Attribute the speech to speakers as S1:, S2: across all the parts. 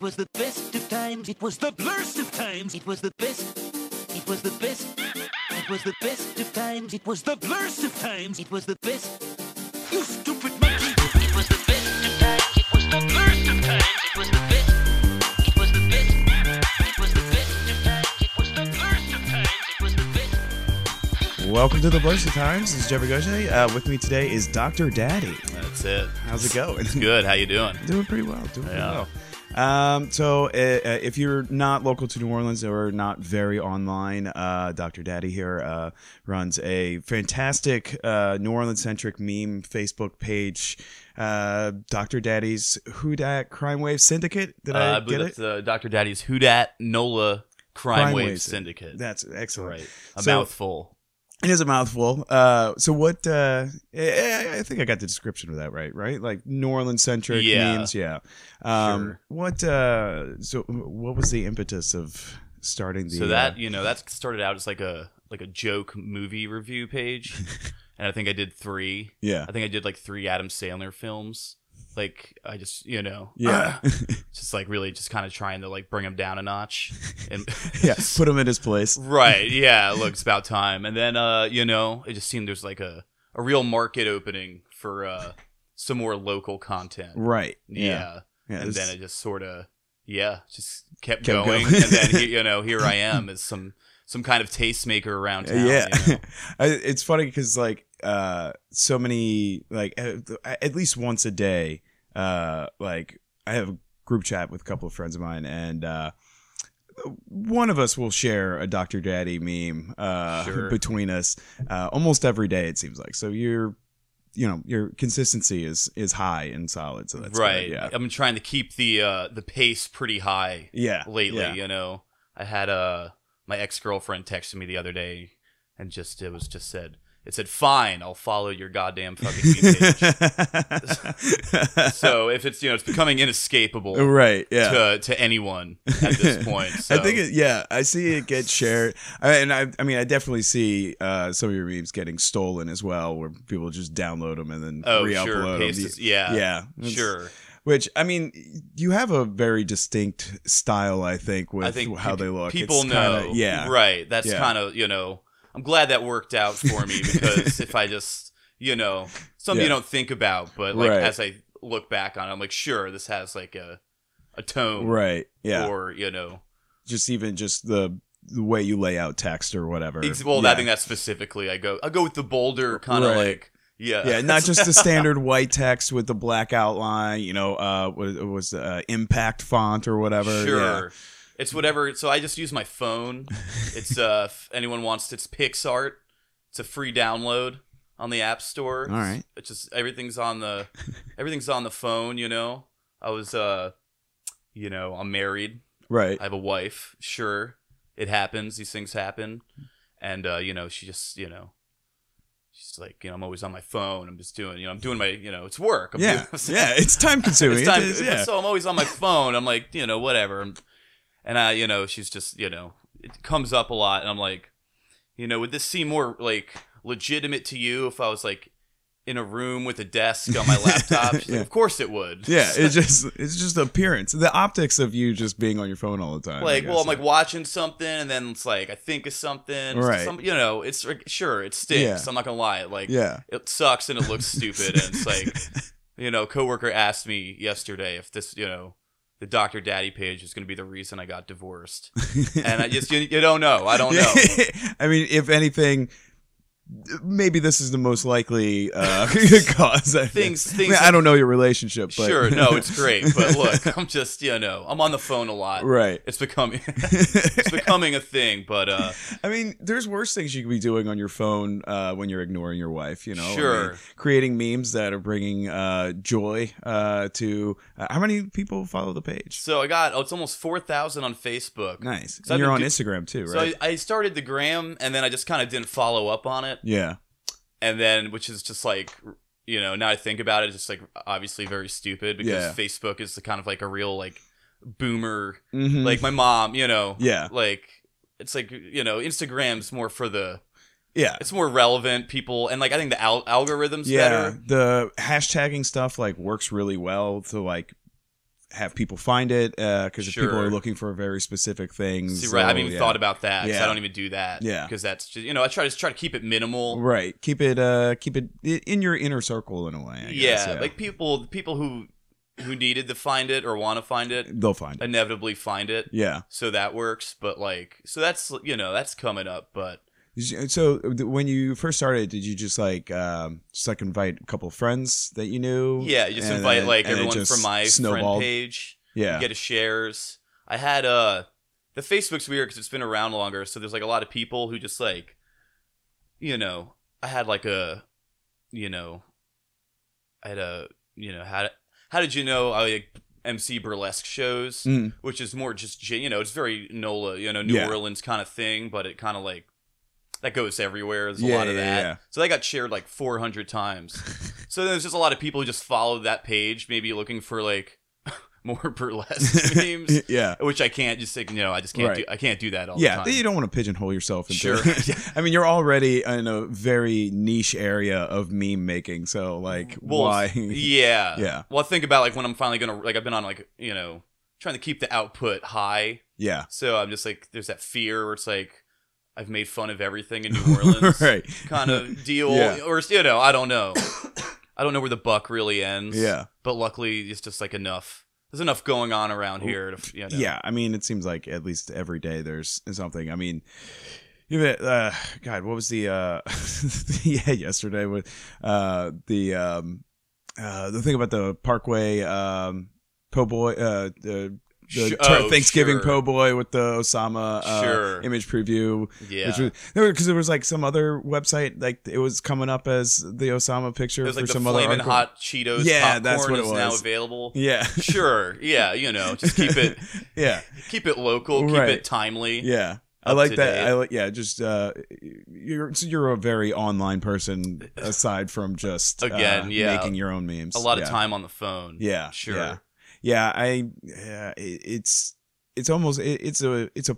S1: was the best of times. It was the blurst of times. It was the best. It was the best. It was the best of times. It was the blurst of times. It was the best. You stupid monkey. It was the best of times. It was the blurst of times. It was the best. It was the best. It was the best of times. It was the blurst of times. It was the best.
S2: Welcome to the Blurst of Times. This is Jeffrey Gaucher. Uh, with me today is Dr. Daddy.
S3: That's it.
S2: How's it going?
S3: It's good. How you doing?
S2: Doing pretty well. Doing
S3: Yeah.
S2: pretty well. Um, so, uh, uh, if you're not local to New Orleans or not very online, uh, Dr. Daddy here uh, runs a fantastic uh, New Orleans centric meme Facebook page, uh, Dr. Daddy's Who Dat Crime Wave Syndicate. Did
S3: Uh,
S2: I,
S3: I believe
S2: get it?
S3: that's uh, Dr. Daddy's Who Dat Nola Crime,
S2: Crime
S3: Wave
S2: Wave
S3: Syndicate.
S2: That's excellent.
S3: right. A
S2: So-
S3: mouthful.
S2: It is a mouthful. Uh, so what? Uh, eh, I think I got the description of that right, right? Like New Orleans centric
S3: Yeah.
S2: memes. Yeah. Um,
S3: Sure.
S2: What? Uh, so what was the impetus of starting the?
S3: so that
S2: uh,
S3: you know that started out as like a like a joke movie review page, and I think I did three.
S2: yeah,
S3: I think I did like three Adam Sandler films. Like I just you know
S2: yeah,
S3: just like really just kind of trying to like bring him down a notch and
S2: yeah. Put him in his place.
S3: Right. Yeah. Look, it's about time. And then, uh, you know, it just seemed there's like a, a real market opening for uh, some more local content.
S2: Right. Yeah.
S3: Yeah.
S2: yeah.
S3: and
S2: this-
S3: then it just sort of, yeah, just kept,
S2: Kept
S3: going.
S2: going.
S3: and then, he- you know, here I am as some some kind of tastemaker around town.
S2: yeah
S3: you know?
S2: I, it's funny because like uh so many like at, at least once a day uh like i have a group chat with a couple of friends of mine and uh one of us will share a Dr. Daddy meme uh,
S3: Sure.
S2: between us uh, almost every day. It seems like so. Your, you know, your consistency is is high and solid. So that's good,
S3: right.
S2: Yeah,
S3: I've been trying to keep the uh, the pace pretty high
S2: yeah.
S3: lately.
S2: yeah.
S3: You know, I had uh, my ex girlfriend texted me the other day, and just it was just said it said, "Fine, I'll follow your goddamn fucking meme page." so if it's you know it's becoming inescapable
S2: right. Yeah.
S3: to to anyone at this point. So.
S2: I think it, yeah, I see it get shared, I, and I, I mean, I definitely see uh, some of your memes getting stolen as well, where people just download them and then
S3: oh
S2: re-upload
S3: sure,
S2: them.
S3: paste is- yeah,
S2: yeah, It's-
S3: sure.
S2: Which I mean, you have a very distinct style, I think, with
S3: I think
S2: how
S3: peop-
S2: they look.
S3: People
S2: It's
S3: know,
S2: kinda- yeah,
S3: right. That's
S2: Yeah.
S3: kind of you know. I'm glad that worked out for me because if I just you know something you
S2: Yeah.
S3: don't think about, but like
S2: Right.
S3: as I look back on, it, I'm like, sure, this has like a a tone,
S2: right, yeah.
S3: Or you know,
S2: just even just the the way you lay out text or whatever.
S3: ex- well,
S2: yeah.
S3: I think that specifically, I go, I go with the bolder kind of
S2: Right.
S3: like, yeah,
S2: yeah, not just the standard white text with the black outline, you know, uh, what it was uh, impact font or whatever.
S3: Sure.
S2: yeah.
S3: It's whatever. So I just use my phone. It's uh, if anyone wants, it's PixArt. It's a free download on the App Store.
S2: All right.
S3: It's just everything's on the everything's on the phone. You know, I was uh, you know, I'm married.
S2: Right.
S3: I have a wife. Sure, it happens. These things happen, and uh, you know, she just you know. She's like, you know, I'm always on my phone. I'm just doing, you know, I'm doing my, you know, it's work. I'm
S2: yeah,
S3: doing-
S2: yeah, it's time consuming.
S3: it's time.
S2: It is, yeah.
S3: So I'm always on my phone. I'm like, you know, whatever. And I, you know, she's just, you know, it comes up a lot, and I'm like, you know, would this seem more like legitimate to you if I was like in a room with a desk on my laptop? She's like,
S2: Yeah.
S3: of course it would.
S2: yeah, it's just it's just appearance, the optics of you just being on your phone all the time. I
S3: Like, well,
S2: guess.
S3: I'm like watching something, and then it's like I think of something.
S2: Right.
S3: Some, you know, it's like, sure, it stinks.
S2: Yeah.
S3: I'm not gonna lie. Like,
S2: yeah,
S3: it sucks and it looks stupid and it's like you know coworker asked me yesterday if this you know the doctor daddy page is going to be the reason i got divorced and i just you, you don't know i don't know
S2: I mean, if anything, maybe this is the most likely uh, cause. I
S3: Things-
S2: guess.
S3: things-
S2: I, mean, I don't know your relationship, but
S3: sure no it's great but look i'm just you know i'm on the phone a lot
S2: right.
S3: it's becoming it's becoming a thing but uh
S2: I mean, there's worse things you could be doing on your phone uh, when you're ignoring your wife. You know, I mean,
S3: Sure.
S2: creating memes that are bringing uh, joy uh, to uh, how many people follow the page?
S3: so i got oh it's almost 4000 on facebook
S2: Nice.
S3: So I've
S2: and you're
S3: been
S2: on
S3: do-
S2: Instagram too, right?
S3: so I, I started the gram and then i just kind of didn't follow up on it
S2: yeah.
S3: and then which is just like you know now i think about it it's just like obviously very stupid because
S2: Yeah.
S3: facebook is the kind of like a real like boomer
S2: Mhm.
S3: like my mom you know
S2: yeah,
S3: like it's like you know instagram's more for the
S2: yeah,
S3: it's more relevant people and like i think the al- algorithms
S2: yeah.
S3: better
S2: The hashtagging stuff like works really well to like have people find it because if people
S3: Sure.
S2: are looking for very specific things,
S3: See,
S2: Mm,
S3: right? I
S2: so,
S3: haven't even
S2: yeah.
S3: thought about that. 'cause I
S2: Yeah.
S3: don't even do that.
S2: Yeah.
S3: Because that's just you know I try to try to keep it minimal.
S2: Right, keep it, uh, keep it i- in your inner circle in a way. I
S3: yeah,
S2: guess,
S3: Like people people who who needed to find it or want to find it
S2: they'll find it.
S3: inevitably find it.
S2: Yeah.
S3: So that works. But like so that's you know that's coming up. But
S2: So th- when you first started, did you just like um, just like invite a couple friends that you knew?
S3: yeah, you just
S2: And
S3: invite
S2: then-
S3: like
S2: and it
S3: everyone
S2: just
S3: from my
S2: snowballed?
S3: friend page.
S2: Yeah.
S3: You get a shares. I had uh the Facebook's weird because it's been around longer, so there's like a lot of people who just like, you know, I had like a, you know, I had a, you know, how how did you know I like MC burlesque shows,
S2: Mm.
S3: which is more just gen- you know it's very NOLA, you know, New
S2: Yeah.
S3: Orleans kind of thing, but it kind of like that goes everywhere. There's a
S2: Yeah,
S3: lot of
S2: yeah,
S3: that,
S2: yeah.
S3: so that got shared like 400 times. so there's just a lot of people who just followed that page, maybe looking for like more burlesque memes
S2: yeah.
S3: which I can't just like, you know I just can't
S2: Right.
S3: do I can't do that all
S2: yeah,
S3: the time.
S2: you don't want to pigeonhole yourself. Into
S3: Sure.
S2: I mean, you're already in a very niche area of meme making, so like,
S3: Well,
S2: why?
S3: Yeah.
S2: Yeah.
S3: Well, I think about like when I'm finally gonna like I've been on like you know trying to keep the output high,
S2: yeah.
S3: so I'm just like there's that fear where it's like I've made fun of everything in New Orleans
S2: right.
S3: kind of deal,
S2: Yeah.
S3: or you know I don't know, I don't know where the buck really ends.
S2: Yeah.
S3: But luckily, it's just like enough. There's enough going on around here to you know.
S2: Yeah, I mean, it seems like at least every day there's something. I mean, even uh, God, what was the uh, yeah yesterday with uh, the um, uh, the thing about the Parkway um, po' boy uh, the. The
S3: Sh-
S2: ter-
S3: oh,
S2: Thanksgiving
S3: sure.
S2: po' boy with the Osama uh,
S3: Sure.
S2: image preview,
S3: Yeah.
S2: which was because there was like some other website like it was coming up as the Osama picture
S3: it was
S2: for
S3: like the
S2: some other
S3: flaming
S2: article.
S3: hot Cheetos
S2: Yeah,
S3: popcorn
S2: that's what it
S3: is now
S2: was.
S3: available.
S2: Yeah,
S3: Sure. Yeah. You know, just keep it.
S2: yeah.
S3: keep it local, keep
S2: Right.
S3: it timely.
S2: Yeah. I
S3: up
S2: like
S3: to
S2: that.
S3: date.
S2: I like yeah. Just uh, you're so you're a very online person aside from just uh,
S3: Again, yeah.
S2: making your own memes.
S3: A lot of
S2: Yeah.
S3: time on the phone.
S2: Yeah,
S3: Sure.
S2: Yeah, yeah I yeah, it, it's it's almost it, it's a it's a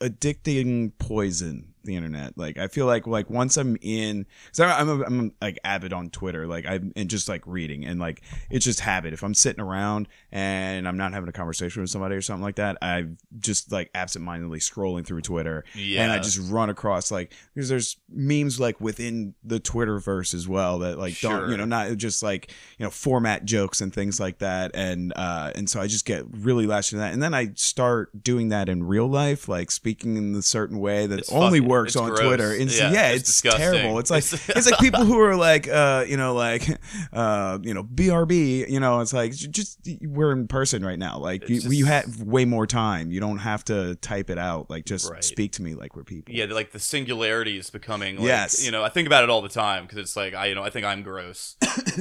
S2: addicting poison the internet like i feel like like once i'm in so i'm a, i'm like avid on twitter like i'm and just like reading and like it's just habit if i'm sitting around and i'm not having a conversation with somebody or something like that i'm just like absentmindedly scrolling through twitter
S3: Yeah.
S2: and i just run across like there's there's memes like within the twitterverse as well that like
S3: Sure.
S2: don't you know not just like you know format jokes and things like that and uh and so i just get really lashed into that and then i start doing that in real life like speaking in a certain way that
S3: It's
S2: only works
S3: fucking- it's
S2: on
S3: gross.
S2: twitter and
S3: Yeah,
S2: yeah,
S3: it's
S2: it's,
S3: disgusting.
S2: terrible it's like
S3: It's-
S2: it's like people who are like uh you know like uh you know brb you know it's like j- just we're in person right now like you,
S3: It's
S2: you
S3: just-
S2: have way more time you don't have to type it out like just
S3: Right.
S2: speak to me like we're people
S3: yeah, like the singularity is becoming. Like,
S2: Yes.
S3: You know, I think about it all the time because it's like I, you know, I think I'm gross.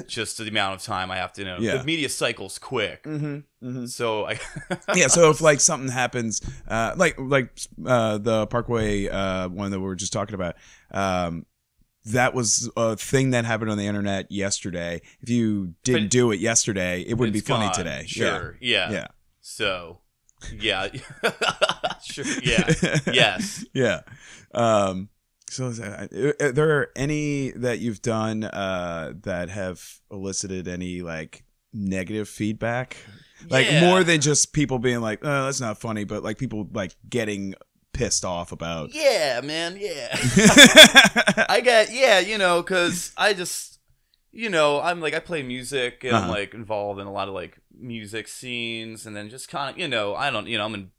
S3: just the amount of time I have to you know.
S2: Yeah.
S3: The media cycle's quick,
S2: Mm-hmm. Mm-hmm.
S3: so I.
S2: yeah so if like something happens uh like like uh the parkway uh one that we were just talking about um that was a thing that happened on the internet yesterday if you didn't
S3: But-
S2: do it yesterday it wouldn't be
S3: it's
S2: funny
S3: gone.
S2: today
S3: Sure. Yeah.
S2: yeah
S3: So. Yeah. sure. Yeah.
S2: yeah
S3: Yes.
S2: yeah um so is that- uh, uh, there are any that you've done uh that have elicited any like negative feedback like
S3: Yeah.
S2: more than just people being like oh that's not funny but like people like getting pissed off about
S3: Yeah, man. Yeah. I get yeah, you know, because I just you know I'm like I play music and I'm
S2: Uh-huh.
S3: like involved in a lot of like music scenes and then just kind of you know I don't you know I'm in,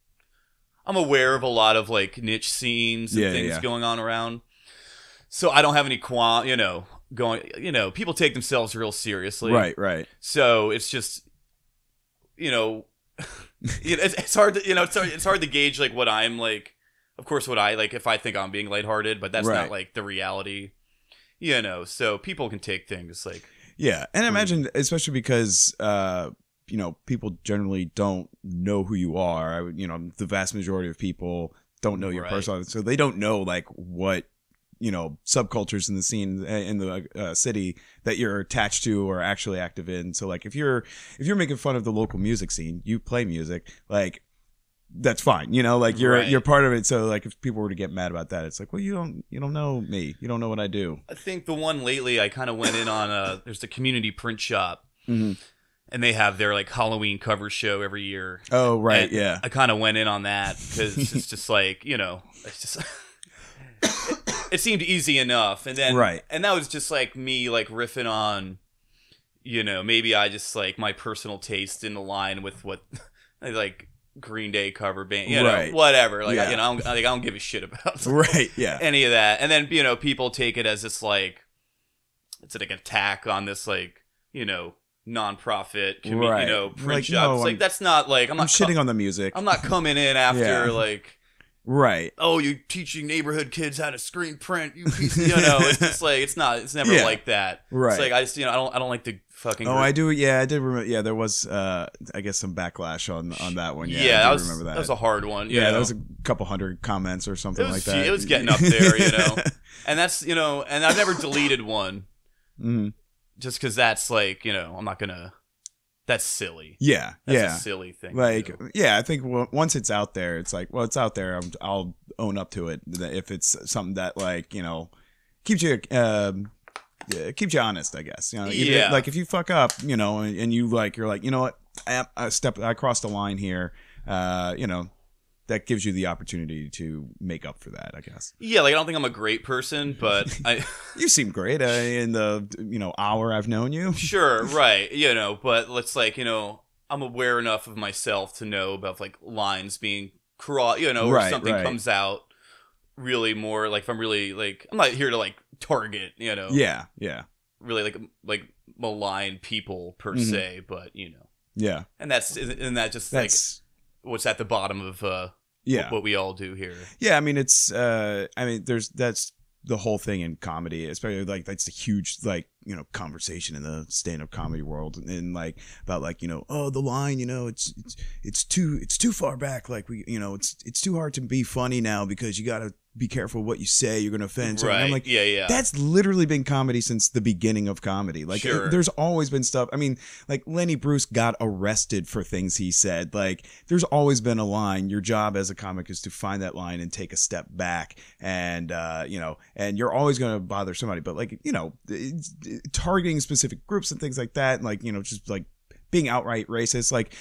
S3: I'm aware of a lot of like niche scenes and
S2: Yeah, yeah,
S3: things
S2: yeah.
S3: going on around, so I don't have any qual you know going you know people take themselves real seriously
S2: right, right.
S3: so it's just you know you know, it's, it's hard to you know it's hard, it's hard to gauge like what i'm like of course what i like if i think i'm being lighthearted but that's not
S2: Right.
S3: like the reality you know so people can take things like
S2: Yeah, and I
S3: Hmm.
S2: imagine especially because uh, you know people generally don't know who you are. I, would- you know, the vast majority of people don't know your
S3: Right.
S2: personality, so they don't know like what you know subcultures in the scene in the uh, city that you're attached to or actually active in. So like if you're if you're making fun of the local music scene, you play music like. That's fine, you know. Like you're
S3: Right.
S2: you're part of it, so like if people were to get mad about that, it's like, well, you don't you don't know me, you don't know what I do.
S3: i think the one lately i kind of went in on uh there's the community print shop and they have their like Halloween cover show every year.
S2: Oh right,
S3: And
S2: yeah.
S3: I kind of went in on that because it's just like you know, it's just it, it seemed easy enough, and then
S2: Right.
S3: and that was just like me like riffing on, you know, maybe I just like my personal taste in the line with what like Green Day cover band, you know,
S2: Right.
S3: whatever. Like
S2: Yeah.
S3: you know, I don't, like I don't give a shit about
S2: Right, yeah.
S3: any of that, and then you know, people take it as this like it's like an attack on this like you know nonprofit, commu-
S2: Right.
S3: you know,
S2: Like,
S3: print shop.
S2: no,
S3: it's
S2: I'm-
S3: like that's not like I'm
S2: I'm,
S3: not co-
S2: shitting on the music.
S3: I'm not coming in after
S2: Yeah.
S3: like,
S2: right.
S3: oh, you teaching neighborhood kids how to screen print. You, piece you know, it's just like it's not. It's never
S2: Yeah.
S3: like that.
S2: Right.
S3: It's like I just you know I don't I don't like the fucking.
S2: Oh, I do. Yeah, I did remember. Yeah, there was, uh, I guess, some backlash on on that one. Yeah,
S3: yeah,
S2: I
S3: that
S2: do
S3: was
S2: remember that.
S3: that was a hard one. you
S2: yeah,
S3: know?
S2: that was a couple hundred comments or something
S3: It was-
S2: like that.
S3: it was getting up there, you know. and that's you know, and I've never deleted one
S2: Mhm.
S3: just because that's like you know I'm not gonna. That's silly.
S2: Yeah,
S3: That's
S2: yeah.
S3: a silly thing. to
S2: like
S3: do.
S2: yeah i think w- once it's out there it's like well it's out there I'm, i'll own up to it that if it's something that like you know keeps you um yeah, keeps you honest i guess you know even if-
S3: Yeah.
S2: like if you fuck up you know and, and you like you're like you know what I, I step i crossed the line here uh you know that gives you the opportunity to make up for that i guess
S3: yeah, like I don't think I'm a great person, but I.
S2: you seem great uh, in the you know hour i've known you
S3: sure right you know but let's like you know i'm aware enough of myself to know about like lines being crossed you know
S2: Right,
S3: or something
S2: right.
S3: comes out really more like if i'm really like i'm not here to like target you know
S2: yeah yeah
S3: really like like malign people per
S2: Mhm.
S3: se but you know
S2: yeah
S3: and that's and that just
S2: that's
S3: like what's at the bottom of uh
S2: yeah
S3: what we all do here
S2: Yeah, I mean it's uh I mean there's that's the whole thing in comedy, especially like that's the huge like, you know, conversation in the stand up comedy world and, like about like, you know, oh the line, you know, it's it's it's too it's too far back. Like we you know, it's it's too hard to be funny now because you gotta be careful what you say, you're gonna offend someone.
S3: right
S2: I'm like
S3: yeah yeah
S2: that's literally been comedy since the beginning of comedy. Like,
S3: Sure.
S2: there's always been stuff. I mean, like Lenny Bruce got arrested for things he said. Like, there's always been a line. Your job as a comic is to find that line and take a step back, and uh, you know, and you're always going to bother somebody. But like, you know, it's- it's targeting specific groups and things like that, and like, you know, just like being outright racist, like.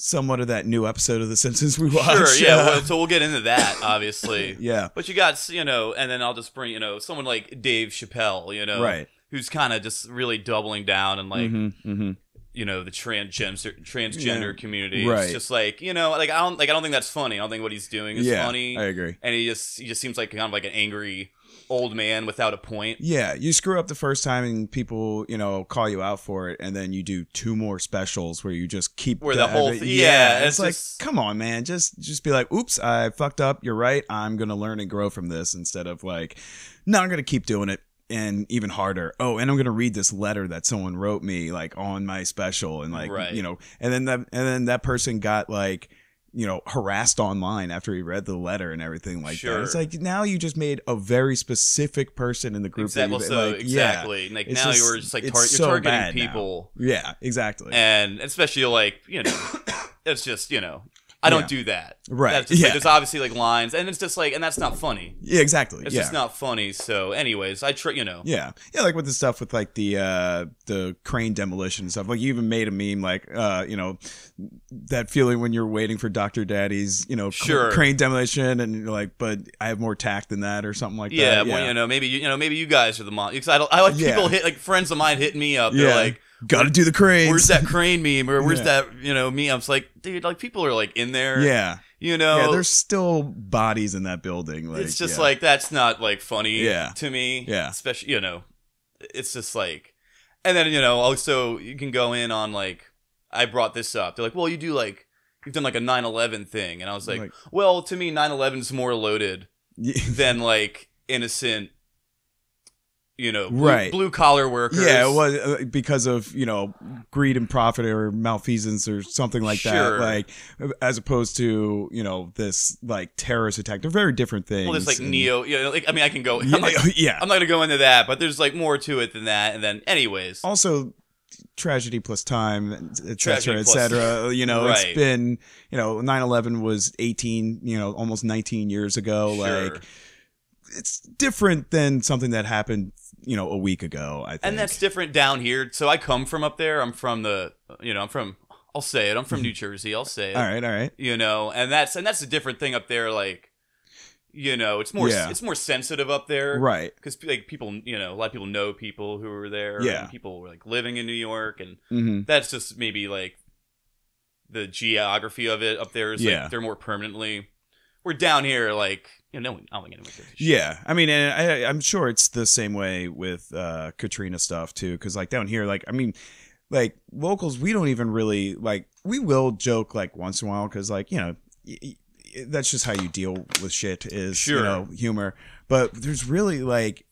S2: Somewhat of that new episode of The Simpsons we watched.
S3: sure yeah
S2: Uh,
S3: well, so we'll get into that obviously
S2: yeah,
S3: But you got, you know, and then I'll just bring, you know, someone like Dave Chappelle, you know,
S2: Right.
S3: who's kind of just really doubling down and like,
S2: Mhm, mhm.
S3: you know, the transgender transgender
S2: Yeah.
S3: community.
S2: Right.
S3: It's just like, you know, like I don't like I don't think that's funny. I don't think what he's doing is
S2: yeah,
S3: funny.
S2: I agree.
S3: and he just he just seems like kind of like an angry old man without a point.
S2: Yeah, you screw up the first time and people, you know, call you out for it, and then you do two more specials where you just keep
S3: Where the whole
S2: thing.
S3: th-
S2: yeah,
S3: yeah,
S2: it's,
S3: it's
S2: like,
S3: just-
S2: come on, man, just just be like, oops, I fucked up. You're right. I'm gonna learn and grow from this instead of like, no, I'm gonna keep doing it and even harder. Oh, and I'm gonna read this letter that someone wrote me like on my special and like
S3: Right.
S2: you know, and then that and then that person got like you know harassed online after he read the letter and everything like that.
S3: Sure.
S2: It's like now you just made a very specific person in the group. that
S3: Exactly.
S2: you've-
S3: so
S2: like, yeah.
S3: exactly. Like
S2: It's
S3: now
S2: just-
S3: you're just like
S2: it's
S3: tar-
S2: so
S3: you're
S2: bad
S3: targeting
S2: now.
S3: people,
S2: Yeah, exactly.
S3: and especially like you know, it's just you know, I don't
S2: Yeah.
S3: do that.
S2: Right,
S3: That's just,
S2: yeah.
S3: like, there's obviously like lines, and it's just like, and that's not funny.
S2: yeah, exactly.
S3: It's
S2: yeah.
S3: just not funny. So, anyways, I try, you know.
S2: yeah. Yeah, like with the stuff with like the uh the crane demolition and stuff. Like you even made a meme like uh, you know, that feeling when you're waiting for Dr. Daddy's, you know, cr-
S3: Sure.
S2: crane demolition and you're like, but I have more tact than that or something like
S3: Yeah,
S2: that.
S3: well, you know, maybe you, you know, maybe you guys are the mom. Because I, don't- I like
S2: Yeah.
S3: people hit like friends of mine hitting me up.
S2: Yeah.
S3: They're like,
S2: Gotta do the cranes.
S3: "Where's that crane meme? Or where's
S2: Yeah.
S3: that you know meme?" I was like, "Dude, like people are like in there."
S2: Yeah.
S3: you know,
S2: yeah, there's still bodies in that building. Like
S3: it's just
S2: yeah.
S3: like that's not like funny.
S2: Yeah.
S3: to me.
S2: Yeah.
S3: especially you know, it's just like, and then you know, also you can go in on like, I brought this up. They're like, "Well, you do like." You've done like a 9/11 thing, and I was like,
S2: Like-
S3: "Well, to me, 9/11's more loaded than like innocent, you know, blue,
S2: Right.
S3: blue collar workers.
S2: Yeah, it was uh, because of you know greed and profit or malfeasance or something like that.
S3: Sure.
S2: Like uh, as opposed to you know this like terrorist attack, they're very different things.
S3: Well, there's like
S2: and-
S3: neo. You know, like I mean, I can go.
S2: Yeah,
S3: I'm, like,
S2: yeah.
S3: I'm not gonna go into that, but there's like more to it than that. And then, anyways,
S2: also tragedy plus time et cetera
S3: Tragedy
S2: et
S3: plus-
S2: cetera you know it's
S3: Right.
S2: been you know 9-11 was 18 you know almost 19 years ago
S3: sure.
S2: like it's different than something that happened, you know, a week ago. I think.
S3: and that's different down here. So I come from up there. I'm from the, you know, I'm from. I'll say it. I'm from New Jersey. I'll say it.
S2: Mm-hmm. all right. All right.
S3: You know, and that's and that's a different thing up there. Like, you know, it's more
S2: Yeah.
S3: it's more sensitive up there,
S2: Right.
S3: Because like people, you know, a lot of people know people who were there.
S2: Yeah.
S3: and people were like living in New York, and
S2: hmm
S3: that's just maybe like the geography of it up there is
S2: Yeah.
S3: like they're more permanently. We're down here, like you know, no one, I don't think anyone gives a shit.
S2: Yeah, I mean, and I, I'm sure it's the same way with uh, Katrina stuff too, because like down here, like I mean, like locals, we don't even really like we will joke like once in a while because like you know y- y- that's just how you deal with shit is you
S3: Sure.
S2: know humor, but there's really like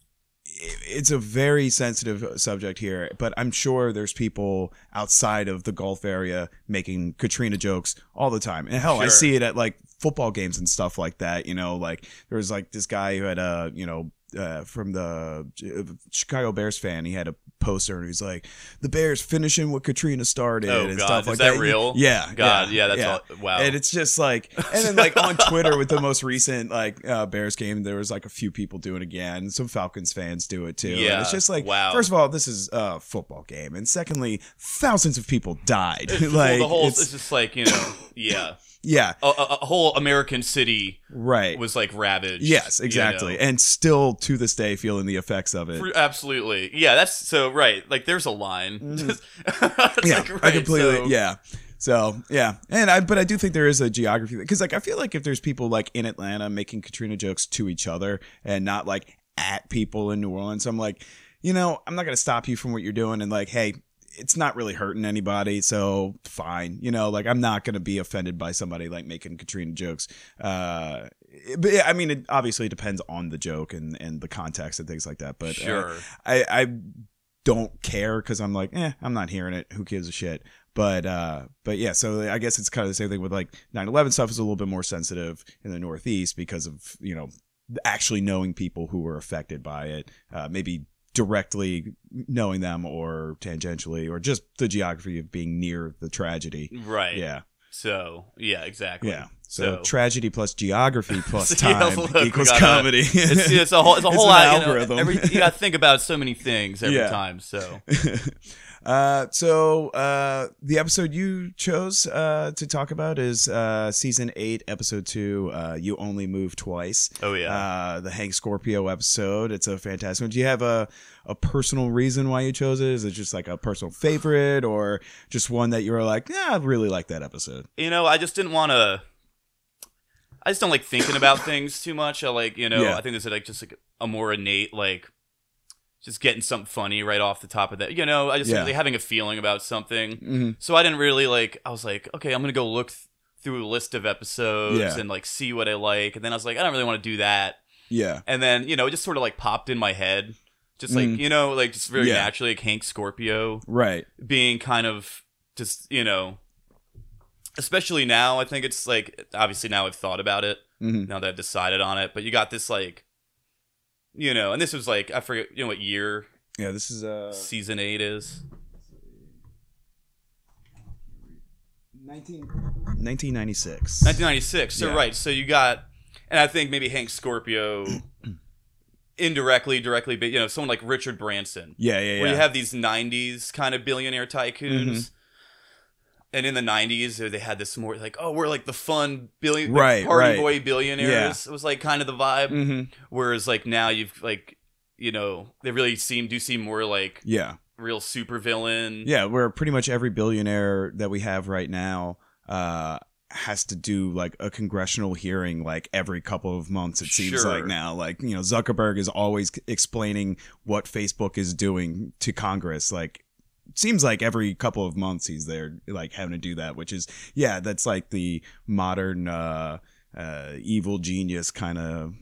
S2: i- it's a very sensitive subject here but i'm sure there's people outside of the gulf area making katrina jokes all the time and hell i
S3: Sure.
S2: see it at like football games and stuff like that you know like there was like this guy who had a you know uh, from the uh, Chicago Bears fan, he had a poster and he's like, "The Bears finishing what Katrina started
S3: Oh,
S2: and
S3: God.
S2: stuff like
S3: Is that real?
S2: Yeah,
S3: God, yeah, that's all. Wow.
S2: and it's just like, and then like on Twitter with the most recent like uh, Bears game, there was like a few people doing it again. Some Falcons fans do it too. And
S3: Yeah,
S2: it's just like,
S3: wow.
S2: First of all, this is a football game, and secondly, thousands of people died.
S3: It's just- well,
S2: like,
S3: the whole
S2: it's-
S3: it's just like you know, yeah.
S2: yeah,
S3: a, a, a whole American city
S2: right.
S3: was like ravaged.
S2: yes,
S3: you
S2: exactly,
S3: know.
S2: and still to this day feeling the effects of it.
S3: For- Absolutely. Yeah, that's so right. Like there's a line. It's
S2: Mm-hmm. yeah,
S3: like,
S2: I
S3: right,
S2: completely
S3: so-
S2: yeah. So yeah, and I but I do think there is a geography because like I feel like if there's people like in Atlanta making Katrina jokes to each other and not like at people in New Orleans, I'm like, you know, I'm not gonna stop you from what you're doing and like, hey, it's not really hurting anybody, so fine, you know, like I'm not gonna be offended by somebody like making Katrina jokes. Uh, but yeah, I mean, it obviously depends on the joke and and the context and things like that. But uh,
S3: Sure.
S2: I, I don't care because I'm like, eh, I'm not hearing it. Who gives a shit? But uh, but yeah, so I guess it's kind of the same thing with like 9/11 stuff is a little bit more sensitive in the Northeast because of you know actually knowing people who were affected by it, uh, maybe directly knowing them or tangentially or just the geography of being near the tragedy.
S3: right.
S2: Yeah,
S3: So yeah, exactly.
S2: yeah. So,
S3: So-
S2: tragedy plus geography plus
S3: Yeah,
S2: time
S3: look, we
S2: equals
S3: gotta-
S2: comedy.
S3: It's, it's a whole. It's a
S2: It's an
S3: whole lot. you know,
S2: algorithm.
S3: every, you got to think about so many things every
S2: Yeah.
S3: time. So
S2: uh, so uh, the episode you chose uh, to talk about is uh, season eight, episode two. Uh, you only move twice.
S3: oh yeah.
S2: Uh, the Hank Scorpio episode. It's a fantastic one. Do you have a, a personal reason why you chose it? Is it just like a personal favorite or just one that you were like, yeah, I really like that episode?
S3: you know, I just didn't want to. I just don't like thinking about things too much. I like, you know,
S2: Yeah.
S3: I think there's like just like a more innate like, just getting something funny right off the top of that. You know, I just
S2: Yeah.
S3: like having a feeling about something.
S2: Mm-hmm.
S3: So I didn't really like. I was like, okay, I'm gonna go look th- through a list of episodes
S2: Yeah.
S3: and like see what I like. And then I was like, I don't really want to do that.
S2: Yeah.
S3: And then you know, it just sort of like popped in my head, just like
S2: Mhm.
S3: you know, like just very
S2: Yeah.
S3: naturally, like Hank Scorpio
S2: Right.
S3: being kind of just you know, especially now. I think it's like obviously now I've thought about it
S2: Mm-hmm.
S3: now that I've decided on it. But you got this like, you know, and this was like I forget you know what year
S2: Yeah. This is uh,
S3: season eight is.
S2: 19, 1996.
S3: 1996. So
S2: Yeah.
S3: right. So you got, and I think maybe Hank Scorpio, indirectly, directly, but you know, someone like Richard Branson,
S2: yeah. Yeah. Yeah.
S3: where you have these '90s kind of billionaire tycoons.
S2: Mhm.
S3: And in the '90s, they had this more like, oh, we're like the fun billion, like,
S2: Right,
S3: party
S2: right.
S3: boy billionaires. It was like kind of the vibe.
S2: mm-hmm.
S3: Whereas like now you've like, you know, they really seem do seem more like
S2: Yeah.
S3: real supervillain.
S2: Yeah, where pretty much every billionaire that we have right now uh, has to do like a congressional hearing like every couple of months. It seems
S3: Sure.
S2: like now, like you know, Zuckerberg is always c- explaining what Facebook is doing to Congress. Like, it seems like every couple of months he's there, like having to do that. Which is, yeah, that's like the modern. Uh, uh, evil genius kind of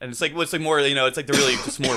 S3: And it's like, what's like more, you know, it's like they're really just more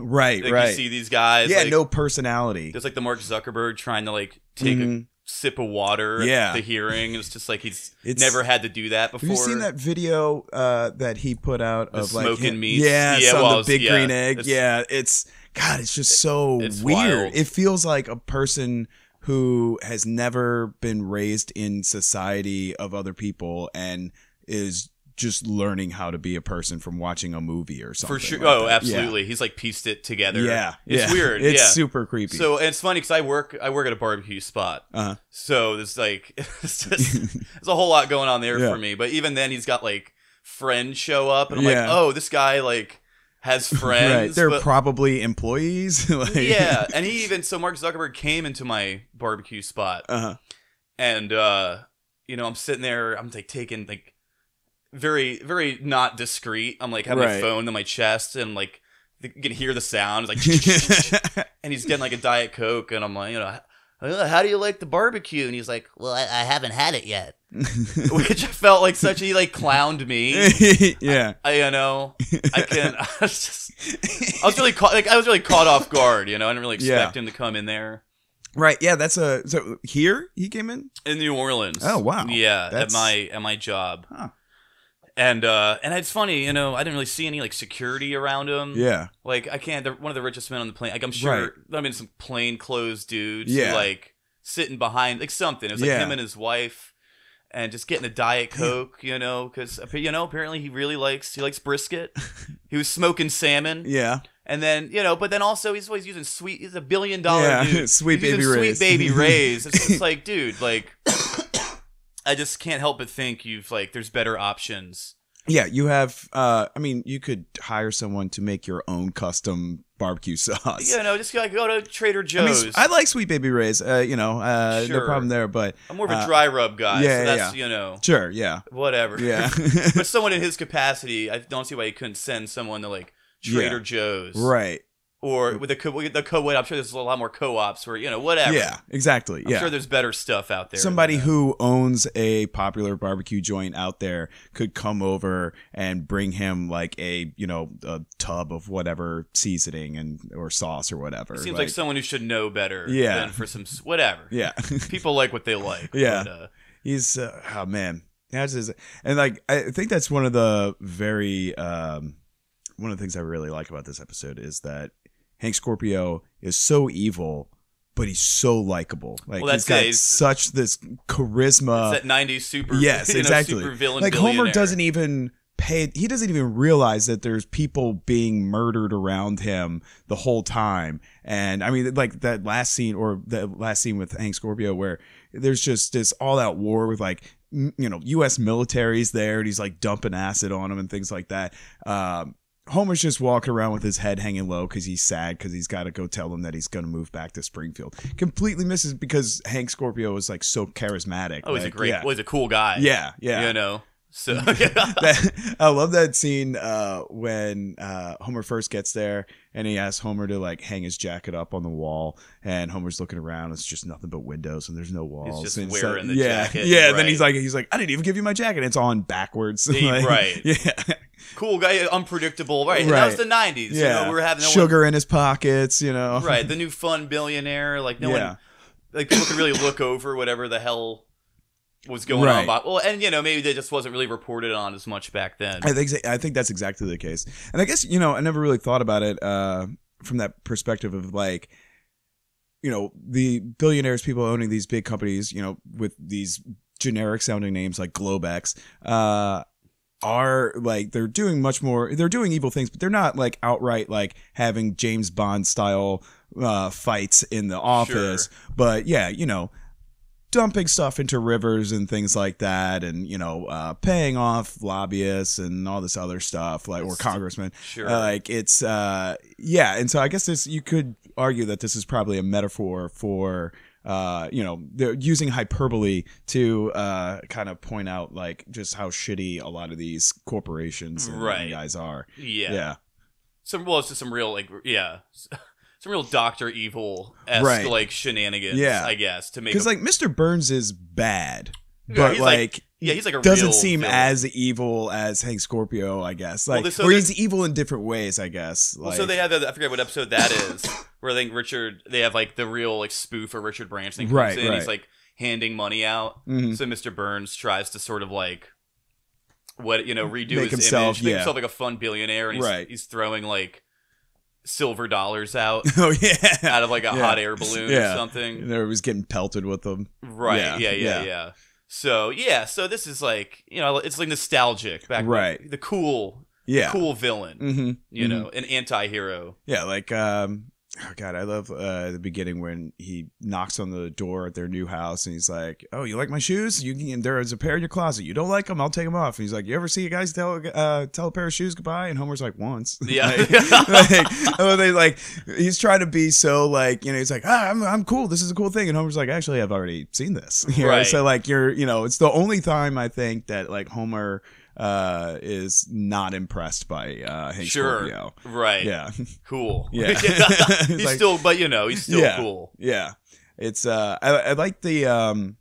S2: right
S3: Like you
S2: right
S3: see these guys.
S2: yeah
S3: like,
S2: no personality
S3: There's like the Mark Zuckerberg trying to like take a
S2: Mhm.
S3: sip of water
S2: Yeah.
S3: at the hearing. It's just like he's
S2: It's-
S3: never had to do that before.
S2: Have you seen that video uh, that he put out
S3: The
S2: of like
S3: smoking
S2: him-
S3: meats?
S2: Yeah,
S3: Yeah,
S2: yeah
S3: well,
S2: the
S3: it's-
S2: big
S3: yeah,
S2: green egg.
S3: it's-
S2: yeah, it's God. It's just so
S3: It's
S2: weird.
S3: wild.
S2: It feels like a person who has never been raised in society of other people and is just learning how to be a person from watching a movie or something.
S3: for sure.
S2: like
S3: oh,
S2: that.
S3: absolutely. He's like pieced it together.
S2: Yeah. Yeah.
S3: it's
S2: yeah.
S3: weird.
S2: It's
S3: yeah.
S2: super creepy.
S3: So and it's funny because I work I work at a barbecue spot.
S2: Uh-huh.
S3: So there's like it's just, there's a whole lot going on there
S2: Yeah.
S3: for me. But even then, he's got like friends show up, and I'm like,
S2: Yeah.
S3: oh, this guy like has friends.
S2: right. They're
S3: but-
S2: probably employees. like,
S3: yeah, and he even so Mark Zuckerberg came into my barbecue spot,
S2: Uh-huh.
S3: and uh, you know I'm sitting there, I'm like taking like very very not discreet. I'm like having my
S2: Right.
S3: phone to my chest, and like you can hear the sound, it's like. and he's getting like a diet coke and i'm like you know "Uh, how do you like the barbecue and he's like
S1: Well, I, I haven't had it yet.
S3: which i felt like such he like clowned me
S2: yeah.
S3: I, you know i can i was just i was really caught like i was really caught off guard you know i didn't really expect him to come in there
S2: Right. Yeah. That's a. So here he came in.
S3: in new orleans
S2: Oh, wow.
S3: yeah at
S2: That's-
S3: my at my job
S2: Huh.
S3: and uh and it's funny you know i didn't really see any like security around him
S2: Yeah.
S3: Like I can't. They're one of the richest men on the planet. Like I'm sure. I mean, some plain clothes dudes.
S2: Yeah.
S3: Who, like sitting behind like something. It was like
S2: Yeah.
S3: him and his wife, and just getting a diet coke. You know, because you know apparently he really likes he likes brisket. he was smoking salmon,
S2: Yeah.
S3: and then you know, but then also he's always using sweet. He's a billion dollar
S2: Yeah,
S3: dude.
S2: Sweet
S3: He's using
S2: Baby Ray's.
S3: Sweet baby rays. It's just like, dude, like. I just can't help but think you've like there's better options.
S2: Yeah. You have. Uh. I mean, you could hire someone to make your own custom barbecue sauce.
S3: You know, just like go to Trader
S2: I, mean,
S3: Joe's.
S2: I like Sweet Baby Ray's. Uh. You know. Uh.
S3: Sure.
S2: No problem there. But
S3: I'm more of a
S2: Uh,
S3: dry rub guy,
S2: yeah,
S3: so
S2: yeah,
S3: that's you know
S2: sure. Yeah.
S3: whatever.
S2: Yeah.
S3: but someone in his capacity, I don't see why he couldn't send someone to like Trader Joe's,
S2: right.
S3: Or with the co- with the co-op. I'm sure there's a lot more co-ops where you know whatever.
S2: Yeah. Exactly.
S3: I'm
S2: yeah.
S3: sure there's better stuff out there. than
S2: Somebody
S3: that.
S2: who owns a popular barbecue joint out there could come over and bring him like a you know a tub of whatever seasoning and or sauce or whatever.
S3: It seems like, someone who should know better.
S2: Yeah.
S3: Than for some s- whatever.
S2: yeah,
S3: People like what they like.
S2: Yeah.
S3: But, uh,
S2: he's uh, oh man, that's his, and like I think that's one of the very um, one of the things I really like about this episode is that Hank Scorpio is so evil. But he's so likable. Like
S3: Well,
S2: he's
S3: that's
S2: got
S3: it. He's-
S2: such this charisma.
S3: it's that '90s super.
S2: Uh, yes,
S3: you know,
S2: exactly.
S3: Super villain.
S2: like Homer
S3: billionaire.
S2: doesn't even pay he doesn't even realize that there's people being murdered around him the whole time and i mean like that last scene or the last scene with hank scorpio where there's just this all-out war with like m- you know us military's there and he's like dumping acid on him and things like that um Homer's just walking around with his head hanging low because he's sad because he's got to go tell them that he's going to move back to Springfield. Completely misses because Hank Scorpio is like so charismatic.
S3: Oh, he's
S2: like,
S3: a great.
S2: yeah.
S3: Well, he's a cool guy.
S2: Yeah, yeah.
S3: You know. So yeah.
S2: That- I love that scene uh, when uh, Homer first gets there and he asks Homer to like hang his jacket up on the wall, and Homer's looking around. It's just nothing but windows, and there's no walls.
S3: just
S2: and it's
S3: wearing
S2: like-
S3: the
S2: yeah,
S3: jacket,
S2: Yeah, and then
S3: right.
S2: he's like, he's like, I didn't even give you my jacket. It's on backwards.
S3: Yeah,
S2: Like,
S3: right.
S2: Yeah.
S3: cool guy, unpredictable. Right. And that was
S2: Right.
S3: the '90s. You
S2: Yeah.
S3: know, we were having no one-
S2: sugar in his pockets. You know.
S3: right the new fun billionaire like no
S2: Yeah.
S3: one like people could really look over whatever the hell was going on
S2: Right.
S3: about well and you know maybe that just wasn't really reported on as much back then
S2: I think I think that's exactly the case. And I guess you know I never really thought about it uh, from that perspective of like you know the billionaires people owning these big companies you know with these generic sounding names like Globex uh, are like they're doing much more they're doing evil things but they're not like outright like having James Bond style uh, fights in the office but yeah you know dumping stuff into rivers and things like that and you know uh, paying off lobbyists and all this other stuff like or congressmen
S3: sure
S2: Uh, like it's uh yeah and so i guess this you could argue that this is probably a metaphor for uh you know they're using hyperbole to uh kind of point out like just how shitty a lot of these corporations and, and
S3: Right.
S2: guys are
S3: yeah.
S2: yeah
S3: some well it's just some real like yeah some real doctor evil esque
S2: Right.
S3: like shenanigans
S2: Yeah.
S3: i guess to make
S2: because
S3: a-
S2: like mr burns is bad
S3: Yeah,
S2: but
S3: he's like-
S2: like,
S3: yeah he's like a
S2: doesn't
S3: real
S2: seem
S3: villain.
S2: as evil as Hank Scorpio, I guess.
S3: Well,
S2: Like,
S3: this- so
S2: or
S3: this-
S2: he's evil in different ways, I guess. Like,
S3: well, so they have the, I forget what episode that is where I think Richard they have like the real like spoof of Richard Branson comes
S2: Right,
S3: in he's
S2: right.
S3: like handing money out
S2: Mhm.
S3: So Mr. Burns tries to sort of like what you know redo
S2: Make
S3: his
S2: himself-
S3: image, make
S2: yeah.
S3: himself like a fun billionaire, and he's,
S2: Right.
S3: he's throwing like silver dollars out
S2: oh yeah,
S3: out of like a
S2: Yeah.
S3: hot air balloon
S2: Yeah.
S3: or something.
S2: they was getting pelted with them.
S3: Right? Yeah,
S2: Yeah,
S3: yeah, yeah.
S2: yeah.
S3: So yeah, so this is like you know it's like nostalgic back when-
S2: Right.
S3: the cool
S2: Yeah.
S3: cool villain
S2: Mm-hmm.
S3: you know an anti-hero
S2: Yeah, like um oh god, I love uh the beginning when he knocks on the door at their new house and he's like, "Oh, you like my shoes? You can there is a pair in your closet. You don't like them? I'll take them off." And he's like, "You ever see a guys tell uh tell a pair of shoes goodbye?" And Homer's like, "Once."
S3: Yeah.
S2: like, like, oh, they like he's trying to be so like, you know, he's like, "Ah, I'm I'm cool. This is a cool thing." And Homer's like, "Actually, I've already seen this." You know,
S3: Right.
S2: So like you're, you know, it's the only time I think that like Homer uh is not impressed by uh Hank
S3: sure
S2: Scorpio.
S3: right
S2: Yeah.
S3: cool
S2: Yeah.
S3: he's
S2: It's like-
S3: still but you know he's still
S2: Yeah.
S3: cool
S2: Yeah, it's uh, I, I like the um,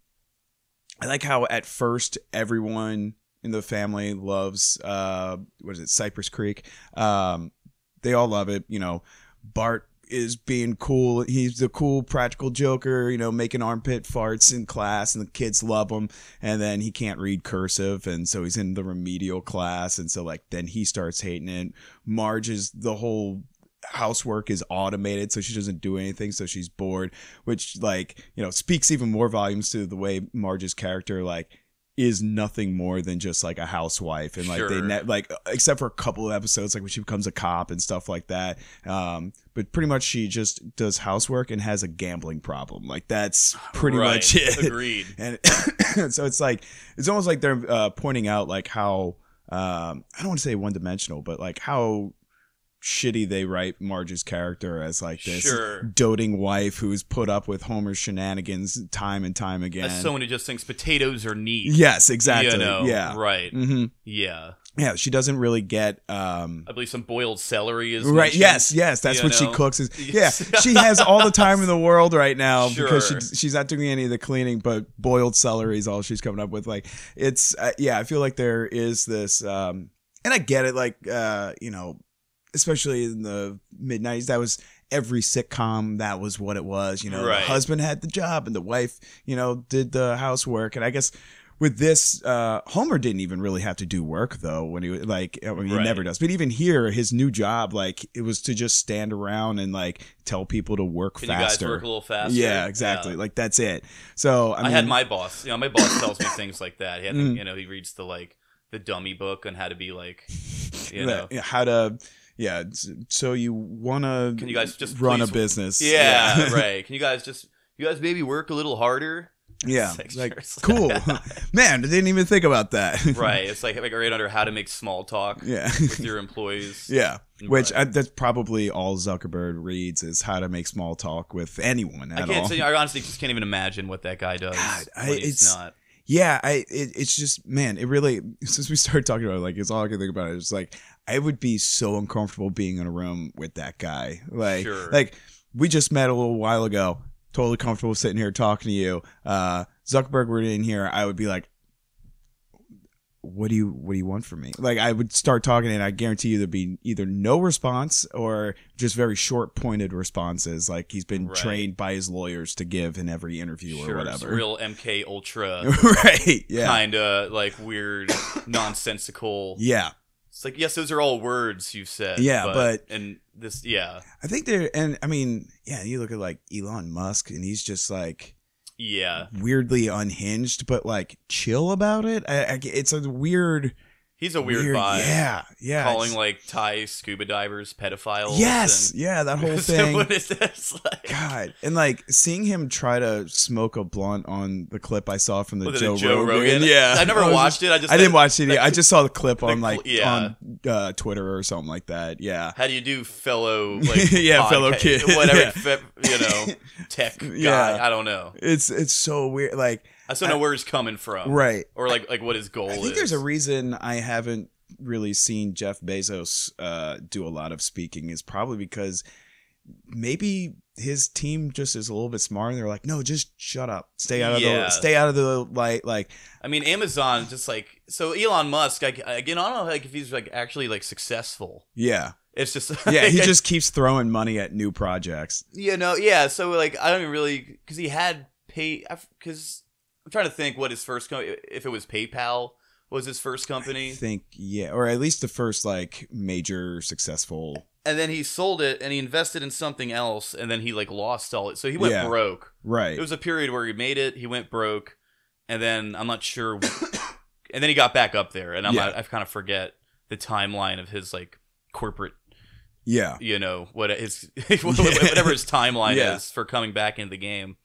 S2: I like how at first everyone in the family loves uh, what is it, Cypress Creek? Um, they all love it. You know, Bart is being cool. He's the cool practical joker. You know, making armpit farts in class, and the kids love him. And then he can't read cursive, and so he's in the remedial class, and so like then he starts hating it. Marge is the whole housework is automated so she doesn't do anything so she's bored which like you know speaks even more volumes to the way marge's character like is nothing more than just like a housewife and like they
S3: Sure.
S2: ne- like except for a couple of episodes like when she becomes a cop and stuff like that um but pretty much she just does housework and has a gambling problem like that's pretty
S3: Right.
S2: much it
S3: agreed
S2: and so it's like it's almost like they're uh, pointing out like how um, I don't want to say one dimensional, but like how shitty they write Marge's character as like this
S3: sure
S2: doting wife who's put up with Homer's shenanigans time and time again.
S3: as someone who just thinks potatoes are neat
S2: yes, exactly.
S3: you know
S2: yeah.
S3: right
S2: hmm
S3: yeah
S2: Yeah, she doesn't really get um,
S3: I believe some boiled celery is
S2: right.
S3: mentioned.
S2: Yes, yes, that's
S3: You
S2: what
S3: know?
S2: she cooks. Is yeah,
S3: Yes.
S2: she has all the time in the world right now because
S3: Sure.
S2: she, she's not doing any of the cleaning, but boiled celery is all she's coming up with. Like it's uh, yeah, I feel like there is this, um, and I get it. Like uh, you know, especially in the mid '90s, that was every sitcom that was what it was. You know,
S3: Right.
S2: the husband had the job and the wife, you know, did the housework, and I guess. With this, uh, Homer didn't even really have to do work though. When he was like, I mean, he
S3: Right.
S2: never does. But even here, his new job, like, it was to just stand around and like tell people to work
S3: Can
S2: faster.
S3: you guys work a little faster?
S2: Yeah, exactly. Like that's it. So I,
S3: I,
S2: mean,
S3: had my boss. You know, my boss tells me things like that. He had the-
S2: Mm.
S3: you know, he reads the like the dummy book on how to be like, you
S2: the-
S3: know,
S2: how to yeah. s- So you wanna
S3: Can you guys just
S2: run a
S3: please-
S2: business?
S3: yeah,
S2: yeah.
S3: right. Can you guys just you guys maybe work a little harder?
S2: Yeah.
S3: It's like,
S2: Like
S3: seriously.
S2: cool, man. I didn't even think about that.
S3: Right. It's like like right under how to make small talk
S2: yeah.
S3: with your employees.
S2: Yeah, which
S3: Right.
S2: I, that's probably all Zuckerberg reads is how to make small talk with anyone at
S3: I can't
S2: all.
S3: say. I honestly just can't even imagine what that guy does.
S2: God, I-
S3: when he's
S2: it's-
S3: not.
S2: yeah i it, it's just man it really since we started talking about it like it's all i can think about it's like i would be so uncomfortable being in a room with that guy like
S3: Sure.
S2: like we just met a little while ago totally comfortable sitting here talking to you uh zuckerberg were in here i would be like what do you what do you want from me like i would start talking and i guarantee you there'd be either no response or just very short pointed responses like he's been
S3: Right.
S2: trained by his lawyers to give in every interview or
S3: Sure, it's
S2: whatever
S3: real MK Ultra
S2: right yeah
S3: kind of like weird, nonsensical.
S2: Yeah,
S3: It's like yes, those are all words you said.
S2: Yeah,
S3: and this yeah
S2: I think they're, and I mean, yeah, you look at like Elon Musk, and he's just like
S3: yeah
S2: weirdly unhinged, but like chill about it. I, I- it's a weird,
S3: he's a weird, vibe.
S2: Yeah, yeah.
S3: calling
S2: it's-
S3: like Thai scuba divers pedophiles.
S2: yes,
S3: and-
S2: yeah, that whole
S3: So
S2: thing.
S3: what is this like?
S2: God, and like seeing him try to smoke a blunt on the clip I saw from the,
S3: Was it
S2: Joe,
S3: a Joe
S2: Rogan.
S3: Rogan?
S2: Yeah,
S3: I never
S2: was
S3: watched
S2: just-
S3: it. I just
S2: I didn't
S3: said,
S2: watch it. Either. I just saw the clip on like
S3: cl- yeah.
S2: on uh, Twitter or something like that. Yeah,
S3: How do you do, fellow? Like,
S2: Yeah, fellow
S3: podca-
S2: kid.
S3: whatever.
S2: Yeah.
S3: fe- you know, tech guy.
S2: Yeah.
S3: I don't know.
S2: it's it's so weird. Like
S3: I still
S2: I-
S3: know where he's coming from,
S2: right.
S3: Or like like what his goal
S2: I
S3: is.
S2: think there's a reason I haven't really seen Jeff Bezos uh, do a lot of speaking is probably because maybe his team just is a little bit smarter. They're like, no, just shut up, stay out of
S3: Yeah.
S2: the stay out of the light. Like,
S3: I mean, Amazon just like so. Elon Musk. I, I- again, I don't know like if he's like actually like successful.
S2: yeah,
S3: It's just
S2: yeah. He
S3: like,
S2: just keeps throwing money at new projects.
S3: you know yeah so like i don't even really because he had pay because i'm trying to think what his first company if it was paypal was his first
S2: I
S3: company
S2: think yeah, or at least the first like major successful.
S3: and then he sold it and he invested in something else and then he like lost all it so he went
S2: Yeah.
S3: broke
S2: Right.
S3: it was a period where he made it he went broke and then I'm not sure. and then he got back up there, and I'm
S2: Yeah.
S3: I, I kind of forget the timeline of his like corporate,
S2: Yeah.
S3: you know, what his whatever his timeline
S2: Yeah.
S3: is for coming back into the game.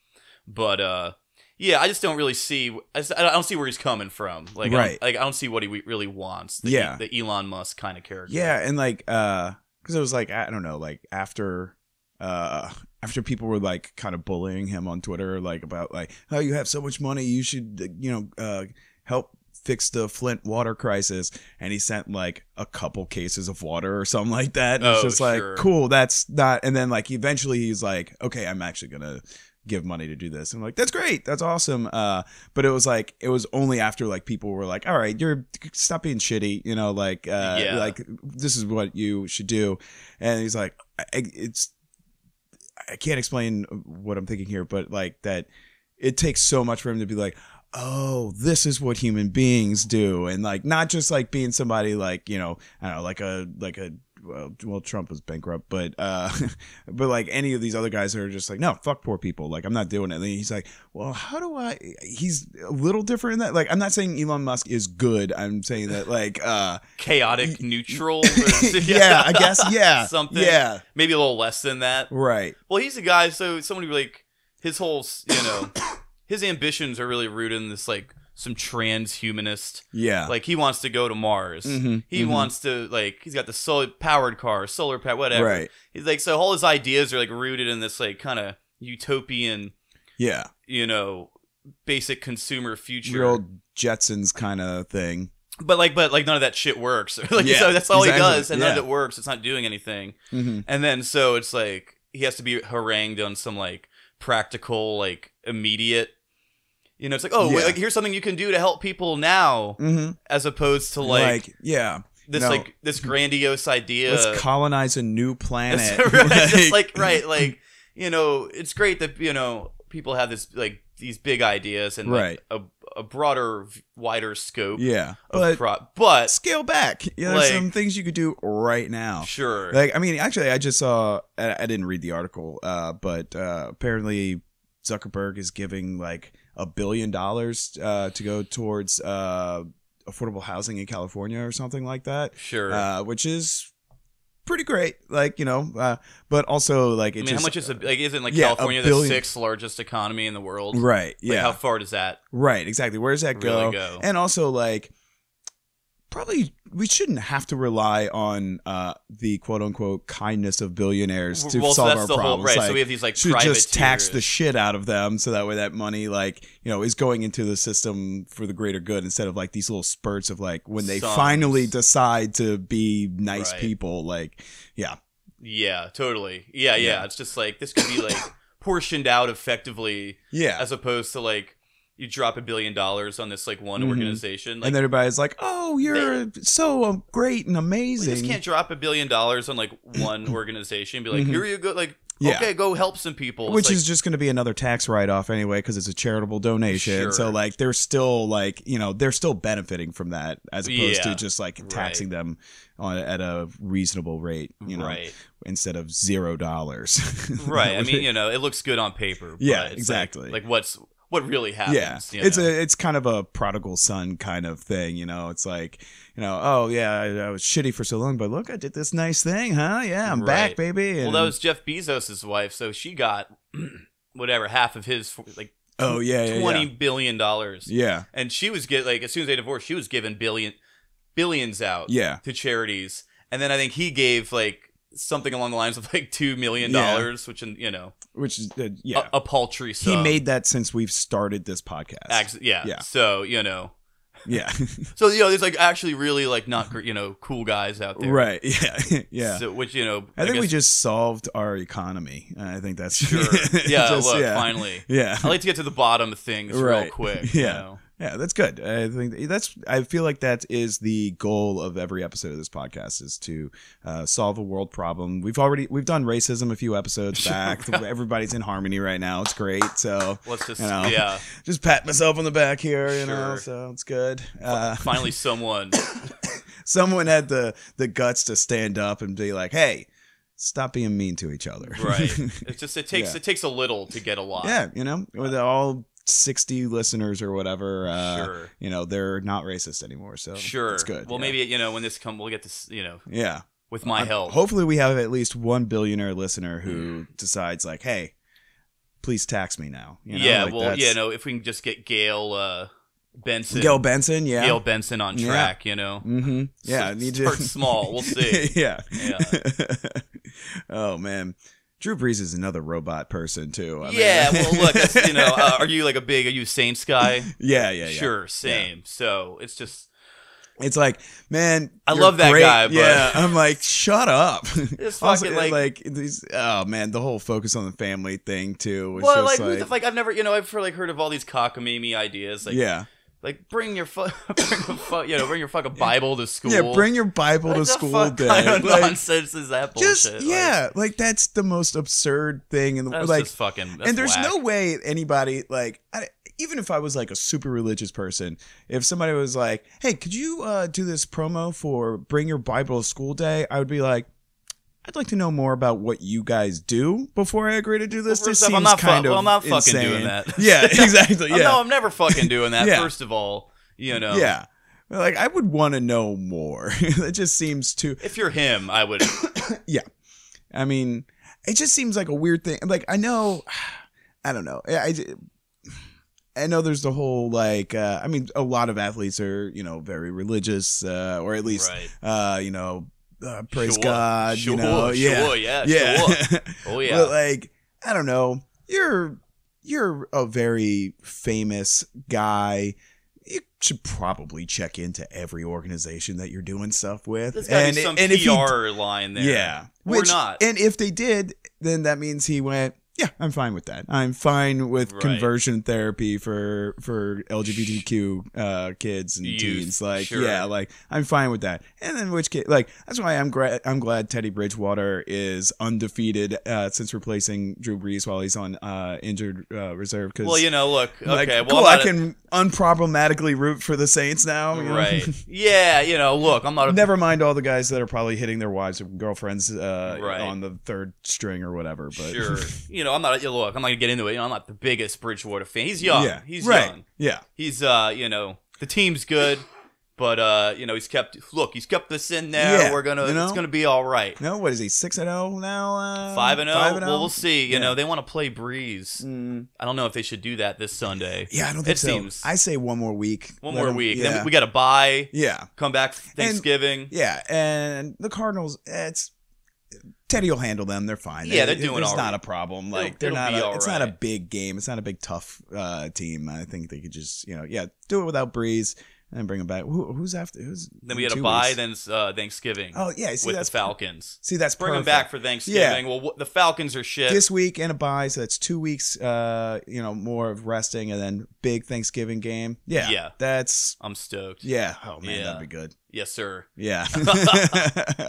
S3: But uh, yeah, I just don't really see. I, just- I don't see where he's coming from. Like, I
S2: Right.
S3: don't, like I don't see what he we- really wants. The, E,
S2: Yeah.
S3: the Elon Musk kind of character.
S2: Yeah, and like uh cuz it was like I don't know, like after uh after people were like kind of bullying him on Twitter like about like oh you have so much money, you should you know uh help fix the Flint water crisis and he sent like a couple cases of water or something like that. And it's
S3: Oh,
S2: just like
S3: sure.
S2: cool, that's not and then like eventually he's like okay, I'm actually going to give money to do this. And I'm like that's great. That's awesome. Uh but it was like it was only after like people were like all right, you're stop being shitty, you know, like uh
S3: Yeah.
S2: like this is what you should do and he's like I, I- it's i can't explain what i'm thinking here but like that it takes so much for him to be like oh this is what human beings do and like not just like being somebody like you know i don't know like a like a well, well trump was bankrupt but uh but like any of these other guys that are just like no fuck poor people like i'm not doing it and he's like well how do i he's a little different in that like i'm not saying elon musk is good i'm saying that like uh
S3: chaotic neutral. or-
S2: yeah, I guess. Yeah,
S3: Something.
S2: Yeah,
S3: maybe a little less than that.
S2: right.
S3: Well, he's a guy, so somebody like his whole, s- you know, his ambitions are really rooted in this like some transhumanist.
S2: Yeah,
S3: Like he wants to go to Mars.
S2: Mhm,
S3: He
S2: mhm.
S3: wants to like he's got the solar powered car, solar power, whatever.
S2: right.
S3: He's like so all his ideas are like rooted in this like kind of utopian,
S2: Yeah,
S3: you know, basic consumer future.
S2: your old Jetsons kind of thing.
S3: but like but like none of that shit works. like
S2: Yeah,
S3: so that's all he
S2: exactly,
S3: does, and none
S2: yeah.
S3: of it works. It's not doing anything.
S2: Mm-hmm.
S3: And then so it's like he has to be harangued on some like practical, like immediate. You know, it's like, oh,
S2: Yeah.
S3: like here's something you can do to help people now,
S2: Mm-hmm.
S3: as opposed to like,
S2: Like, yeah,
S3: this
S2: no.
S3: like this grandiose idea.
S2: let's colonize a new
S3: That's
S2: planet.
S3: right. It's like right, like you know, it's great that you know people have this like these big ideas and like,
S2: Right.
S3: a a broader, wider scope.
S2: yeah,
S3: of
S2: but
S3: pro- but
S2: scale back. Yeah, there's
S3: Like-
S2: some things you could do right now.
S3: sure,
S2: Like, I mean, actually, I just saw. I, I didn't read the article, uh, but uh, apparently Zuckerberg is giving like a billion dollars uh, to go towards uh, affordable housing in California or something like that.
S3: sure.
S2: uh, which is pretty great. Like you know, uh, but also like it
S3: I mean,
S2: just,
S3: how much is it? Like, isn't like
S2: yeah, a
S3: California the
S2: billion-
S3: sixth largest economy in the world?
S2: right?
S3: Like,
S2: Yeah,
S3: how far does that
S2: right. Exactly. Where does that go?
S3: really go?
S2: And also like probably we shouldn't have to rely on uh, the quote unquote kindness of billionaires to
S3: well, so
S2: solve
S3: that's
S2: our
S3: the
S2: problems.
S3: whole right.
S2: Like,
S3: so we have these like
S2: should
S3: private
S2: just tax the
S3: tiers.
S2: shit out of them so that way that money like you know is going into the system for the greater good instead of like these little spurts of like when they
S3: Sums.
S2: finally decide to be nice
S3: Right.
S2: people like yeah
S3: yeah, totally. Yeah, yeah,
S2: Yeah.
S3: It's just like this could be like portioned out effectively,
S2: yeah
S3: as opposed to like you drop a billion dollars on this like one
S2: Mhm.
S3: organization. Like,
S2: and everybody's like, "Oh, you're so um, great and
S3: we
S2: amazing."
S3: just can't drop a billion dollars on like one organization. and Be like,
S2: Mhm.
S3: here you go. Like,
S2: Yeah.
S3: okay, go help some people. It's
S2: Which
S3: like,
S2: is just going to be another tax write-off anyway, because it's a charitable donation.
S3: Sure.
S2: So like, they're still like, you know, they're still benefiting from that, as opposed
S3: Yeah.
S2: to just like taxing them on at a reasonable rate, you know,
S3: right,
S2: instead of zero dollars.
S3: right. I mean, you know, it looks good on paper.
S2: Yeah,
S3: but it's, like-
S2: exactly.
S3: Like, what's what really happens?
S2: yeah,
S3: you
S2: it's
S3: know?
S2: a it's kind of a prodigal son kind of thing, you know. It's like, you know, oh yeah, I, I was shitty for so long, but look, I did this nice thing, huh? Yeah, I'm back,
S3: Right.
S2: baby.
S3: Well,
S2: And-
S3: that was Jeff Bezos' wife, so she got whatever half of his like
S2: oh yeah, yeah,
S3: twenty
S2: yeah.
S3: billion dollars,
S2: yeah.
S3: and she was get like as soon as they divorced, she was giving billion billions out
S2: Yeah.
S3: to charities, and then I think he gave like something along the lines of like two million dollars, which in you know
S2: Which is uh, yeah.
S3: a, a paltry sum.
S2: he made that since we've started this podcast.
S3: Ac- yeah.
S2: Yeah.
S3: So you know,
S2: yeah.
S3: so you know, there's like actually really like not gr- you know cool guys out there,
S2: right. Yeah. yeah.
S3: So, which you know,
S2: I think we
S3: guess-
S2: just solved our economy. I think that's
S3: sure, yeah,
S2: just-
S3: look,
S2: yeah.
S3: finally.
S2: Yeah.
S3: I like to get to the bottom of things real
S2: Right.
S3: quick.
S2: Yeah.
S3: You know?
S2: Yeah, that's good. I think that's I feel like that is the goal of every episode of this podcast is to uh, solve a world problem. We've already we've done racism a few episodes back. Everybody's in harmony right now. It's great. So
S3: Let's just
S2: You know.
S3: yeah.
S2: just pat myself on the back here, you know.
S3: Sure.
S2: So it's good. Uh,
S3: Finally, someone.
S2: someone had the the guts to stand up and be like, "Hey, stop being mean to each other."
S3: right. It's just it takes
S2: Yeah.
S3: it takes a little to get a lot.
S2: yeah, you know, with all 60 listeners or whatever, uh,
S3: Sure.
S2: you know, they're not racist anymore. So
S3: Sure.
S2: it's good.
S3: Well,
S2: yeah.
S3: maybe you know when this come, we'll get this. You know,
S2: Yeah.
S3: with my
S2: Uh,
S3: help.
S2: Hopefully, we have at least one billionaire listener who decides, like, hey, please tax me now. You know,
S3: yeah.
S2: like,
S3: well,
S2: that's-
S3: yeah. No, if we can just get Gail uh, Benson,
S2: Gail Benson, yeah.
S3: Gail Benson on
S2: Yeah.
S3: track. You know.
S2: Mm-hmm. Yeah, I
S3: S-
S2: need
S3: start
S2: to-
S3: small. We'll see.
S2: yeah.
S3: Yeah.
S2: oh man, Drew Brees is another robot person too. I mean-
S3: yeah. Well, look. it's, You know, uh, are you like a big? Are you a Saints guy?
S2: yeah, yeah, yeah.
S3: Sure. Same. So it's just.
S2: It's like, man,
S3: I
S2: you're
S3: love that
S2: great.
S3: guy, but-
S2: Yeah, I'm like, shut up.
S3: It's fucking like-
S2: these, oh man, the whole focus on the family thing too. Was
S3: Well, like,
S2: just
S3: who the like, I've never, you know, I've heard, like heard of all these cockamamie ideas. Like,
S2: yeah,
S3: like bring your, fu- bring your fu- you know, bring your fucking Bible to school.
S2: yeah, bring your Bible
S3: What
S2: to
S3: the
S2: school
S3: fuck
S2: day.
S3: Kind of
S2: Like,
S3: nonsense is that bullshit?
S2: just
S3: Like,
S2: yeah, like, that's the most absurd thing in the
S3: that's
S2: like
S3: just fucking. That's
S2: and there's
S3: whack.
S2: no way anybody like I, even if i was like a super religious person if somebody was like hey could you uh, do this promo for bring your bible to school day i would be like i'd like to know more about what you guys do before i agree to do this
S3: Well,
S2: this
S3: first off,
S2: seems
S3: I'm not fu-
S2: kind of
S3: well, I'm not fucking
S2: insane.
S3: doing that.
S2: yeah exactly
S3: Oh, No,
S2: yeah
S3: I'm never fucking doing that.
S2: Yeah.
S3: First of all, you know,
S2: yeah like i would want to know more it just seems too
S3: If you're him, I would.
S2: I mean, it just seems like a weird thing. Like I know, I don't know. I, I- I know there's the whole like. Uh, I mean, a lot of athletes are you know very religious, uh, or at least
S3: Right.
S2: uh, you know uh, praise
S3: Sure.
S2: God.
S3: Sure,
S2: you know,
S3: sure,
S2: yeah,
S3: yeah,
S2: yeah.
S3: sure. Oh yeah.
S2: But like, I don't know. You're you're a very famous guy. You should probably check into every organization that you're doing stuff with.
S3: There's gotta
S2: and
S3: be some
S2: and if you
S3: PR line there.
S2: yeah.
S3: We're
S2: Which-
S3: not.
S2: And if they did, then that means he went, yeah, I'm fine with that. I'm fine with
S3: Right.
S2: conversion therapy for for LGBTQ uh, kids and
S3: Youth,
S2: teens. Like,
S3: sure.
S2: yeah, like I'm fine with that. And then which kid? Like that's why I'm gra- I'm glad Teddy Bridgewater is undefeated uh, since replacing Drew Brees while he's on uh, injured uh, reserve. Because
S3: Well, you know, look.
S2: like,
S3: Okay.
S2: cool,
S3: well, I'm
S2: I
S3: not a-
S2: can unproblematically root for the Saints now. you know?
S3: Right. Yeah. You know, look. I'm not a
S2: Never mind all the guys that are probably hitting their wives or girlfriends uh,
S3: Right.
S2: on the third string or whatever. But
S3: Sure. you know, I'm not. you know, Look, I'm not gonna get into it. You know, I'm not the biggest Bridgewater fan. He's young.
S2: yeah,
S3: He's
S2: right.
S3: young.
S2: Yeah,
S3: He's uh, you know, the team's good, but uh, you know, he's kept. Look, he's kept us in there.
S2: Yeah,
S3: We're gonna.
S2: you know?
S3: It's gonna be all right.
S2: no, what is he six and zero now? Uh,
S3: Five and oh?
S2: Five
S3: zero.
S2: and
S3: Well, we'll see. You
S2: Yeah.
S3: know, they want to play Breeze.
S2: Mm,
S3: I don't know if they should do that this Sunday.
S2: yeah, I don't think
S3: It
S2: so.
S3: seems-
S2: I say one more week.
S3: One
S2: Let
S3: more
S2: him-
S3: week.
S2: Yeah.
S3: Then we got to buy.
S2: yeah,
S3: Come back Thanksgiving.
S2: yeah, and the Cardinals. eh, It's Teddy will handle them. They're fine.
S3: Yeah,
S2: They-
S3: they're doing
S2: It's
S3: all
S2: not
S3: right.
S2: a problem.
S3: It'll-
S2: Like they're
S3: it'll
S2: not.
S3: be
S2: A,
S3: all
S2: it's not a
S3: right.
S2: big game. It's not a big tough uh, team. I think they could just you know yeah do it without Breeze and bring him back. Who, who's after? Who's in
S3: then we got to
S2: two
S3: buy.
S2: weeks?
S3: Then it's, uh, Thanksgiving
S2: Oh yeah, see
S3: with the
S2: that's
S3: Falcons.
S2: see that's
S3: Bring
S2: perfect.
S3: them back for Thanksgiving. Well, wh- the Falcons are shit.
S2: this week and a bye, so that's two weeks. Uh, you know, more of resting and then big Thanksgiving game. Yeah,
S3: Yeah.
S2: that's
S3: I'm stoked.
S2: yeah. Oh man,
S3: Yeah.
S2: that'd be good.
S3: Yes, sir.
S2: Yeah.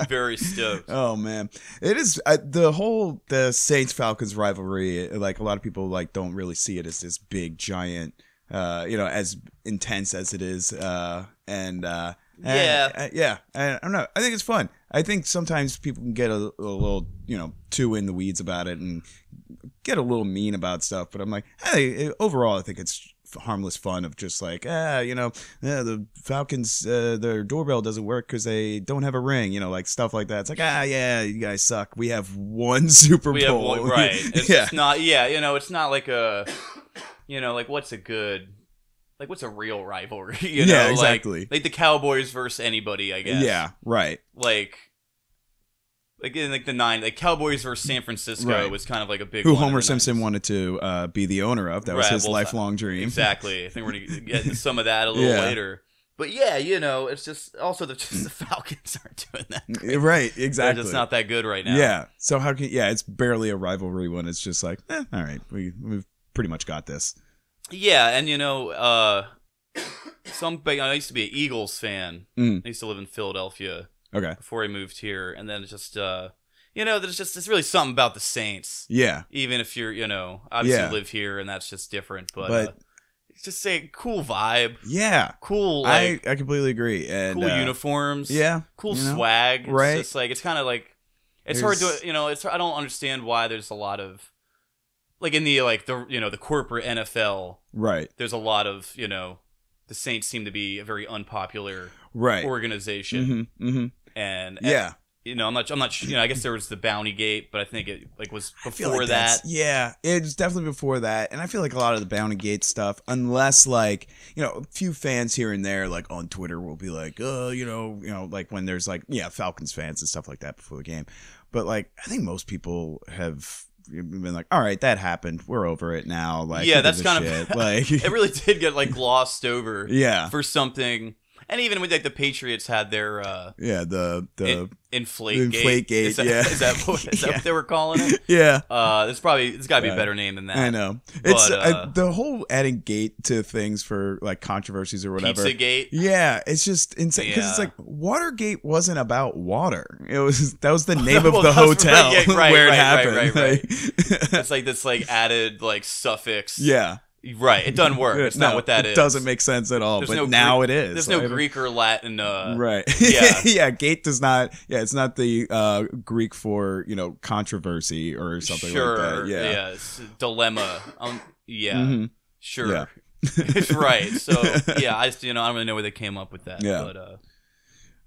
S3: Very stoked.
S2: oh man, it is I, the whole the Saints Falcons rivalry. Like a lot of people like don't really see it as this big giant. Uh, you know, as intense as it is. Uh, and uh. and-
S3: Yeah.
S2: uh, yeah. I, I don't know. I think it's fun. I think sometimes people can get a, a little, you know, too in the weeds about it and get a little mean about stuff, but I'm like, hey, overall, I think it's harmless fun of just like, ah, you know, eh, the Falcons, uh, their doorbell doesn't work because they don't have a ring, you know, like stuff like that. It's like, ah, yeah, you guys suck. We have one Super
S3: we have
S2: Bowl.
S3: one, right. It's
S2: yeah.
S3: just not. Yeah, you know, it's not like a. You know, like what's a good. Like what's a real rivalry? You know,
S2: Yeah,
S3: like-
S2: exactly.
S3: Like, the Cowboys versus anybody, I guess.
S2: Yeah, right.
S3: Like. Like in like the nine, like Cowboys versus San Francisco
S2: Right.
S3: was kind of like a big.
S2: Who
S3: one in
S2: Homer
S3: the
S2: Simpson
S3: 90s.
S2: wanted to uh, be the owner of. That was
S3: Right,
S2: his
S3: well,
S2: lifelong dream.
S3: Exactly. I think we're gonna get into some of that a little
S2: Yeah.
S3: later. But yeah, you know, it's just also the, just the Falcons aren't doing that.
S2: Right,
S3: They're
S2: exactly.
S3: just not that good right now.
S2: Yeah. So how can yeah, it's barely a rivalry when it's just like, eh, all right, we we've pretty much got this.
S3: Yeah, and you know, uh some I used to be an Eagles fan.
S2: Mm.
S3: I used to live in Philadelphia
S2: Okay.
S3: before I moved here, and then it's just uh you know, there's just it's really something about the Saints.
S2: Yeah.
S3: Even if you're, you know, obviously
S2: Yeah.
S3: live here and that's just different, but,
S2: But-
S3: uh, it's just a cool vibe,
S2: Yeah.
S3: cool like
S2: I, I completely agree. And
S3: cool
S2: uh,
S3: uniforms,
S2: Yeah.
S3: cool
S2: you know?
S3: swag, It's
S2: Right.
S3: just like it's kind of like it's hard
S2: There's-
S3: to you know, it's I don't understand why there's a lot of like in the like the you know the corporate NFL,
S2: Right.
S3: there's a lot of you know the Saints seem to be a very unpopular
S2: Right.
S3: organization,
S2: Mm-hmm, mm-hmm.
S3: and
S2: Yeah.
S3: you know I'm not I'm not su- you know I guess there was the Bounty Gate, but I think it like was
S2: I feel
S3: before
S2: like
S3: that.
S2: that's- Yeah, it's definitely before that. And I feel like a lot of the Bounty Gate stuff, unless like, you know, a few fans here and there, like on Twitter will be like, uh, you know, you know, like when there's like, yeah, Falcons fans and stuff like that before the game. But like, I think most people have been like, all right, that happened. We're over it now. Like,
S3: Yeah,
S2: who gives
S3: that's
S2: a
S3: kind of-
S2: shit? like,
S3: It really did get like glossed over
S2: yeah,
S3: for something, and even with like the Patriots had their uh,
S2: yeah, the, the,
S3: in- inflate
S2: the inflate
S3: gate. Is
S2: gate,
S3: that,
S2: yeah.
S3: is that, what, is that
S2: Yeah.
S3: what they were calling it?
S2: yeah.
S3: Uh, there's probably there's got to be a
S2: Right.
S3: better name than that.
S2: I know it's
S3: But,
S2: uh,
S3: uh,
S2: the whole adding gate to things for like controversies or whatever.
S3: Pizza Gate.
S2: Yeah, it's just insane because it's
S3: Yeah.
S2: like Watergate wasn't about water. It was that was the name
S3: Well,
S2: of the
S3: that's right,
S2: hotel
S3: yeah, right,
S2: where it
S3: right,
S2: happened.
S3: right,
S2: Like-
S3: It's like this like added like suffix.
S2: yeah,
S3: Right. It doesn't work. It's
S2: No,
S3: not what that
S2: it
S3: is.
S2: Doesn't make sense at all.
S3: There's
S2: but
S3: no
S2: now
S3: Greek-
S2: it is.
S3: There's no
S2: like-
S3: Greek or Latin. Uh,
S2: Right.
S3: yeah.
S2: yeah. Gate does not. Yeah, it's not the uh, Greek for you know controversy or something
S3: sure.
S2: like that. Yeah.
S3: Yes. Dilemma. Um. Yeah.
S2: Mhm.
S3: Sure.
S2: Yeah.
S3: right. So yeah, I just you know I don't really know where they came up with that.
S2: Yeah.
S3: But uh,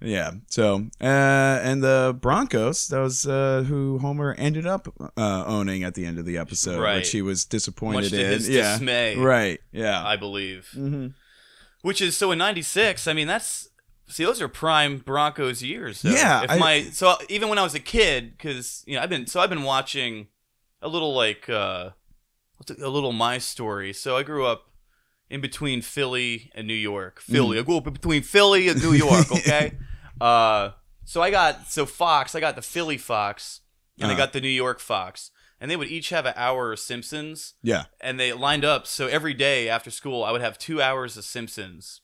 S2: Yeah. So, uh, and the Broncos, that was uh, who Homer ended up uh, owning at the end of the episode,
S3: Right.
S2: which he was
S3: much
S2: disappointed
S3: to
S2: in.
S3: his
S2: yeah.
S3: dismay,
S2: Right. Yeah.
S3: I believe.
S2: mm-hmm.
S3: Which is so in '96. I mean, that's see, those are prime Broncos years. though.
S2: Yeah,
S3: If
S2: I-
S3: my so even when I was a kid, because you know I've been so I've been watching a little like uh what's it- a little my story. So I grew up in between Philly and New York.
S2: Mm.
S3: Philly. I grew up in between Philly and New York. Okay. uh, so I got so Fox. I got the Philly Fox, and I
S2: Uh-huh.
S3: got the New York Fox, and they would each have an hour of Simpsons
S2: Yeah.
S3: and they lined up so every day after school i would have two hours of simpsons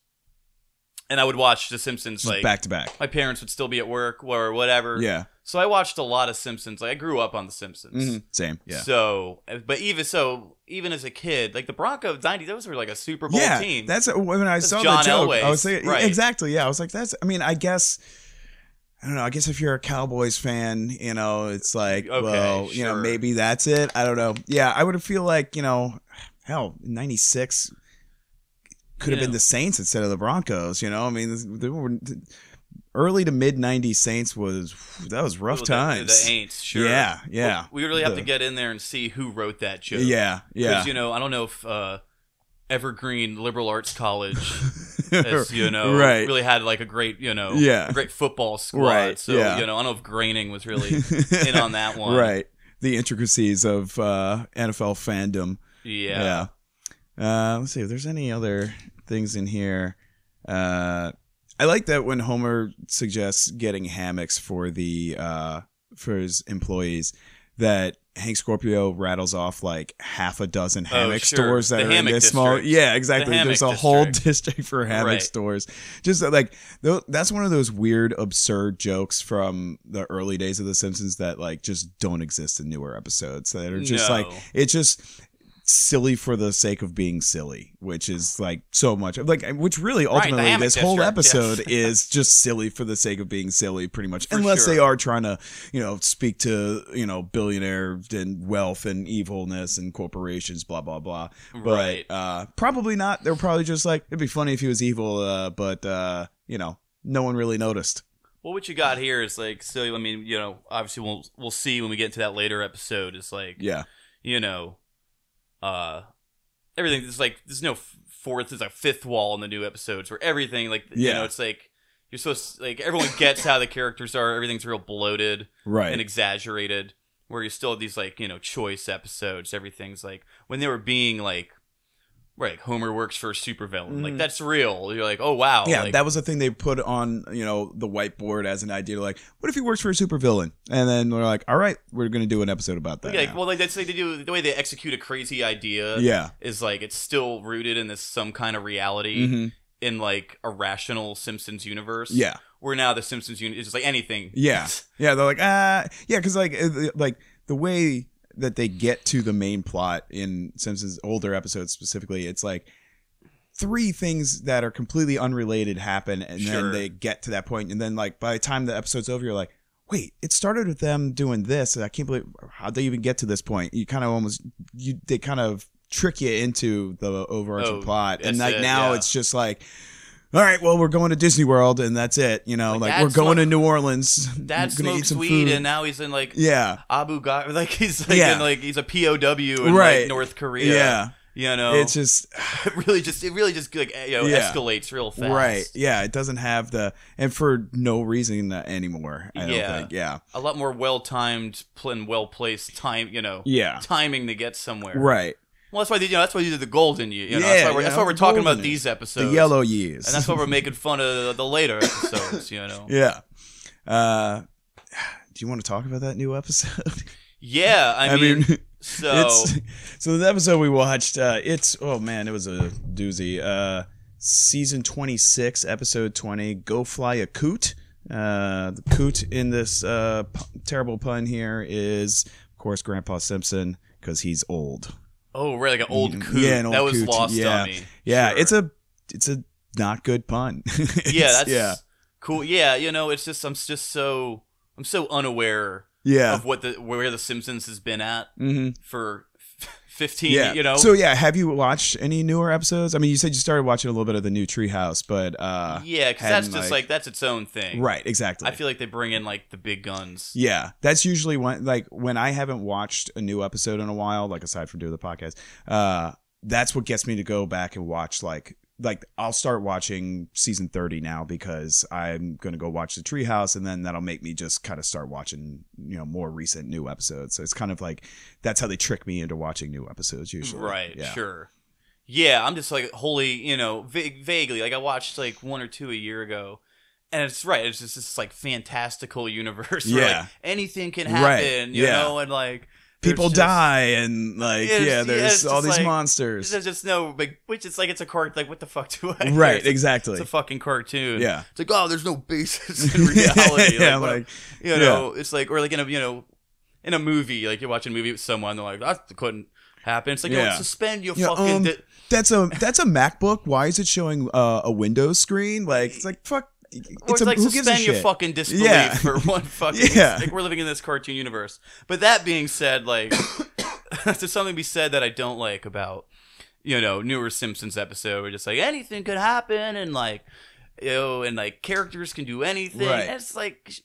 S3: and i would watch the simpsons
S2: Just
S3: like
S2: back to back.
S3: my parents would still be at work or whatever
S2: Yeah.
S3: so i watched a lot of simpsons like i grew up on the simpsons
S2: Mhm. Same. Yeah.
S3: so but even so even as a kid like the broncos 90 those were like a super bowl
S2: yeah,
S3: team
S2: that's when I saw
S3: John
S2: the joke. I
S3: Elway's,
S2: was thinking
S3: right.
S2: exactly. Yeah, I was like, that's. I mean, I guess. I don't know. I guess if you're a Cowboys fan, you know, it's like,
S3: Okay,
S2: well, you know,
S3: sure.
S2: maybe that's it. I don't know. Yeah, I would feel like, you know, hell, '96 could
S3: You
S2: have been
S3: know.
S2: the Saints instead of the Broncos. You know, I mean, this- they were, early to mid '90s Saints was that was rough
S3: Well, the-
S2: times.
S3: the, aints sure
S2: Yeah, yeah,
S3: we really have
S2: The-
S3: to get in there and see who wrote that joke
S2: yeah, yeah.
S3: because you know i don't know if uh evergreen liberal arts college as you know,
S2: right?
S3: really had like a great, you know,
S2: Yeah.
S3: a great football squad.
S2: Right,
S3: So
S2: yeah.
S3: you know, I don't know if Graining was really in on that one.
S2: Right. The intricacies of uh, NFL fandom. Yeah.
S3: Yeah.
S2: Uh, let's see if there's any other things in here. Uh, I like that when Homer suggests getting hammocks for the uh, for his employees, that Hank Scorpio rattles off like half a dozen hammock
S3: Oh, sure.
S2: stores that
S3: The
S2: are in
S3: hammock
S2: this small.
S3: district.
S2: Yeah, exactly.
S3: hammock
S2: There's a whole
S3: district.
S2: district for hammock
S3: Right.
S2: stores. Just uh, like tho- that's one of those weird, absurd jokes from the early days of The Simpsons that like just don't exist in newer episodes. That are just like
S3: No.
S2: it's just silly for the sake of being silly, which is like so much like which really
S3: Right, the
S2: ultimately
S3: hammock
S2: this whole
S3: district, yes.
S2: episode is just silly for the sake of being silly, pretty much.
S3: For
S2: Unless they
S3: sure.
S2: are trying to you know speak to you know billionaire and wealth and evilness and corporations, blah blah blah. But
S3: Right.
S2: uh, probably not. They're probably just like it'd be funny if he was evil, uh, but uh, you know no one really noticed.
S3: Well, what you got here is like, so I mean, you know, obviously we'll we'll see when we get into that later episode. Is like,
S2: Yeah,
S3: you know, uh, everything. There's like, there's no f- fourth. There's a fifth wall in the new episodes where everything, like, you
S2: Yeah.
S3: know, it's like. You're supposed to, like everyone gets how the characters are. Everything's real bloated.
S2: right.
S3: and exaggerated where you still have these like you know choice episodes everything's like when they were being like right like homer works for a supervillain like
S2: Mhm.
S3: that's real you're like oh wow
S2: Yeah,
S3: like,
S2: that was the thing they put on, you know, the whiteboard as an idea. Like, what if he works for a supervillain? And then we're like, all right, we're going to do an episode about that.
S3: like, like,
S2: now.
S3: well like that's like they do the way they execute a crazy idea
S2: yeah.
S3: is like it's still rooted in this some kind of reality
S2: Mhm.
S3: in like a rational simpsons universe
S2: Yeah.
S3: where now the simpsons universe is just like anything
S2: Yeah. Yeah. They're like, ah, yeah, because like, uh, like the way that they get to the main plot in Simpsons older episodes specifically, it's like three things that are completely unrelated happen, and
S3: Sure.
S2: then they get to that point, and then like by the time the episode's over, you're like, wait, it started with them doing this. and I can't believe how'd they even get to this point. You kind of almost you they kind of trick you into the overarching
S3: Oh,
S2: plot, and
S3: that's
S2: like
S3: it,
S2: now
S3: yeah.
S2: it's just like. All right, well, we're going to Disney World, and that's it. You know,
S3: Like,
S2: like,
S3: Dad
S2: we're going
S3: smoked-
S2: to New Orleans.
S3: Dad
S2: We're gonna eat
S3: smokes
S2: some
S3: weed,
S2: food.
S3: and now he's in like
S2: yeah,
S3: Abu Ghraib. Like he's like
S2: Yeah.
S3: in like he's a POW in
S2: Right.
S3: like North Korea.
S2: yeah.
S3: you know,
S2: It's just
S3: it really just it really just like you know
S2: Yeah.
S3: escalates real fast.
S2: right. Yeah, it doesn't have the and for no reason anymore. I don't
S3: Yeah.
S2: think. Yeah,
S3: a lot more well timed, and well placed time. You know,
S2: yeah.
S3: timing to get somewhere.
S2: Right.
S3: Well, that's why they, you know, that's why you did the golden year. You know,
S2: Yeah,
S3: that's why we're,
S2: you
S3: that's
S2: know,
S3: why we're talking
S2: golden
S3: about these
S2: The
S3: episodes.
S2: yellow years.
S3: And that's why we're making fun of the later episodes. You know.
S2: yeah. Uh, do you want to talk about that new episode?
S3: Yeah, I, mean, so
S2: it's so the episode we watched. Uh, it's oh man, it was a doozy. Uh, season twenty six, episode twenty. Go fly a coot. Uh, the coot in this uh, p- terrible pun here is, of course, Grandpa Simpson because he's old.
S3: oh, really like an old coot
S2: Yeah, an old
S3: that was
S2: coot,
S3: lost
S2: yeah.
S3: on me.
S2: Yeah,
S3: Sure.
S2: it's a it's a not good pun.
S3: yeah,
S2: It's-
S3: that's
S2: yeah,
S3: cool. Yeah, you know, it's just I'm just so I'm so unaware
S2: yeah.
S3: of what the where the Simpsons has been at
S2: hmm
S3: for f- 15,
S2: Yeah.
S3: you know.
S2: So yeah, have you watched any newer episodes? I mean, you said you started watching a little bit of the new Treehouse, but uh,
S3: yeah, cuz that's
S2: hadn't,
S3: just
S2: like-
S3: like that's its own thing.
S2: right, exactly.
S3: I feel like they bring in like the big guns.
S2: Yeah, that's usually when like when I haven't watched a new episode in a while, like aside from doing the podcast, uh, that's what gets me to go back and watch like like I'll start watching season thirty now because I'm gonna go watch the Treehouse, and then that'll make me just kind of start watching you know more recent new episodes. So it's kind of like that's how they trick me into watching new episodes usually.
S3: Right,
S2: Yeah.
S3: sure. Yeah, I'm just like holy, you know, va- vaguely like I watched like one or two a year ago. And it's right, it's just this like fantastical universe where
S2: Yeah.
S3: like anything can happen,
S2: Right,
S3: you
S2: yeah.
S3: know, and like there's
S2: People
S3: just-
S2: die and like
S3: Yeah, it's-
S2: yeah,
S3: yeah,
S2: there's
S3: it's
S2: all
S3: just
S2: these
S3: like-
S2: monsters.
S3: There's just no like which it's like it's a cart like what the fuck do I
S2: right,
S3: It's, a-
S2: exactly.
S3: it's a fucking cartoon.
S2: yeah.
S3: It's like, oh, there's no basis in reality.
S2: yeah,
S3: like, what-
S2: like
S3: you know, it's like or like in a you know, in a movie, like you're watching a movie with someone, they're like, that couldn't happen. It's like, no,
S2: Yeah.
S3: suspend your
S2: Yeah,
S3: fucking.
S2: um,
S3: di-
S2: that's a that's a MacBook. Why is it showing uh, a Windows screen? Like it's like fuck.
S3: or
S2: It's
S3: it's
S2: a,
S3: like
S2: who gives a
S3: suspend your
S2: shit?
S3: fucking disbelief
S2: Yeah.
S3: for one fucking.
S2: Yeah.
S3: Like we're living in this cartoon universe. But that being said, like there's something to be said that I don't like about you know newer Simpsons episode. Where just like anything could happen and like you know and like characters can do anything.
S2: Right.
S3: And it's like sh-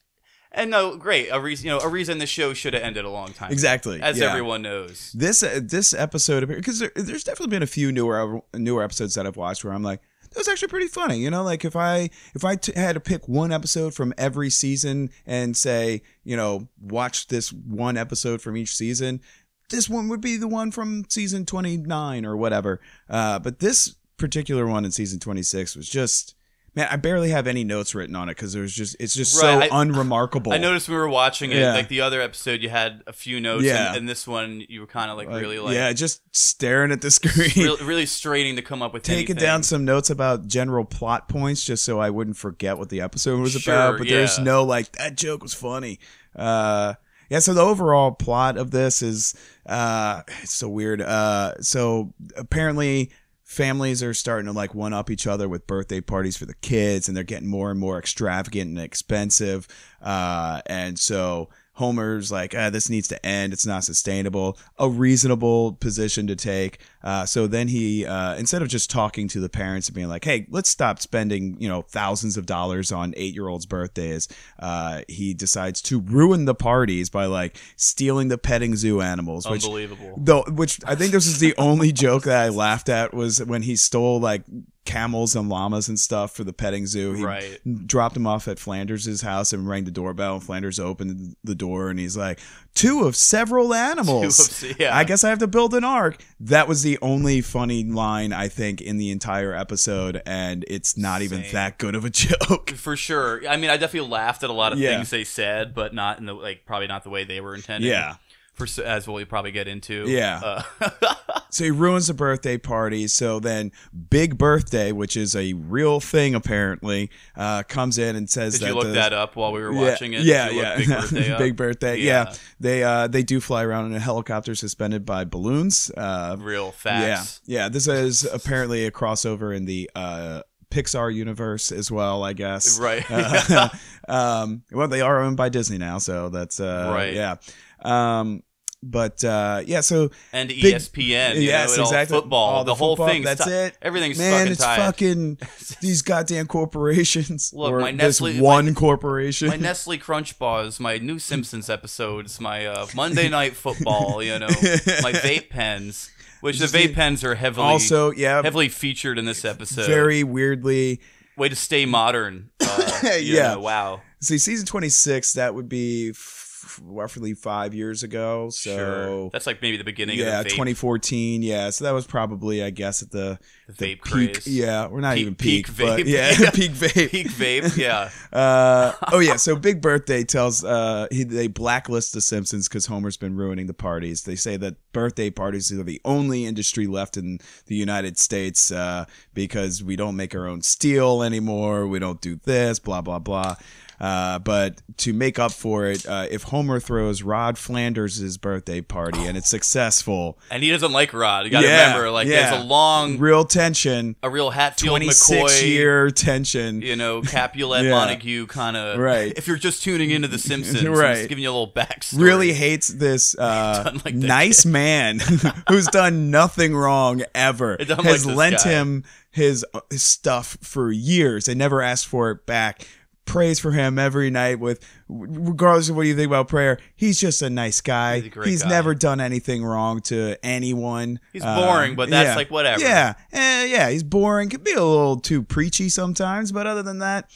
S3: and no, great a reason you know a reason the show should have ended a long time. ago,
S2: Exactly.
S3: As
S2: yeah.
S3: everyone knows.
S2: This uh, this episode because there, there's definitely been a few newer newer episodes that I've watched where I'm like that was actually pretty funny. You know, like if I if I t- had to pick one episode from every season and say you know watch this one episode from each season, this one would be the one from season 29 or whatever. Uh, but this particular one in season 26 was just. Man, I barely have any notes written on it because there's just it's just
S3: Right,
S2: so
S3: I-
S2: unremarkable.
S3: I noticed we were watching it,
S2: Yeah.
S3: like the other episode, you had a few notes,
S2: Yeah.
S3: and, and this one you were kind of like, really like
S2: yeah, just staring at the screen.
S3: really, really straining to come up with
S2: taking
S3: anything.
S2: down some notes about general plot points just so I wouldn't forget what the episode was
S3: Sure,
S2: about. But there's
S3: yeah.
S2: no like that joke was funny. Uh, yeah. So the overall plot of this is uh, it's so weird. Uh, so apparently. Families are starting to like one up each other with birthday parties for the kids, and they're getting more and more extravagant and expensive. Uh, and so Homer's like, ah, this needs to end. It's not sustainable. A reasonable position to take. Uh, so then he, uh, instead of just talking to the parents and being like, hey, let's stop spending, you know, thousands of dollars on eight year olds' birthdays, uh, he decides to ruin the parties by like stealing the petting zoo animals, which
S3: Unbelievable.
S2: Though, which I think this is the only joke that I laughed at was when he stole like camels and llamas and stuff for the petting zoo. He
S3: Right.
S2: dropped him off at Flanders' house and rang the doorbell. And Flanders opened the door and he's like, two of several animals.
S3: Two of- yeah.
S2: I guess I have to build an ark. That was the only funny line I think in the entire episode, and it's not even
S3: Same.
S2: that good of a joke.
S3: For sure. I mean, I definitely laughed at a lot of
S2: Yeah.
S3: things they said, but not in the like probably not the way they were intended.
S2: Yeah.
S3: For s- as we'll probably get into.
S2: Yeah.
S3: Uh,
S2: So he ruins the birthday party. So then, Big Birthday, which is a real thing apparently, uh, comes in and says
S3: did
S2: that
S3: you look
S2: the-
S3: that up while we were watching it?
S2: Yeah,
S3: Did you
S2: yeah,
S3: look Big birthday. up?
S2: Big Birthday, Yeah.
S3: Yeah.
S2: they uh, they do fly around in a helicopter suspended by balloons. Uh,
S3: Real facts.
S2: Yeah, yeah. This is apparently a crossover in the uh, Pixar universe as well, I guess.
S3: Right.
S2: Uh, um, well, they are owned by Disney now, so that's uh,
S3: Right.
S2: Yeah. Um, but uh, yeah, so
S3: and E
S2: Big-
S3: ESPN. you
S2: yes,
S3: know, it all-
S2: exactly.
S3: Football.
S2: All
S3: the,
S2: the
S3: whole
S2: football,
S3: thing's
S2: that's
S3: ti-
S2: it.
S3: Everything's
S2: man,
S3: fucking
S2: it's
S3: tied.
S2: fucking these goddamn corporations.
S3: Look,
S2: or
S3: my
S2: this
S3: Nestle- my-
S2: one corporation.
S3: my Nestle Crunch Bars, my new Simpsons episodes, my uh, Monday Night Football, you know, my vape pens, which the vape pens are heavily
S2: also, yeah,
S3: heavily featured in this episode.
S2: very weirdly.
S3: way to stay modern. Uh, you
S2: Yeah.
S3: know, wow.
S2: See, season twenty six. That would be f- roughly five years ago. So.
S3: sure. That's like maybe the beginning
S2: yeah,
S3: of the vape,
S2: 2014. Yeah, so that was probably, I guess, at the,
S3: the
S2: the
S3: vape
S2: peak.
S3: craze.
S2: Yeah, we're not
S3: Peak-
S2: even peak,
S3: peak
S2: but
S3: vape.
S2: yeah,
S3: Yeah.
S2: peak vape.
S3: Peak vape, yeah.
S2: Uh, oh yeah, so Big Birthday tells uh, he, they blacklist the Simpsons because Homer's been ruining the parties. They say that birthday parties are the only industry left in the United States uh, because we don't make our own steel anymore. We don't do this, blah blah blah. Uh, but to make up for it, uh, if Homer throws Rod Flanders' birthday party and it's successful,
S3: And he doesn't like Rod. You got to
S2: Yeah,
S3: remember, like,
S2: yeah.
S3: there's a long,
S2: real tension,
S3: a real Hatfield
S2: 26
S3: McCoy.
S2: year tension.
S3: You know, Capulet,
S2: Yeah.
S3: Montague kind of.
S2: Right.
S3: If you're just tuning into The Simpsons, I'm
S2: Right.
S3: just giving you a little backstory.
S2: really hates this uh,
S3: Done like that
S2: nice man who's done nothing wrong ever.
S3: I don't
S2: Has
S3: like this
S2: lent
S3: guy.
S2: him his, uh, his stuff for years and never asked for it back. Prays for him every night with regardless of what you think about prayer, he's just a nice guy.
S3: He's a great
S2: He's
S3: guy.
S2: never done anything wrong to anyone.
S3: He's boring, but that's,
S2: yeah.
S3: like, whatever.
S2: Yeah. Eh, yeah, he's boring. Could be a little too preachy sometimes, but other than that,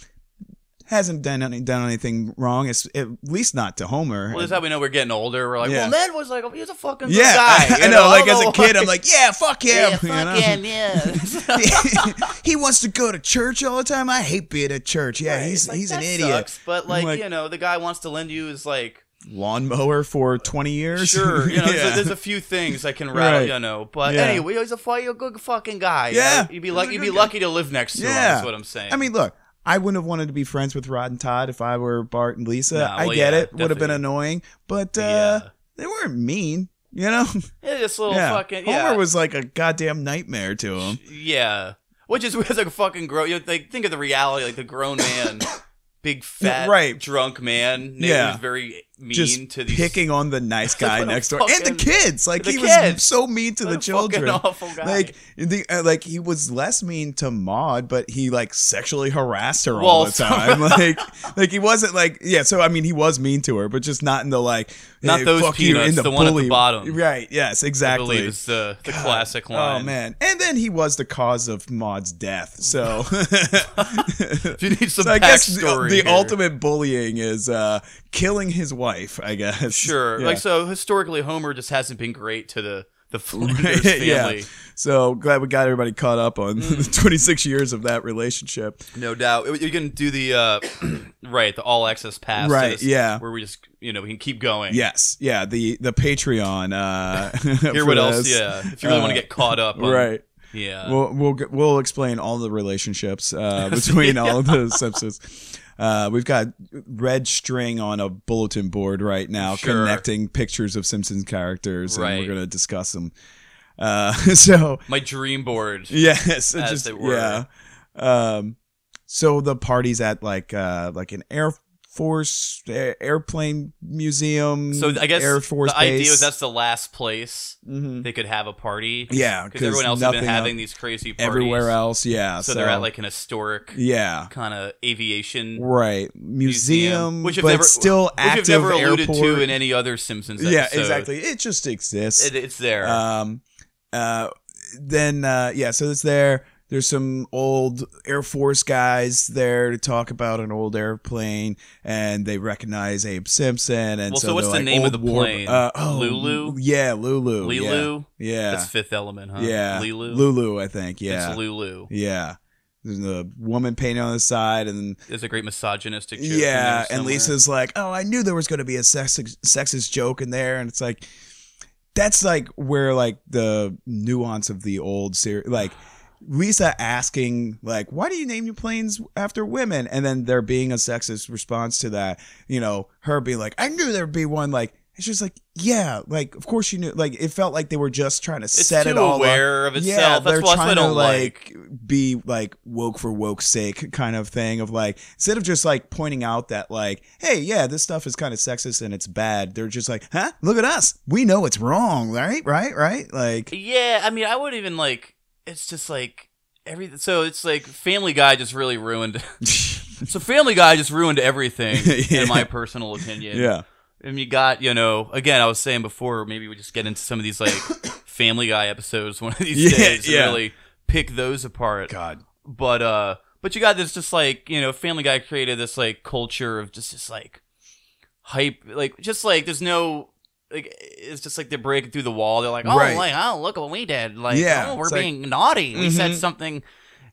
S2: hasn't done any, done anything wrong. It's at least not to Homer.
S3: Well, that's how we know we're getting older. We're like,
S2: Yeah.
S3: well, Ned was like, he was a fucking good
S2: Yeah,
S3: guy. you
S2: I know. Like
S3: don't
S2: as a kid, I'm
S3: why.
S2: like, yeah, fuck him.
S1: Yeah,
S2: you know?
S1: fuck him, yeah.
S2: he wants to go to church all the time. I hate being at church. Yeah,
S3: Right,
S2: he's
S3: like,
S2: he's an
S3: that
S2: idiot.
S3: sucks, but like,
S2: like-
S3: you know, the guy wants to lend you is like,
S2: Lawnmower for twenty years.
S3: sure, you know,
S2: yeah.
S3: there's, a, there's a few things I can rattle,
S2: Right.
S3: you know, but
S2: Yeah.
S3: anyway, he's a fu- you're a good fucking guy. you
S2: Yeah.
S3: know? you'd be
S2: He's a
S3: lucky, you'd be
S2: good
S3: lucky to live next to him.
S2: Yeah.
S3: Is what I'm saying.
S2: I mean, look, I wouldn't have wanted to be friends with Rod and Todd if I were Bart and Lisa.
S3: Nah, well,
S2: I get
S3: yeah,
S2: it. Would have been
S3: definitely.
S2: annoying, but uh,
S3: Yeah.
S2: they weren't mean. You know,
S3: yeah, this little
S2: yeah.
S3: fucking yeah,
S2: Homer was like a goddamn nightmare to him.
S3: yeah, which is it's like a fucking grown. You know, like think of the reality, like the grown man, big fat,
S2: Right.
S3: drunk man,
S2: Yeah.
S3: who's very mean
S2: Just
S3: to these
S2: picking on the nice guy
S3: What a
S2: next door and the
S3: fucking-
S2: kids. Like
S3: the
S2: he was
S3: kids.
S2: so mean to
S3: What
S2: the
S3: a
S2: children.
S3: Fucking awful guy.
S2: Like the uh, like he was less mean to Maud, but he like sexually harassed her all
S3: Well,
S2: the
S3: so-
S2: time. like like he wasn't like yeah. So I mean, he was mean to her, but just not in the like
S3: Not
S2: hey,
S3: those
S2: fuck you,
S3: peanuts,
S2: in the,
S3: the one at the
S2: bully-
S3: bottom.
S2: Right? Yes,
S3: I
S2: exactly.
S3: believe is the, the classic line.
S2: Oh man! And then he was the cause of Maud's death. So,
S3: If you need some
S2: so I guess the,
S3: backstory,
S2: the
S3: here.
S2: ultimate bullying is uh, killing his wife. I guess
S3: Sure.
S2: Yeah.
S3: Like so, historically, Homer just hasn't been great to the the Flanders
S2: Right, yeah.
S3: family. Mm.
S2: So glad we got everybody caught up on the 26 years of that relationship.
S3: No doubt. You can do the uh, right the all access pass. to
S2: Right,
S3: this,
S2: yeah.
S3: Where we just you know we can keep going.
S2: Yes, yeah. The the Patreon. Uh,
S3: Hear
S2: for
S3: what else?
S2: this.
S3: Yeah. Uh, If you really
S2: Uh,
S3: want to get caught up. On,
S2: Right.
S3: Yeah.
S2: We'll we'll g- we'll explain all the relationships uh, between all of the Simpsons. Uh, we've got red string on a bulletin board right now,
S3: Sure.
S2: connecting pictures of Simpsons characters, and
S3: Right.
S2: we're gonna discuss them. Uh, so
S3: My dream board.
S2: Yes, it
S3: as
S2: just
S3: it were.
S2: yeah. Um, so the party's at like uh like an air force a- airplane museum.
S3: So I guess
S2: air force
S3: the idea
S2: base.
S3: was that's the last place
S2: Mhm.
S3: they could have a party.
S2: yeah
S3: Because everyone else has been
S2: nothing el-
S3: having these crazy parties
S2: everywhere else. Yeah,
S3: So, they're at like an historic
S2: yeah.
S3: kind of aviation
S2: Right, museum,
S3: which have
S2: but
S3: never
S2: still
S3: which have
S2: active
S3: never alluded
S2: airport.
S3: to in any other Simpsons.
S2: yeah,
S3: episode.
S2: exactly. It just exists.
S3: It, it's there.
S2: Um, uh, then uh, yeah, so it's there. There's some old Air Force guys there to talk about an old airplane, and they recognize Abe Simpson. And
S3: Well,
S2: so,
S3: so what's
S2: they're like,
S3: the name of
S2: "Old
S3: the
S2: war-
S3: plane?
S2: Uh, oh,
S3: Lulu?
S2: Yeah, Lulu.
S3: Lilu.
S2: Yeah,
S3: That's Fifth Element, huh?
S2: yeah, yeah.
S3: Lilu.
S2: Lulu, I think. Yeah,
S3: It's Lulu.
S2: yeah. There's a woman painted on the side, and
S3: There's a great misogynistic. Joke in there
S2: yeah, and
S3: somewhere.
S2: Lisa's like, "Oh, I knew there was going to be a sexist, sexist joke in there," and it's like, that's like where like the nuance of the old series, like Lisa asking, like, "Why do you name your planes after women?" and then there being a sexist response to that, you know, her being like, "I knew there'd be one," like. It's just like, yeah, like of course you knew. Like it felt like they were just trying to
S3: It's
S2: set
S3: too
S2: it all up.
S3: aware of itself.
S2: Yeah,
S3: That's
S2: they're
S3: what- that's what I
S2: trying to
S3: don't
S2: like, be like woke for woke's sake kind of thing of like instead of just like pointing out that like hey yeah this stuff is kind of sexist and it's bad they're just like huh look at us we know it's wrong right right right like
S3: Yeah, I mean, I wouldn't even like. It's just like everything. So it's like Family Guy just really ruined. so Family Guy just ruined everything,
S2: Yeah.
S3: in my personal opinion.
S2: yeah
S3: And you got you know again, I was saying before, maybe we just get into some of these like Family Guy episodes one of these
S2: Yeah,
S3: days. and
S2: yeah.
S3: Really pick those apart.
S2: God
S3: But uh, but you got this just like you know Family Guy created this like culture of just this like hype, like just like there's no. Like it's just like they're breaking through the wall. They're like, oh,
S2: Right.
S3: like oh, look what we did. Like,
S2: Yeah,
S3: oh, we're
S2: it's like-
S3: being naughty. We said
S2: Mhm.
S3: something,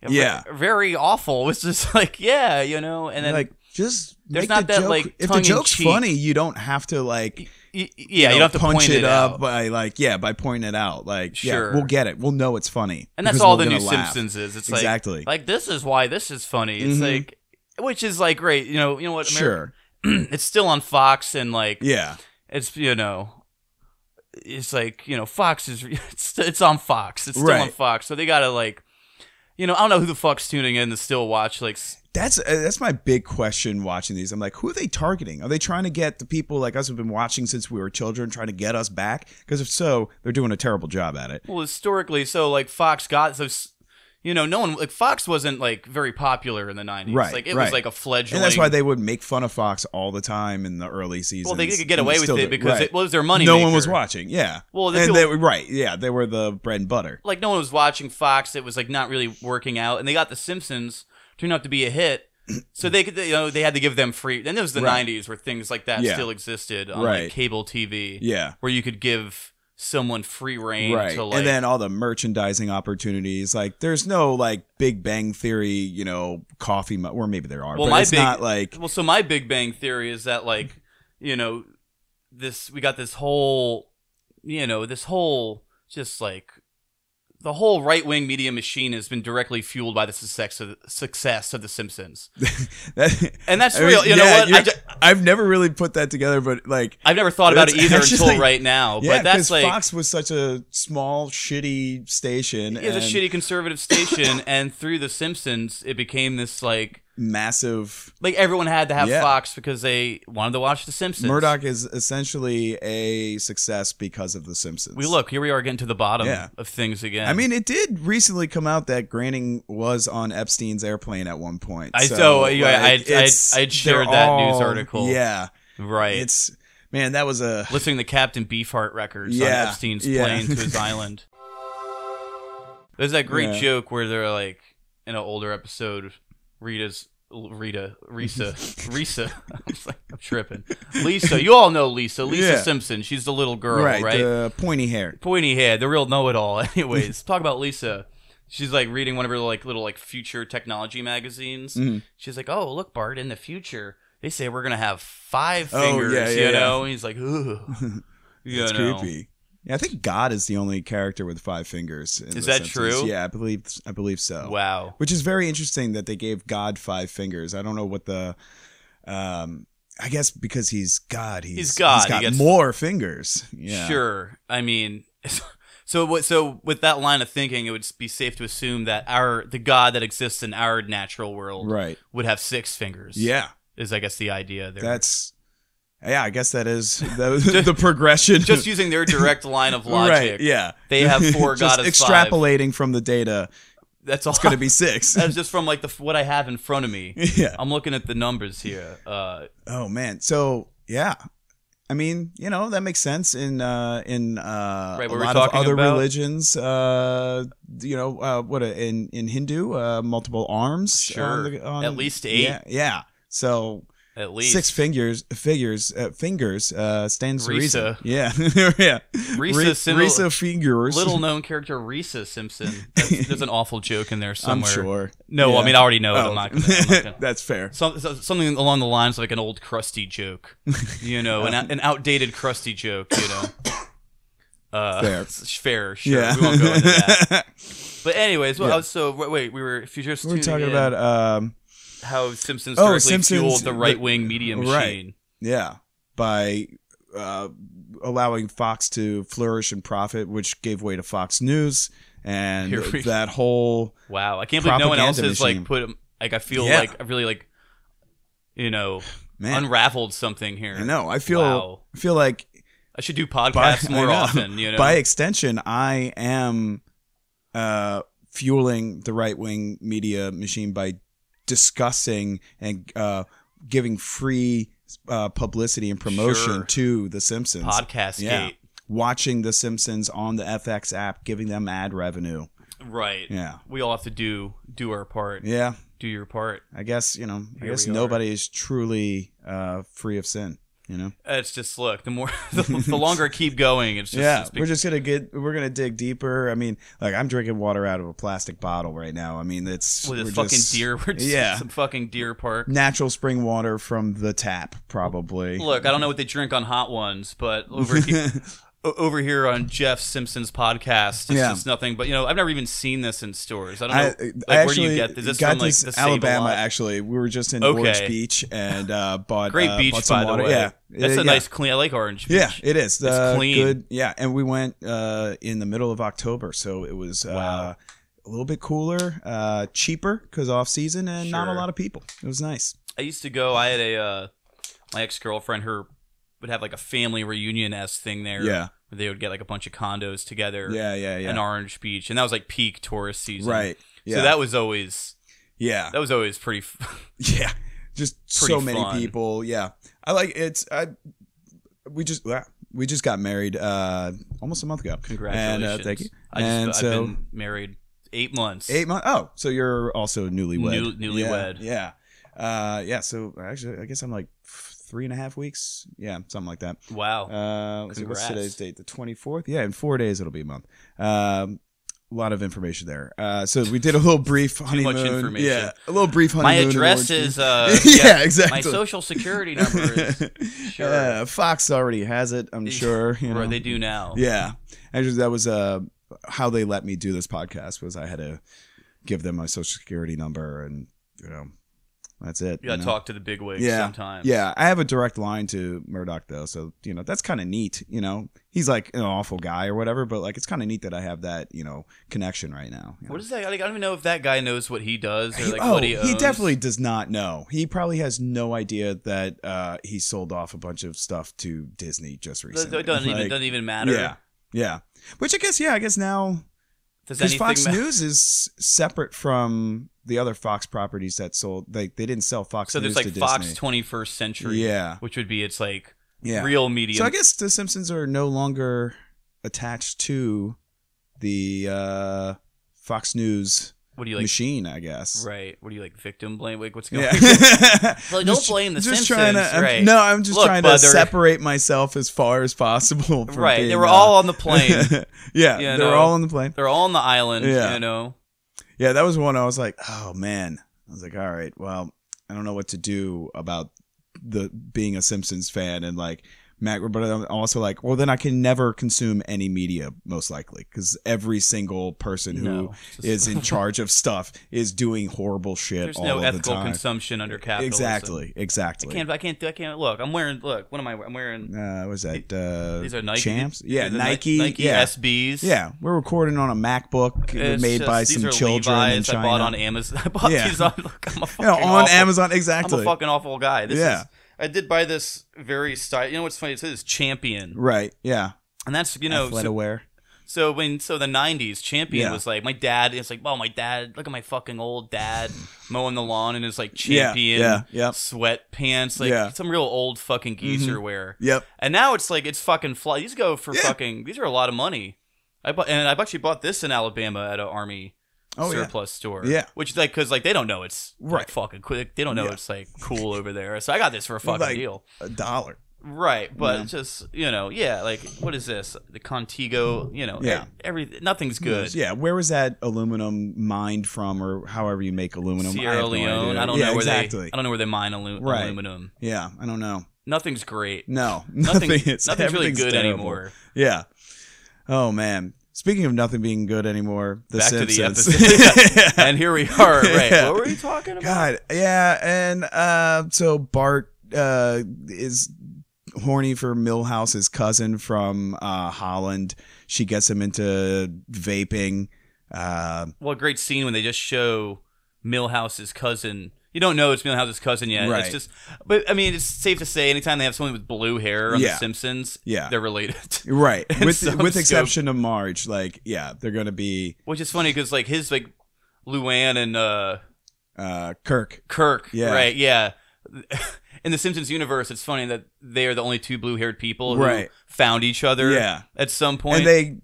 S2: Yeah.
S3: ve- very awful. It's just like, yeah, you know. And then,
S2: like just
S3: There's
S2: make
S3: not
S2: the
S3: that,
S2: joke
S3: like,
S2: if the
S3: tongue in
S2: joke's
S3: cheek.
S2: funny you don't have to like
S3: y- y- yeah, you,
S2: know,
S3: don't have to
S2: punch
S3: point
S2: it, up
S3: out.
S2: by like yeah by pointing it out like
S3: Sure.
S2: yeah we'll get it we'll know it's funny
S3: And that's
S2: because
S3: all
S2: we're
S3: the new
S2: gonna laugh.
S3: Simpsons is. It's like,
S2: exactly
S3: like this is why this is funny. It's
S2: Mhm.
S3: like, which is like great. You know, you know what? Ameri-
S2: sure
S3: it's still on Fox, and like,
S2: yeah
S3: it's you know it's like you know fox is it's, it's on fox it's still on
S2: Right.
S3: fox so they gotta like you know i don't know who the fuck's tuning in to still watch like s-
S2: That's uh, that's my big question watching these. I'm like, who are they targeting? Are they trying to get the people like us who've been watching since we were children, trying to get us back? Because if so, they're doing a terrible job at it.
S3: well historically so like fox got so s- you know no one like fox wasn't like very popular in the 90s
S2: Right,
S3: like it was
S2: right.
S3: like a fledgling
S2: And that's why they would make fun of Fox all the time in the early seasons.
S3: well they could get
S2: and
S3: away with
S2: still
S3: it
S2: do.
S3: because
S2: Right.
S3: it was their money
S2: no one was
S3: maker.
S2: watching. Yeah.
S3: Well, the
S2: and
S3: people-
S2: they were right. Yeah, they were the bread and butter.
S3: like no one was watching Fox. It was like not really working out, and they got The Simpsons turned out to be a hit. So they could, you know, they had to give them free. Then it was the
S2: Right.
S3: '90s where things like that
S2: Yeah.
S3: still existed on like
S2: Right.
S3: cable TV,
S2: Yeah.
S3: where you could give someone free reign
S2: Right.
S3: to like.
S2: and then all the merchandising opportunities. Like, there's no like Big Bang Theory, you know, coffee mug. Or maybe there are.
S3: Well,
S2: but
S3: my
S2: it's
S3: big-
S2: not like.
S3: well, so my Big Bang theory is that like, you know, this we got this whole, you know, this whole just like. The whole right wing media machine has been directly fueled by the success of, success of The Simpsons, and that's
S2: I mean,
S3: real. You
S2: yeah,
S3: know what? I
S2: you're-
S3: ju-
S2: I've never really put that together, but like,
S3: I've never thought about it
S2: That's
S3: either
S2: actually-
S3: until right now.
S2: yeah,
S3: but that's
S2: because
S3: like
S2: Fox was such a small, shitty station.
S3: it was a
S2: and
S3: shitty conservative station, and through The Simpsons, it became this like
S2: massive.
S3: like everyone had to have
S2: Yeah.
S3: Fox because they wanted to watch The Simpsons.
S2: Murdoch is essentially a success because of The Simpsons.
S3: We look here. We are getting to the bottom
S2: Yeah.
S3: of things again.
S2: I mean, it did recently come out that Granning was on Epstein's airplane at one point.
S3: I-
S2: so,
S3: so, yeah, I- I-
S2: it's-
S3: I'd shared
S2: they're
S3: that news
S2: all-
S3: article.
S2: Yeah,
S3: right? It's
S2: it's man, that was a
S3: listening to Captain Beefheart records on
S2: Yeah,
S3: Epstein's
S2: yeah.
S3: plane to his island. There's that great
S2: Yeah.
S3: joke where they're like in an older episode, Rita's. Rita, Risa, Risa. I'm, like, I'm tripping. Lisa, you all know Lisa. Lisa
S2: Yeah.
S3: Simpson. She's the little girl,
S2: right,
S3: right?
S2: the pointy hair.
S3: pointy hair, the real know-it-all. Anyways, talk about Lisa. She's like reading one of her like little like future technology magazines.
S2: Mhm.
S3: She's like, "Oh, look, Bart, in the future, they say we're gonna have five
S2: Oh,
S3: fingers."
S2: yeah,
S3: you
S2: yeah,
S3: know, and he's like, "Ooh, you
S2: It's
S3: know.
S2: creepy. Yeah, I think God is the only character with five fingers. in The
S3: that
S2: Simpsons.
S3: true?
S2: Yeah, I believe I believe so.
S3: Wow,
S2: Which is very interesting that they gave God five fingers. I don't know what the, um, I guess because he's God, he's,
S3: He's God,
S2: He's got
S3: he gets-
S2: more fingers. Yeah,
S3: sure. I mean." So what? So with that line of thinking, it would be safe to assume that our the God that exists in our natural world
S2: Right.
S3: would have six fingers.
S2: Yeah,
S3: is I guess the idea there.
S2: that's. Yeah, I guess that is the, the progression.
S3: just using their direct line of logic.
S2: right. Yeah,
S3: They have four,
S2: just
S3: God is five.
S2: extrapolating from the data,
S3: That's all.
S2: it's going to be six.
S3: That's just from like the what I have in front of me.
S2: yeah.
S3: I'm looking at the numbers here. Uh,
S2: Oh man. So yeah. I mean, you know, that makes sense in uh in uh
S3: Right, what
S2: a
S3: we're
S2: lot of
S3: talking
S2: other
S3: about?
S2: religions. Uh you know, uh what uh, in in Hindu, uh multiple arms.
S3: Sure.
S2: on the- on-
S3: At least eight.
S2: Yeah. yeah. So
S3: at least
S2: six fingers, figures, uh, fingers uh, stands to
S3: Risa.
S2: reason. Yeah, yeah.
S3: Risa
S2: Re-
S3: Sindel-
S2: Risa fingers.
S3: little known character Risa Simpson. That's, there's an awful joke in there
S2: I'm
S3: somewhere.
S2: sure.
S3: No, I
S2: Yeah.
S3: mean I already know. it.
S2: Oh.
S3: I'm not. Gonna, I'm not gonna.
S2: That's fair.
S3: Some, so- something along the lines of like an old crusty joke, you know, an, an outdated crusty joke, you know. Uh,
S2: Fair.
S3: s- fair, sure.
S2: yeah.
S3: We won't go into that. But anyways, well, I was so wait, wait, we were if you just
S2: We're
S3: tuning
S2: talking
S3: in,
S2: about um
S3: how Simpsons
S2: Oh,
S3: directly
S2: Simpsons-
S3: fueled the
S2: the-
S3: right wing media machine.
S2: right. Yeah. By uh, allowing Fox to flourish and profit, which gave way to Fox News and
S3: Here we-
S2: that whole.
S3: Wow, I can't believe no one else
S2: Propaganda
S3: has
S2: machine.
S3: like put like I feel
S2: Yeah.
S3: like I really like you know
S2: Man,
S3: unraveled something here.
S2: I know. I feel
S3: Wow.
S2: I feel like
S3: I should do
S2: by,
S3: podcasts
S2: I
S3: more
S2: know.
S3: often. You know,
S2: by extension, I am uh, fueling the right wing media machine by discussing and uh, giving free uh, publicity and promotion
S3: Sure.
S2: to The Simpsons.
S3: podcast
S2: Yeah.
S3: gate.
S2: Watching The Simpsons on the FX app, giving them ad revenue.
S3: Right.
S2: Yeah.
S3: We all have to do do our part.
S2: Yeah.
S3: Do your part.
S2: I guess, you know, I
S3: Here
S2: guess
S3: we are.
S2: nobody is truly uh, free of sin, you know?
S3: Uh, It's just look, the more the, the longer I keep going, it's just
S2: yeah,
S3: it's
S2: we're just gonna get we're gonna dig deeper. I mean, like I'm drinking water out of a plastic bottle right now. I mean, it's
S3: with
S2: we're
S3: this fucking
S2: just
S3: deer. We're just
S2: yeah.
S3: some fucking deer park.
S2: natural spring water from the tap, probably.
S3: Look, I don't know what they drink on hot ones, but over here, over here on Jeff Simpson's podcast, it's
S2: Yeah.
S3: just nothing. But you know, I've never even seen this in stores. I don't know.
S2: I,
S3: like,
S2: I
S3: where do
S2: actually
S3: you get this? Is this
S2: got
S3: from like
S2: this
S3: the Save-A-Lot?
S2: Alabama. Actually, we were just in
S3: Okay.
S2: Orange Beach and uh, bought
S3: Great
S2: uh,
S3: beach,
S2: bought some
S3: by
S2: water.
S3: the way.
S2: Yeah,
S3: that's
S2: Uh,
S3: a
S2: yeah.
S3: nice clean. I like Orange Beach.
S2: Yeah, it is. Uh,
S3: clean.
S2: Good. Yeah, and we went uh, in the middle of October, so it was uh, a little bit cooler, uh, cheaper because off season, and not a
S3: Sure.
S2: lot of people. It was nice.
S3: I used to go. I had a uh, my ex girlfriend. Her would have like a family reunion s thing there.
S2: Yeah.
S3: where they would get like a bunch of condos together.
S2: Yeah, yeah, yeah.
S3: in Orange Beach, and that was like peak tourist season.
S2: right. Yeah.
S3: So that was always
S2: yeah.
S3: that was always pretty. F-
S2: yeah. Just so
S3: Pretty
S2: many
S3: fun.
S2: people. Yeah. I like it's I we just well, we just got married uh almost a month ago.
S3: Congratulations.
S2: And uh, thank you.
S3: I
S2: and
S3: just,
S2: so
S3: I've been married eight months.
S2: eight months. Oh, so you're also newlywed.
S3: New- newlywed.
S2: Yeah. yeah. Uh, yeah. So actually, I guess I'm like three and a half weeks. Yeah, something like that.
S3: Wow.
S2: Uh, let's see, what's
S3: Congrats.
S2: today's date? The 24th. Yeah, in four days it'll be a month. Um, a lot of information there. Uh, so we did a little brief honeymoon.
S3: much information.
S2: Yeah, a little brief
S3: my
S2: honeymoon. in
S3: address
S2: Orange
S3: is
S2: Beach.
S3: uh
S2: yeah,
S3: my
S2: exactly.
S3: social security number is sure.
S2: Yeah, Fox already has it. I'm sure. You know.
S3: Right, they do now.
S2: Yeah, actually, that was uh, how they let me do this podcast was I had to give them my social security number, and you know, that's it.
S3: You gotta
S2: you know?
S3: talk to the big wigs
S2: Yeah.
S3: sometimes.
S2: Yeah, I have a direct line to Murdoch though, so you know that's kind of neat. You know, he's like an awful guy or whatever, but like it's kind of neat that I have that you know connection right now. you know?
S3: What is that? Like, I don't even know if that guy knows what he does or
S2: He-
S3: like
S2: oh,
S3: what he owns.
S2: he definitely does not know. He probably has no idea that uh, he sold off a bunch of stuff to Disney just
S3: It doesn't
S2: recently.
S3: even
S2: Like,
S3: doesn't even matter.
S2: Yeah, yeah. Which I guess, yeah, I guess now
S3: Does
S2: because
S3: anything
S2: Fox
S3: ma-
S2: News is separate from the other Fox properties that sold. Like they didn't sell Fox
S3: So
S2: News
S3: there's like
S2: to
S3: Fox
S2: Disney.
S3: 21st Century,
S2: Yeah.
S3: which would be its like
S2: yeah.
S3: real medium.
S2: So I guess the Simpsons are no longer attached to the uh, Fox News
S3: what do you like?
S2: machine, I guess.
S3: Right? What do you like? Victim blame? Like, what's going?
S2: Yeah.
S3: on?
S2: so
S3: don't blame the
S2: just
S3: Simpsons,
S2: Trying to, I'm-
S3: right.
S2: No, I'm just
S3: Look,
S2: trying to
S3: but they're-
S2: separate myself as far as possible. From
S3: Right? They
S2: being,
S3: were
S2: uh,
S3: all on the plane.
S2: yeah,
S3: you
S2: they were
S3: know.
S2: all on the plane.
S3: They're all on the island.
S2: Yeah.
S3: You know.
S2: Yeah, that was one I was like, oh man. I was like, all right, well, I don't know what to do about the being a Simpsons fan and like Mac, but I'm also like, well, then I can never consume any media, most likely, because every single person who is
S3: No.
S2: in charge of stuff is doing horrible shit
S3: There's
S2: all
S3: no
S2: of
S3: ethical
S2: the time.
S3: consumption under capitalism.
S2: exactly,
S3: I
S2: exactly.
S3: can't. I can't. do- I can't. Look, I'm wearing. Look, what am I? wearing? I'm wearing.
S2: uh, was that uh,
S3: These are Nike.
S2: champs?
S3: these
S2: Yeah,
S3: are the Ni-
S2: Nike.
S3: Nike
S2: yeah,
S3: SBs.
S2: yeah. We're recording on a MacBook
S3: It's
S2: made
S3: just-
S2: by
S3: these
S2: some
S3: are
S2: children
S3: Levi's
S2: in China.
S3: I bought on Amazon. I bought
S2: Yeah.
S3: these on. Look, I'm a fucking
S2: you know, on
S3: awful-
S2: Amazon.
S3: I'm
S2: Exactly.
S3: a fucking awful guy. This
S2: Yeah.
S3: Is, I did buy this very style. You know what's funny? It says champion,
S2: Right. Yeah.
S3: and that's you know.
S2: Athleta
S3: So,
S2: wear.
S3: so when so the '90s champion
S2: Yeah.
S3: was like my dad. It's like, oh my dad. Look at my fucking old dad mowing the lawn in his like champion
S2: Yeah. Yeah.
S3: sweatpants, like
S2: Yeah. Mm-hmm.
S3: some real old fucking geezer wear.
S2: Yep.
S3: And now it's like it's fucking fly. These go for
S2: Yeah.
S3: fucking. These are a lot of money. I bought and I've actually bought this in Alabama at an army
S2: Oh yeah.
S3: surplus store.
S2: Yeah.
S3: which is like because like they don't know it's
S2: Right.
S3: like, fucking quick. They don't know
S2: Yeah.
S3: it's like cool over there. So I got this for a fucking
S2: Like-
S3: deal.
S2: A dollar.
S3: Right, but
S2: Yeah.
S3: just you know, yeah, like what is this? The Contigo, you know, e-,
S2: Yeah.
S3: every nothing's good.
S2: Yeah. Where was that aluminum mined from, or however you make aluminum? I
S3: Sierra
S2: have no
S3: Leone.
S2: idea.
S3: I don't
S2: yeah,
S3: know where
S2: exactly.
S3: they. I don't know where they mine alu-
S2: Right.
S3: aluminum.
S2: yeah. I don't know.
S3: Nothing's great.
S2: No.
S3: Nothing,
S2: Nothing. is,
S3: nothing's really
S2: everything's
S3: good
S2: terrible.
S3: anymore.
S2: Yeah. Oh man. Speaking of nothing being good anymore, The
S3: Back
S2: Simpsons.
S3: to the episode.
S2: Yeah.
S3: and here we are. Right.
S2: Yeah.
S3: What were we talking about?
S2: God, yeah, and uh, so Bart uh, is horny for Millhouse's cousin from uh, Holland. She gets him into vaping. Uh,
S3: Well, great scene when they just show Millhouse's cousin. You don't know it's Millhouse's cousin yet.
S2: Right.
S3: It's just, but I mean, it's safe to say anytime they have someone with blue hair on
S2: Yeah.
S3: The Simpsons,
S2: Yeah.
S3: they're related.
S2: right,
S3: In
S2: with
S3: some
S2: with
S3: scope.
S2: exception of Marge, like yeah, they're gonna be
S3: Which is funny because like his like Luann and uh,
S2: uh, Kirk.
S3: Kirk,
S2: Yeah.
S3: right? Yeah. In the Simpsons universe, it's funny that they are the only two blue-haired people who
S2: Right.
S3: found each other.
S2: Yeah.
S3: At some point,
S2: And they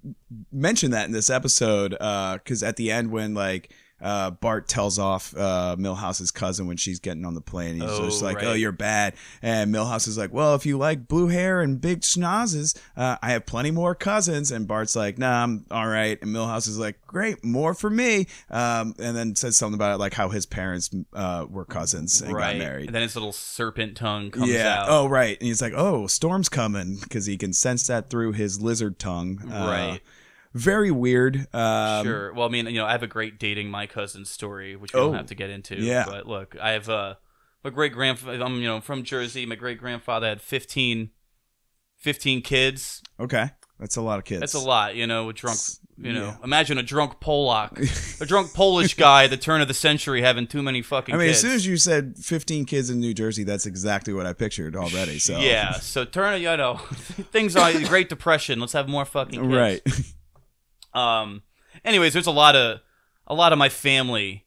S2: mention that in this episode because at the end when like uh, Bart tells off uh, Millhouse's cousin when she's getting on the plane, he's
S3: Oh,
S2: just like,
S3: right.
S2: "Oh, you're bad." And Millhouse is like, "Well, if you like blue hair and big schnozzes, uh, I have plenty more cousins." And Bart's like, "Nah, I'm all right." And Millhouse is like, "Great, more for me." Um, and then says something about it, like how his parents uh, were cousins and
S3: right?
S2: got married.
S3: And then his little serpent tongue comes
S2: yeah.
S3: out.
S2: Oh, right. And he's like, "Oh, storm's coming," because he can sense that through his lizard tongue. Uh,
S3: right.
S2: very weird. Um,
S3: sure. Well, I mean, you know, I have a great dating my cousin story, which we
S2: Oh,
S3: don't have to get into.
S2: yeah.
S3: But look, I have uh, my great grandfather. I'm you know from Jersey. My great grandfather had 15, 15 kids.
S2: Okay, that's a lot of kids.
S3: That's a lot, you know. A drunk,
S2: It's-
S3: you know,
S2: yeah.
S3: imagine a drunk Polak, a drunk Polish guy at the turn of the century having too many fucking.
S2: I mean,
S3: kids.
S2: as soon as you said 15 kids in New Jersey, that's exactly what I pictured already. So
S3: Yeah, so turn you know things on the Great Depression. Let's have more fucking kids.
S2: right.
S3: Um. Anyways, there's a lot of a lot of my family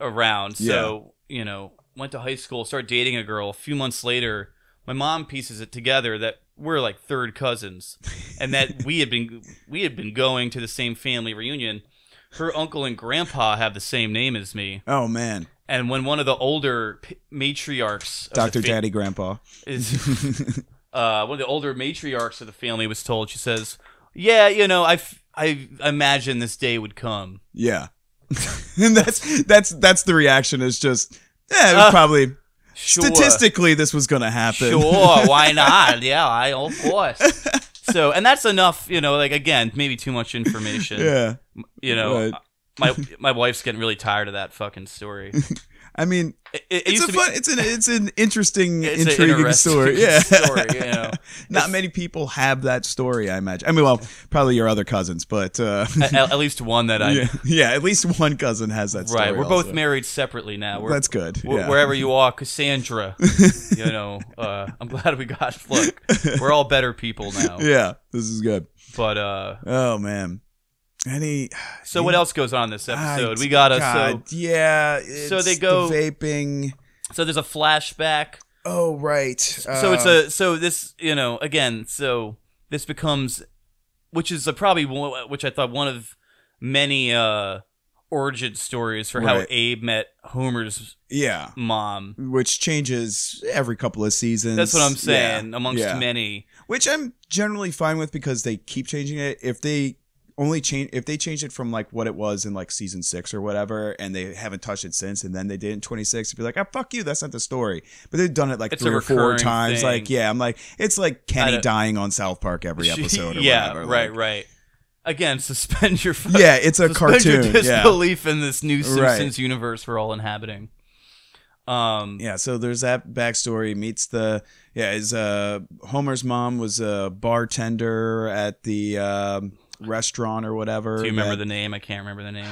S3: around. So you know, went to high school, started dating a girl. A few months later, my mom pieces it together that we're like third cousins, and that we had been we had been going to the same family reunion. Her uncle and grandpa have the same name as me,
S2: Oh man,
S3: and when one of the older p- matriarchs, of the
S2: Doctor
S3: fa-
S2: Daddy Grandpa.
S3: is uh, one of the older matriarchs of the family was told. She says, "Yeah, you know, I, f- I imagine this day would come."
S2: Yeah, and that's that's that's the reaction. Is just yeah, it was
S3: Uh,
S2: probably
S3: Sure.
S2: statistically this was gonna happen.
S3: Sure, why not? Yeah, I of course. So, and that's enough. You know, like again, maybe too much information.
S2: yeah,
S3: You know,
S2: Right.
S3: my my wife's getting really tired of that fucking story. It,
S2: I mean,
S3: it, it
S2: it's
S3: used
S2: a
S3: to
S2: fun,
S3: be.
S2: it's an it's an interesting,
S3: It's an
S2: intriguing
S3: interesting
S2: story. Yeah,
S3: story, you know.
S2: not many people have that story. I imagine. I mean, well, probably your other cousins, but uh,
S3: At, at least one that I.
S2: yeah, yeah, at least one cousin has that story.
S3: Right, we're
S2: also.
S3: both married separately now. We're,
S2: That's good.
S3: Wh-
S2: yeah.
S3: wherever you are, Cassandra. you know, uh, I'm glad we got. Look, we're all better people now.
S2: Yeah, this is good.
S3: But uh,
S2: Oh man, any
S3: so what else goes on this episode?
S2: I-
S3: we got a so
S2: God, yeah. It's
S3: they go-
S2: the vaping.
S3: so there's a flashback.
S2: Oh right. uh,
S3: so it's
S2: Um,
S3: a so this you know again so this becomes which is a, probably one- which I thought one of many uh origin stories for how
S2: Right.
S3: Abe met Homer's
S2: yeah,
S3: mom.
S2: which changes every couple of seasons.
S3: That's what I'm
S2: Yeah,
S3: saying amongst
S2: yeah.
S3: many.
S2: Which I'm generally fine with because they keep changing it. If they only change if they changed it from like what it was in like season six or whatever and they haven't touched it since and then they did it in 26 it'd be like ah fuck you that's not the story but they've done it like
S3: It's a
S2: three or four
S3: recurring
S2: times
S3: thing.
S2: like yeah i'm like it's like kenny
S3: don't-
S2: dying on south park every episode or
S3: yeah,
S2: whatever
S3: right,
S2: like-
S3: right. Again, suspend your fu-
S2: yeah it's a
S3: suspend your
S2: cartoon yeah
S3: disbelief in this new
S2: Right.
S3: Simpsons universe we're all inhabiting. Um,
S2: yeah so there's that backstory meets the yeah his uh homer's mom was a bartender at the um restaurant or whatever
S3: do you remember
S2: that-
S3: the name? I can't remember the name.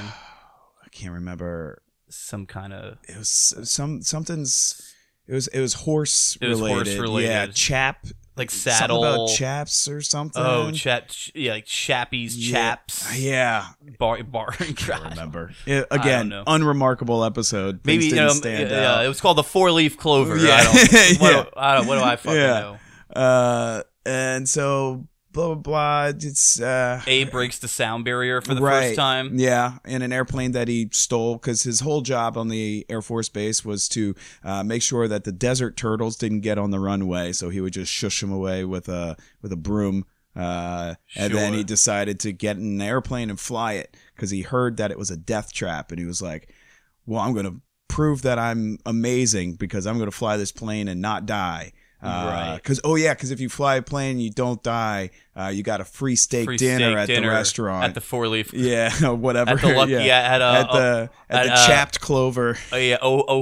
S2: i can't remember
S3: Some kind of
S2: it was some something's it was it was horse
S3: It was
S2: related
S3: horse-related.
S2: yeah chap
S3: like
S2: saddle
S3: saddle.
S2: something about chaps or something
S3: Oh, chat, ch- yeah, like chappies,
S2: Yeah.
S3: chaps,
S2: yeah
S3: bar, bar,
S2: I
S3: God.
S2: remember Yeah, again
S3: know.
S2: unremarkable episode
S3: Maybe
S2: Things
S3: you
S2: didn't
S3: know,
S2: stand
S3: yeah,
S2: out.
S3: it was called the four leaf clover.
S2: Yeah.
S3: I don't, what, do,
S2: Yeah.
S3: I don't, what do I fucking
S2: Yeah.
S3: know?
S2: Uh, and so blah blah blah. It's uh,
S3: A breaks the sound barrier for the
S2: right.
S3: first time.
S2: Yeah, in an airplane that he stole because his whole job on the Air Force Base was to uh, make sure that the desert turtles didn't get on the runway. So he would just shush them away with a with a broom. Uh, and then
S3: Sure.
S2: he decided to get in an airplane and fly it because he heard that it was a death trap, and he was like, "Well, I'm gonna prove that I'm amazing because I'm gonna fly this plane and not die."
S3: Right.
S2: Because oh yeah, because if you fly a plane and you don't die, uh, you got a free steak
S3: Free
S2: dinner
S3: steak
S2: at
S3: dinner
S2: the restaurant.
S3: at the four leaf
S2: Yeah, whatever.
S3: at the lucky
S2: yeah.
S3: at, uh,
S2: at the at,
S3: at,
S2: the
S3: uh,
S2: chapped clover.
S3: oh, oh yeah oh, oh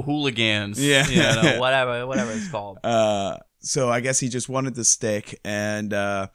S3: hooligans
S2: Yeah.
S3: you know, whatever whatever it's called
S2: Uh, so I guess he just wanted the stick, and uh,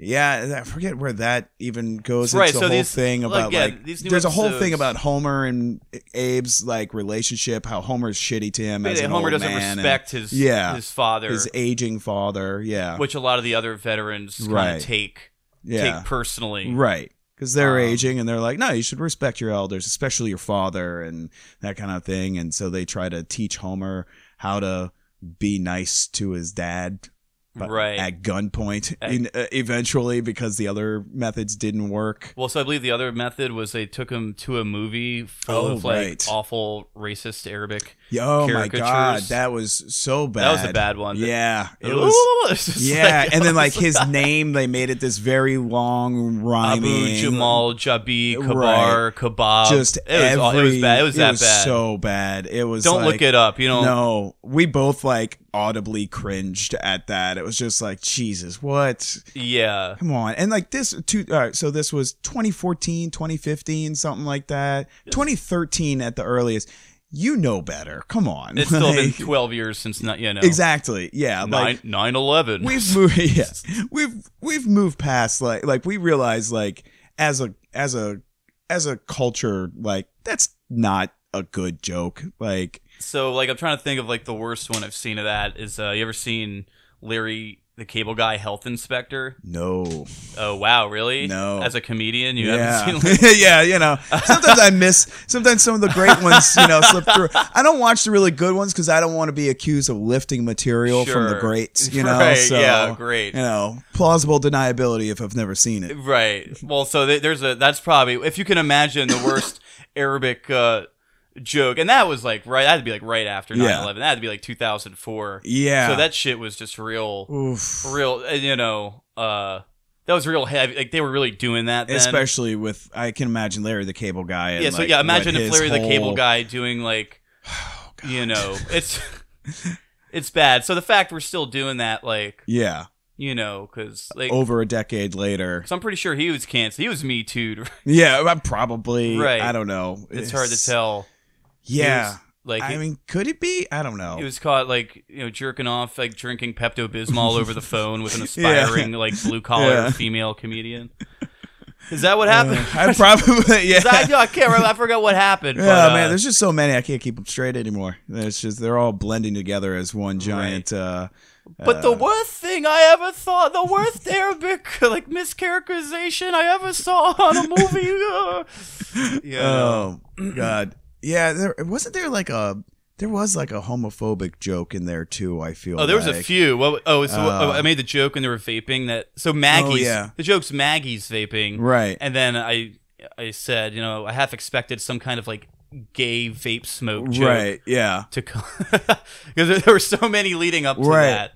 S2: yeah, I forget where that even goes
S3: Right,
S2: into
S3: so
S2: the whole
S3: these-
S2: thing
S3: like,
S2: about
S3: yeah,
S2: like
S3: these new
S2: there's a whole
S3: episodes-
S2: thing about Homer and Abe's like relationship, how Homer's shitty to him as
S3: Yeah,
S2: an old
S3: Homer doesn't
S2: man and
S3: respect his
S2: Yeah.
S3: his father,
S2: his aging father. Yeah,
S3: which a lot of the other veterans kind
S2: Right.
S3: of take
S2: yeah,
S3: take personally.
S2: right. Because they're
S3: Um,
S2: aging and they're like, no, you should respect your elders, especially your father and that kind of thing. And so they try to teach Homer how to be nice to his dad but
S3: Right.
S2: at gunpoint
S3: At-
S2: in, uh, eventually because the other methods didn't work.
S3: Well, so I believe the other method was they took him to a movie full
S2: Oh,
S3: of like
S2: right.
S3: awful racist Arabic.
S2: Yeah, Oh my
S3: Caricatures.
S2: god, that was so bad.
S3: That was a bad one.
S2: Yeah, it
S3: Ooh,
S2: was.
S3: it's just
S2: Yeah, and then like
S3: it's
S2: his name, they made it this very long rhyming.
S3: Abu Jamal Jabi Kabar
S2: Right.
S3: Kabab.
S2: just
S3: it was, aw-
S2: every,
S3: it was bad. It was that bad.
S2: So bad. It was.
S3: don't
S2: like,
S3: look it up. You know.
S2: No, we both like audibly cringed at that. It was just like Jesus, what?
S3: Yeah.
S2: Come on. And like this two all right, so this was 2014, 2015, something like that. 2013 at the earliest. You know better. Come on.
S3: It's still been
S2: Like,
S3: 12 years since not you know
S2: Exactly. Yeah, like
S3: 9 11.
S2: we've moved yeah. We've we've moved past like like we realize like as a as a as a culture like that's not a good joke. Like
S3: So like I'm trying to think of like the worst one I've seen of that is uh, you ever seen Larry the Cable Guy Health Inspector?
S2: no.
S3: Oh wow, really?
S2: No.
S3: As a comedian, you
S2: yeah.
S3: haven't seen.
S2: yeah, you know. Sometimes I miss. Sometimes some of the great ones, you know, slip through. I don't watch the really good ones because I don't want to be accused of lifting material from the
S3: Sure.
S2: greats. You know,
S3: Right,
S2: so
S3: yeah, great.
S2: You know, plausible deniability if I've never seen it.
S3: Right. Well, so th- there's a that's probably if you can imagine the worst Arabic uh, joke, and that was like right that'd be like right after 9/11.
S2: Yeah.
S3: That'd be like 2004.
S2: Yeah.
S3: So that shit was just real,
S2: Oof.
S3: real. uh, You know, uh, that was real heavy. Like they were really doing that. Then.
S2: Especially with, I can imagine Larry the Cable Guy. And
S3: Yeah. So
S2: like,
S3: yeah, imagine
S2: what
S3: if
S2: his
S3: Larry the Cable
S2: whole-
S3: Guy doing like, you know, it's it's bad. So the fact we're still doing that, like,
S2: Yeah,
S3: you know, because like.
S2: over a decade later.
S3: Cause I'm pretty sure he was canceled. He was Me Too.
S2: Yeah, I'm probably.
S3: Right.
S2: I don't know.
S3: It's hard to tell. He
S2: Yeah.
S3: was, like
S2: I
S3: he-
S2: mean, oh. could it be? I don't know.
S3: he was caught like you know jerking off like drinking Pepto Bismol over the phone with an aspiring like blue collar
S2: Yeah. Uh,
S3: female comedian. Is that what happened?
S2: I probably. Yeah.
S3: 'Cause I, no, I can't remember. I forgot what happened.
S2: Yeah,
S3: but, uh,
S2: man, there's just so many. I can't keep them straight anymore. It's just they're all blending together as one giant. Uh,
S3: but the worst thing I ever thought, the worst Arabic like mischaracterization I ever saw on a movie. uh, yeah.
S2: oh God, yeah. There wasn't there like a there was like a homophobic joke in there too. I feel.
S3: Oh, there was a
S2: like.
S3: few. What, oh, so what-
S2: Uh,
S3: I made the joke when they were vaping that. So Maggie's
S2: Oh, yeah.
S3: the joke's Maggie's vaping,
S2: Right.
S3: And then I I said, you know, I half expected some kind of like gay vape smoke joke
S2: Right. Yeah.
S3: to come because there were so many leading up to
S2: Right.
S3: that.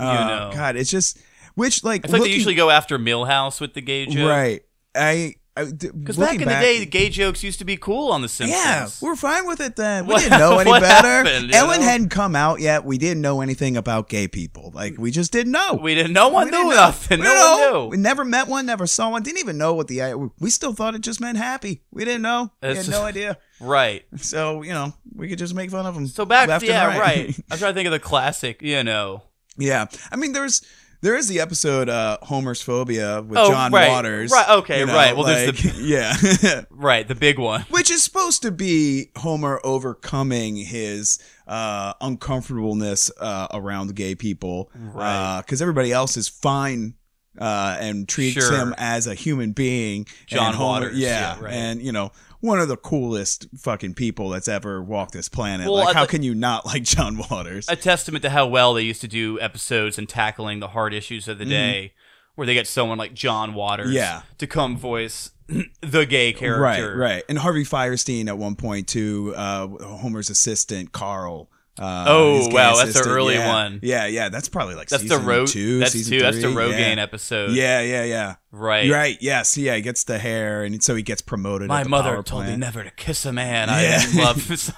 S3: You
S2: Uh,
S3: know.
S2: God, it's just which like
S3: I feel like they
S2: looking-
S3: usually go after Millhouse with the gay joke,
S2: right. I
S3: Because
S2: because
S3: back in the day, the gay jokes used to be cool on The Simpsons.
S2: Yeah, we were fine with it then. We
S3: What-
S2: didn't know any
S3: what
S2: better.
S3: happened, you
S2: Ellen
S3: know?
S2: hadn't come out yet. We didn't know anything about gay people. Like we just didn't know.
S3: we didn't. No one
S2: We
S3: knew
S2: didn't know.
S3: nothing.
S2: We
S3: No
S2: didn't know.
S3: one
S2: We
S3: knew.
S2: never met one, never saw one. Didn't even know what the. We still thought it just meant happy. We didn't know. We
S3: It's
S2: had
S3: just-
S2: no idea.
S3: Right.
S2: So you know, we could just make fun of them.
S3: So back,
S2: left and
S3: yeah,
S2: right.
S3: I'm trying to think of the classic. You know.
S2: yeah, I mean, there's there is the episode uh, Homer's Phobia with
S3: Oh,
S2: John
S3: right.
S2: Waters.
S3: Right, okay,
S2: you know,
S3: right. Well, there's the-
S2: like, yeah.
S3: Right, the big one.
S2: Which is supposed to be Homer overcoming his uh, uncomfortableness uh, around gay people,
S3: Right.
S2: Because everybody else is fine uh, and treats
S3: Sure.
S2: him as a human being.
S3: John
S2: And Homer,
S3: Waters,
S2: yeah,
S3: yeah, right.
S2: and you know one of the coolest fucking people that's ever walked this planet.
S3: Well,
S2: like,
S3: I'd
S2: how
S3: like-
S2: can you not like John Waters?
S3: A testament to how well they used to do episodes and tackling the hard issues of the day, where they get someone like John Waters
S2: Mm-hmm. Yeah.
S3: to come voice the gay
S2: right,
S3: character.
S2: right. And Harvey Firestein at one point too, uh, Homer's assistant Carl. Uh,
S3: Oh,
S2: his gay
S3: wow, that's the early
S2: yeah.
S3: one.
S2: Yeah, yeah, that's probably like
S3: That's
S2: season
S3: the Ro-
S2: two.
S3: That's
S2: season
S3: two. That's the
S2: three,
S3: Rogaine
S2: yeah.
S3: episode.
S2: Yeah, yeah, yeah.
S3: Right.
S2: You're Right. Yes. Yeah. He gets the hair, and so he gets promoted.
S3: My
S2: at the
S3: mother
S2: power
S3: told me
S2: plant.
S3: never to kiss a man
S2: Yeah.
S3: I love.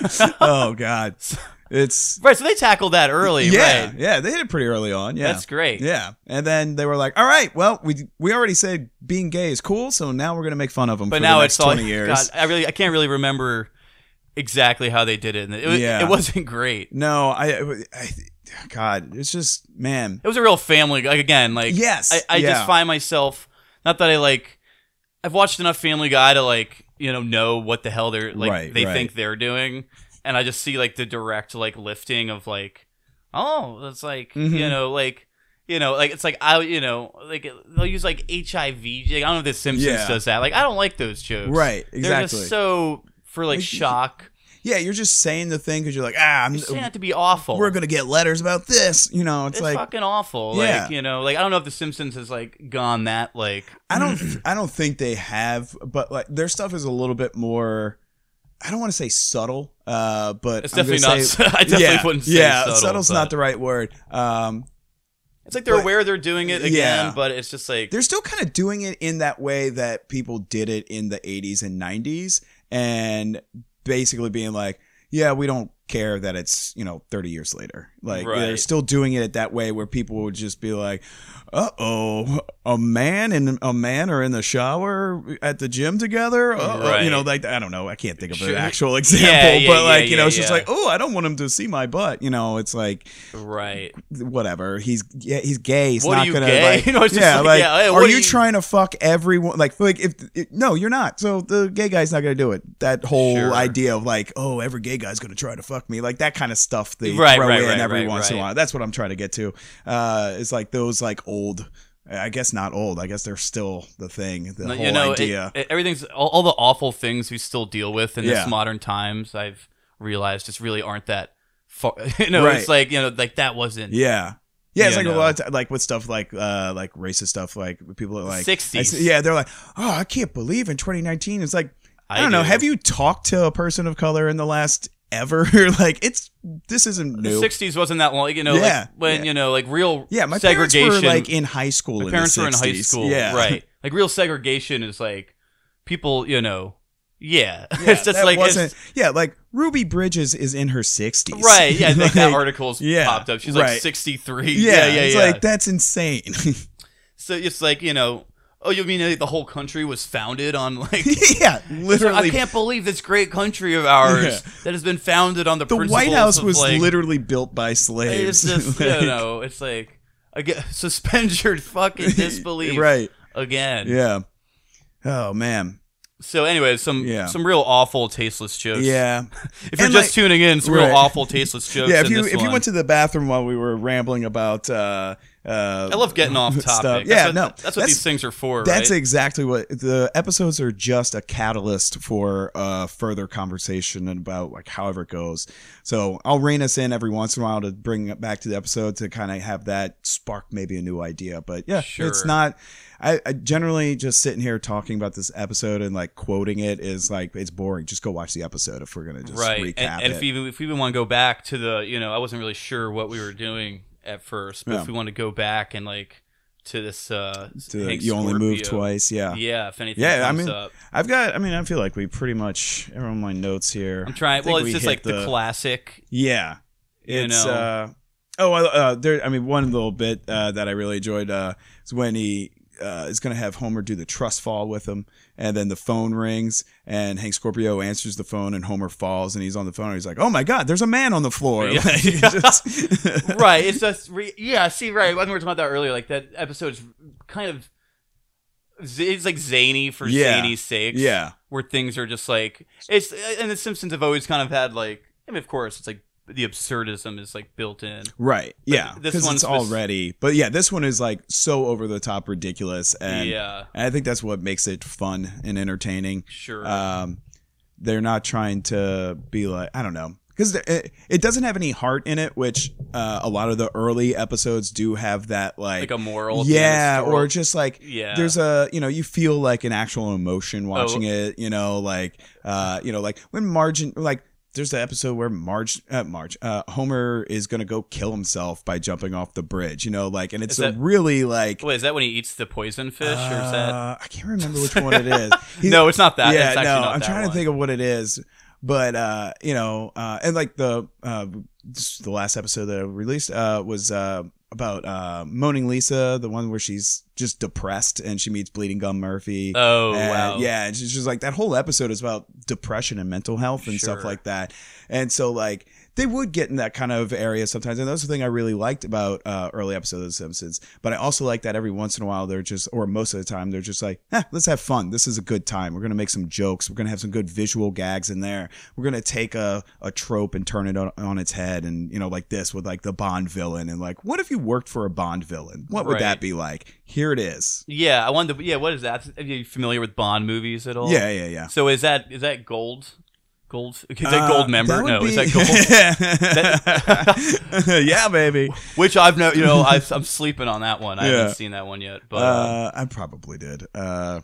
S2: oh God, it's
S3: right, so they tackled that early.
S2: yeah,
S3: Right.
S2: yeah. They hit it pretty early on. Yeah,
S3: That's great.
S2: Yeah, and then they were like, "All right, well, we we already said being gay is cool, so now we're gonna make fun of him."
S3: But
S2: for
S3: now
S2: the
S3: it's
S2: next
S3: all.
S2: twenty years.
S3: God, I really, I can't really remember exactly how they did it. It, was-
S2: Yeah.
S3: it wasn't great.
S2: No, I, I God, it's just man.
S3: It was a real family. Like again, like
S2: Yes,
S3: I, I
S2: yeah.
S3: just find myself not that I like. I've watched enough Family Guy to like you know know what the hell they're like
S2: Right,
S3: they
S2: right.
S3: think they're doing, and I just see like the direct like lifting of like oh that's like
S2: Mhm.
S3: you know like. You know, like it's like I, you know, like they'll use like HIV. Like, I don't know if the Simpsons
S2: Yeah.
S3: does that. Like I don't like those jokes.
S2: Right,
S3: They're
S2: exactly.
S3: just so for like
S2: Like,
S3: shock.
S2: Yeah, you're just saying the thing because you're like, ah, I'm,
S3: You're saying that to be awful.
S2: we're gonna get letters about this. You know, it's,
S3: it's
S2: like
S3: fucking awful.
S2: Yeah.
S3: Like you know, like I don't know if The Simpsons has like gone that like.
S2: I don't, I don't think they have, but like their stuff is a little bit more. I don't want to say subtle, uh, but
S3: It's
S2: I'm gonna
S3: definitely not
S2: say-
S3: s- I definitely
S2: yeah,
S3: wouldn't say
S2: yeah,
S3: subtle,
S2: subtle's
S3: but-
S2: not the right word. Um,
S3: It's like they're
S2: But-
S3: aware they're doing it again,
S2: Yeah.
S3: but it's just like
S2: they're still kind of doing it in that way that people did it in the 80s and 90s and basically being like yeah we don't care that it's you know 30 years later like they're
S3: Right.
S2: still doing it that way where people would just be like uh-oh a man and a man are in the shower at the gym together uh you
S3: Right.
S2: know like i don't know i can't think of an
S3: Sure.
S2: actual example
S3: yeah,
S2: but like
S3: yeah,
S2: you know
S3: yeah,
S2: it's just
S3: yeah.
S2: like oh i don't want him to see my butt you know it's like
S3: right.
S2: whatever. He's yeah, he's gay. He's
S3: What are
S2: not
S3: you,
S2: gonna
S3: gay?
S2: like
S3: You know, it's just
S2: yeah,
S3: like,
S2: like,
S3: yeah, hey,
S2: are
S3: what
S2: you,
S3: are you-
S2: trying to fuck everyone? Like like if it- no, you're not. So the gay guy's not gonna do it. That whole
S3: Sure.
S2: idea of like oh every gay guy's gonna try to fuck me like that kind of stuff they
S3: Right,
S2: throw
S3: right,
S2: in
S3: right,
S2: every
S3: right,
S2: once in a
S3: right.
S2: while. That's what I'm trying to get to. Uh, it's like those like old. I guess not old. I guess they're still the thing. The whole
S3: you know, it-
S2: idea.
S3: it- everything's all, all the awful things we still deal with in
S2: Yeah.
S3: this modern times. I've realized just really aren't that far. You know,
S2: Right.
S3: it's like you know, like that wasn't.
S2: Yeah. Yeah, it's
S3: You
S2: like a
S3: know.
S2: lot of ti- like with stuff like uh like racist stuff like people are like
S3: 60s.
S2: I see- Yeah, they're like, "Oh, I can't believe in 2019." It's like I,
S3: I
S2: don't know,
S3: do.
S2: have you talked to a person of color in the last ever like it's this isn't
S3: The
S2: new.
S3: sixties wasn't that long. You know,
S2: Yeah,
S3: like when
S2: yeah.
S3: you know, like real
S2: yeah, my
S3: segregation.
S2: parents were like in high school
S3: my
S2: in
S3: parents
S2: the
S3: were in high
S2: 60s.
S3: school,
S2: Yeah.
S3: right? Like real segregation is like people, you know, yeah.
S2: Yeah,
S3: it's just
S2: that
S3: like it's-
S2: wasn't, yeah, like Ruby Bridges is in her 60s.
S3: right. Yeah, like that
S2: Like,
S3: article's
S2: yeah,
S3: popped up. She's
S2: right.
S3: like sixty three.
S2: Yeah,
S3: Yeah, yeah, yeah.
S2: It's like that's insane.
S3: So it's like you know, oh, you mean like, the whole country was founded on like.
S2: yeah, literally
S3: I can't believe this great country of ours
S2: Yeah.
S3: that has been founded on the.
S2: the
S3: principles
S2: White House
S3: of,
S2: was
S3: like,
S2: literally built by
S3: It's
S2: slaves.
S3: just
S2: Like-
S3: you know, it's like again, suspend your fucking disbelief
S2: right.
S3: again.
S2: Yeah. Oh man.
S3: So anyway, some
S2: Yeah.
S3: some real awful, tasteless jokes.
S2: Yeah.
S3: If you're
S2: And,
S3: just
S2: like-
S3: tuning in, some
S2: Right.
S3: real awful, tasteless jokes.
S2: yeah. If
S3: in
S2: you
S3: this
S2: if you
S3: one.
S2: went to the bathroom while we were rambling about. Uh, uh,
S3: I love getting off
S2: stuff.
S3: topic.
S2: Yeah,
S3: that's what,
S2: no,
S3: that's what
S2: that's-
S3: these things are for.
S2: That's
S3: right?
S2: exactly what the episodes are just a catalyst for uh, further conversation about like however it goes. So I'll rein us in every once in a while to bring it back to the episode to kind of have that spark maybe a new idea. But yeah, it's
S3: Sure.
S2: not. I, I generally just sitting here talking about this episode and like quoting it is like it's boring. Just go watch the episode if we're gonna just
S3: right.
S2: recap
S3: and,
S2: it.
S3: and if even if we even want to go back to the, you know, I wasn't really sure what we were doing at first, but
S2: Yeah.
S3: if we want to go back and like to this, uh,
S2: to
S3: Hank
S2: you only move
S3: Scorpio.
S2: twice. Yeah.
S3: Yeah, if anything
S2: Yeah, I
S3: comes
S2: mean,
S3: up,
S2: I've got. I mean, I feel like we pretty much are on my notes here.
S3: I'm
S2: I
S3: trying.
S2: think
S3: Well,
S2: we
S3: it's just
S2: hit
S3: like the, classic.
S2: Yeah,
S3: You
S2: it's.
S3: know.
S2: uh Oh, I, uh, there. I mean, one little bit uh, that I really enjoyed uh, is when he. Uh, is going to have Homer do the trust fall with him, and then the phone rings, and Hank Scorpio answers the phone, and Homer falls, and he's on the phone, and he's like, "Oh my God, there's a man on the floor!"
S3: Yeah.
S2: Like, it's just-
S3: right. It's just re- yeah. See, right. I think we were talking about that earlier. Like that episode's kind of z- it's like zany for
S2: Yeah.
S3: zany's sake.
S2: yeah,
S3: where things are just like it's uh, and the Simpsons have always kind of had like I mean of course it's like the absurdism is like built in.
S2: right, yeah.
S3: this
S2: Because
S3: one's
S2: it's
S3: spec-
S2: already, but yeah, this one is like so over the top, ridiculous, and
S3: yeah,
S2: And I think that's what makes it fun and entertaining.
S3: sure.
S2: Um, they're not trying to be like I don't know because it, it doesn't have any heart in it, which uh, a lot of the early episodes do have that like,
S3: like a moral. at the end of the
S2: yeah,
S3: story.
S2: or just like
S3: yeah. Oh.
S2: there's a you know you feel like an actual emotion watching it. You know like uh you know like when margin like. There's the episode where Marge, uh, Marge, uh, Homer is gonna go kill himself by jumping off the bridge, you know, like, and it's
S3: Is
S2: a
S3: that-
S2: really like
S3: Wait, is that when he eats the poison fish, or is that?
S2: uh, I can't remember which one it is. He's-
S3: no, it's not that.
S2: yeah,
S3: It's actually
S2: no,
S3: not
S2: I'm
S3: that
S2: trying
S3: one.
S2: to think of what it is, but uh, you know, uh, and like the uh, the last episode that I released uh, was uh, about uh, moaning Lisa, the one where she's just depressed and she meets Bleeding Gum Murphy.
S3: Oh
S2: And,
S3: wow.
S2: Uh, Yeah, and she's just like that whole episode is about depression and mental health and stuff
S3: Sure.
S2: like that. And so like they would get in that kind of area sometimes. And that's the thing I really liked about uh, early episodes of The Simpsons. But I also like that every once in a while they're just, or most of the time, they're just like, eh, let's have fun. This is a good time. We're going to make some jokes. We're going to have some good visual gags in there. We're going to take a, a trope and turn it on, on its head. And, you know, like this with like the Bond villain. And like, what if you worked for a Bond villain? What would
S3: Right.
S2: that be like? Here it is.
S3: Yeah, I wanted to. Yeah, what is that? Are you familiar with Bond movies at all?
S2: Yeah, yeah, yeah.
S3: So is that is that gold? Gold? Is that gold
S2: Uh,
S3: member?
S2: would
S3: no, is
S2: be-
S3: that gold?
S2: yeah, baby.
S3: Which I've no, you know, I've, I'm sleeping on that one. I
S2: Yeah.
S3: haven't seen that one yet, but uh,
S2: Uh, I probably did. Uh,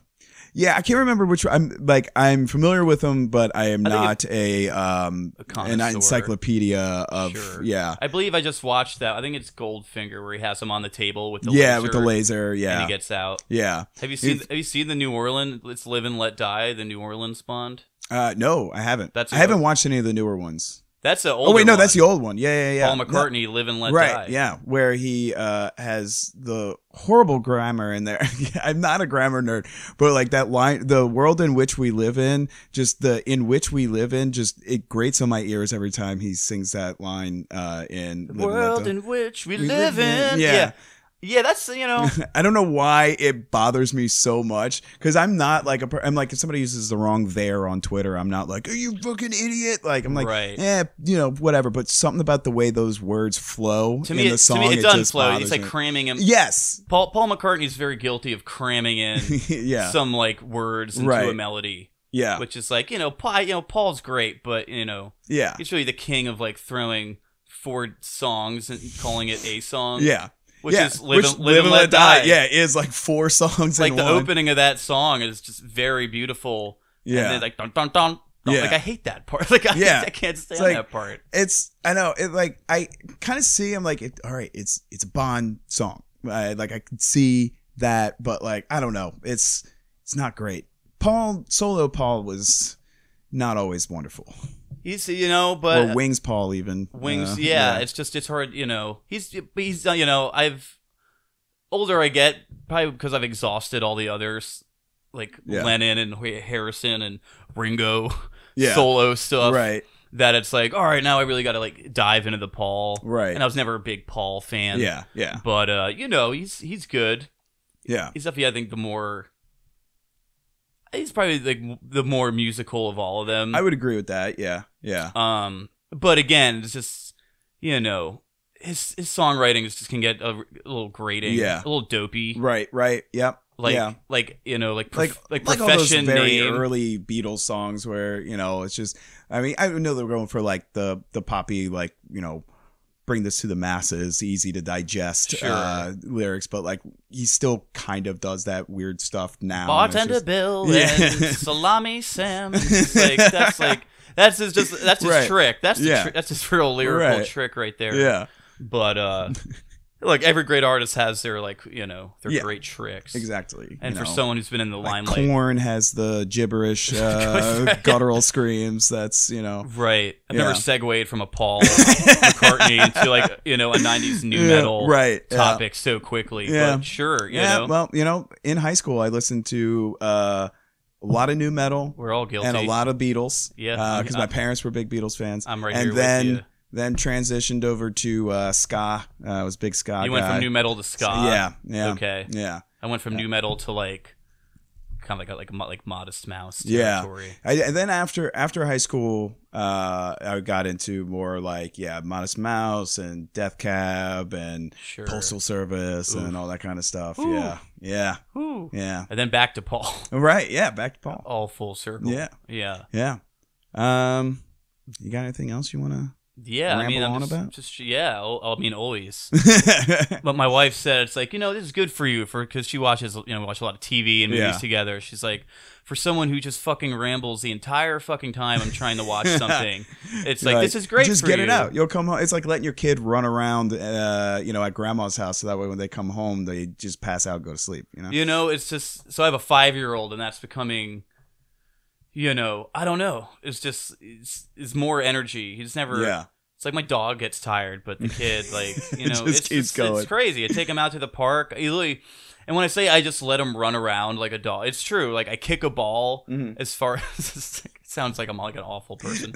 S2: yeah, I can't remember which. I'm like I'm familiar with them, but I am
S3: I think
S2: not a um
S3: A
S2: an
S3: connoisseur.
S2: encyclopedia of
S3: Sure.
S2: yeah
S3: I believe I just watched that. I think it's Goldfinger where he has him on the table with the
S2: yeah
S3: laser
S2: with the laser
S3: and
S2: yeah
S3: he gets out.
S2: yeah.
S3: Have you seen?
S2: It's-
S3: have you seen the New Orleans? Let's live and let die. The New Orleans Bond.
S2: Uh, no, I haven't.
S3: That's
S2: I
S3: a-
S2: haven't watched any of the newer ones.
S3: That's the old.
S2: oh wait, no, that's the old one. Yeah, yeah, yeah.
S3: Paul
S2: No,
S3: McCartney. Live and let
S2: right,
S3: die.
S2: yeah, where he uh, has the horrible grammar in there. I'm not a grammar nerd, but like that line, the world in which we live in, just the in which we live in, just it grates on my ears every time he sings that line uh, in
S3: The
S2: Live and Let
S3: world
S2: Die.
S3: in which we,
S2: We
S3: live, in.
S2: Yeah.
S3: yeah. Yeah, that's you know.
S2: I don't know why it bothers me so much because I'm not like a per- I'm like if somebody uses the wrong there on Twitter, I'm not like are you fucking idiot? Like I'm like eh,
S3: Right.
S2: yeah, you know whatever. But something about the way those words flow
S3: To
S2: in
S3: me,
S2: the
S3: it,
S2: song,
S3: to me,
S2: it
S3: it does
S2: just
S3: flow.
S2: bothers
S3: It's like
S2: me.
S3: cramming him.
S2: yes,
S3: Paul Paul McCartney's very guilty of cramming in
S2: yeah,
S3: some like words into
S2: Right.
S3: a melody,
S2: yeah,
S3: which is like you know, Paul, you know, Paul's great, but you know,
S2: yeah,
S3: he's really the king of like throwing four songs and calling it a song.
S2: yeah.
S3: which
S2: yeah.
S3: is live, and, live, and let, die.
S2: Yeah, is like four songs.
S3: like
S2: in
S3: the
S2: one.
S3: opening of that song is just very beautiful.
S2: Yeah.
S3: and then like dun dun dun. dun.
S2: Yeah.
S3: like I hate that part. Like I,
S2: Yeah.
S3: I can't stand
S2: like-
S3: that part.
S2: it's I know it like I kind of see I'm like it, all right it's it's a Bond song I, like I could see that but like I don't know it's it's not great Paul solo Paul was not always wonderful
S3: He's you know, but
S2: or Wings Paul even
S3: Wings,
S2: Uh,
S3: yeah, it's just it's hard, you know. He's he's uh, you know, I've older I get probably because I've exhausted all the others like
S2: Yeah.
S3: Lennon and H- Harrison and Ringo
S2: Yeah.
S3: solo stuff
S2: right
S3: that it's like all right now I really got to like dive into the Paul.
S2: Right.
S3: And I was never a big Paul fan.
S2: yeah yeah
S3: But uh, you know, he's he's good.
S2: yeah
S3: He's definitely I think the more he's probably like m- the more musical of all of them.
S2: I would agree with that yeah yeah
S3: Um, but again, it's just you know his his songwriting is just can get a, r- a little grating,
S2: Yeah.
S3: a little dopey,
S2: right right yep
S3: like
S2: yeah.
S3: like you know like
S2: like
S3: prof- like,
S2: like,
S3: profession
S2: all those very
S3: name.
S2: early Beatles songs where you know it's just I mean I know they're going for like the the poppy like you know bring this to the masses easy to digest
S3: Sure.
S2: uh, lyrics but like he still kind of does that weird stuff now and it's
S3: Bartender
S2: just-
S3: Bill
S2: Yeah.
S3: and Salami Sam. It's like that's like that's his just that's his
S2: Right.
S3: trick. That's his
S2: Yeah.
S3: tri- that's his real lyrical
S2: Right.
S3: trick right there.
S2: yeah
S3: But uh, like every great artist has their like you know their
S2: Yeah.
S3: great tricks
S2: exactly
S3: And
S2: you
S3: for
S2: know.
S3: someone who's been in the
S2: like
S3: limelight,
S2: corn has the gibberish uh, guttural screams that's you know
S3: Right. I've
S2: Yeah.
S3: never segued from a Paul McCartney into like you know a '90s new
S2: Yeah,
S3: metal
S2: right, yeah.
S3: topic so quickly.
S2: Yeah.
S3: But sure, you
S2: yeah
S3: know
S2: well you know in high school I listened to uh, a lot of new metal
S3: we're all guilty.
S2: and a lot of Beatles.
S3: Yeah,
S2: because
S3: I'm-
S2: my parents were big Beatles fans.
S3: I'm right
S2: and
S3: here with
S2: then,
S3: you.
S2: Then transitioned over to uh, ska. Uh, I was a big ska.
S3: You went
S2: guy.
S3: from new metal to ska.
S2: Yeah, yeah,
S3: Okay.
S2: yeah.
S3: I went from new metal to like kind of like a, like mo- like modest mouse
S2: Yeah.
S3: territory.
S2: I, and then after after high school, uh, I got into more like yeah, Modest Mouse and Death Cab and
S3: Sure.
S2: Postal Service and all that kind of stuff.
S3: Ooh.
S2: Yeah, yeah,
S3: Woo.
S2: yeah.
S3: And then back to Paul.
S2: Right. Yeah. Back to Paul.
S3: All full circle.
S2: Yeah.
S3: Yeah.
S2: Yeah. Um, you got anything else you want
S3: Yeah. I mean,
S2: Ramble
S3: I'm
S2: on
S3: just,
S2: about?
S3: just yeah. I I mean, always.
S2: to?
S3: But my wife said it's like you know this is good for you for because she watches you know we watch a lot of TV and movies
S2: Yeah.
S3: together. She's like for someone who just fucking rambles the entire fucking time I'm trying to watch something. It's like, this is great.
S2: Just
S3: for
S2: get it
S3: you."
S2: out. You'll come home. It's like letting your kid run around, uh, you know, at grandma's house. So that way, when they come home, they just pass out, go to sleep. You know.
S3: You know it's just so I have a five year old and that's becoming. You know, I don't know. It's just it's, it's more energy. He's never.
S2: Yeah.
S3: It's like my dog gets tired, but the kid, like, you
S2: It
S3: know,
S2: just
S3: it's,
S2: keeps
S3: it's,
S2: going.
S3: it's crazy. I take him out to the park. I literally, and when I say I just let him run around like a dog, it's true. Like, I kick a ball
S2: Mm-hmm.
S3: as far as it sounds like I'm like an awful person.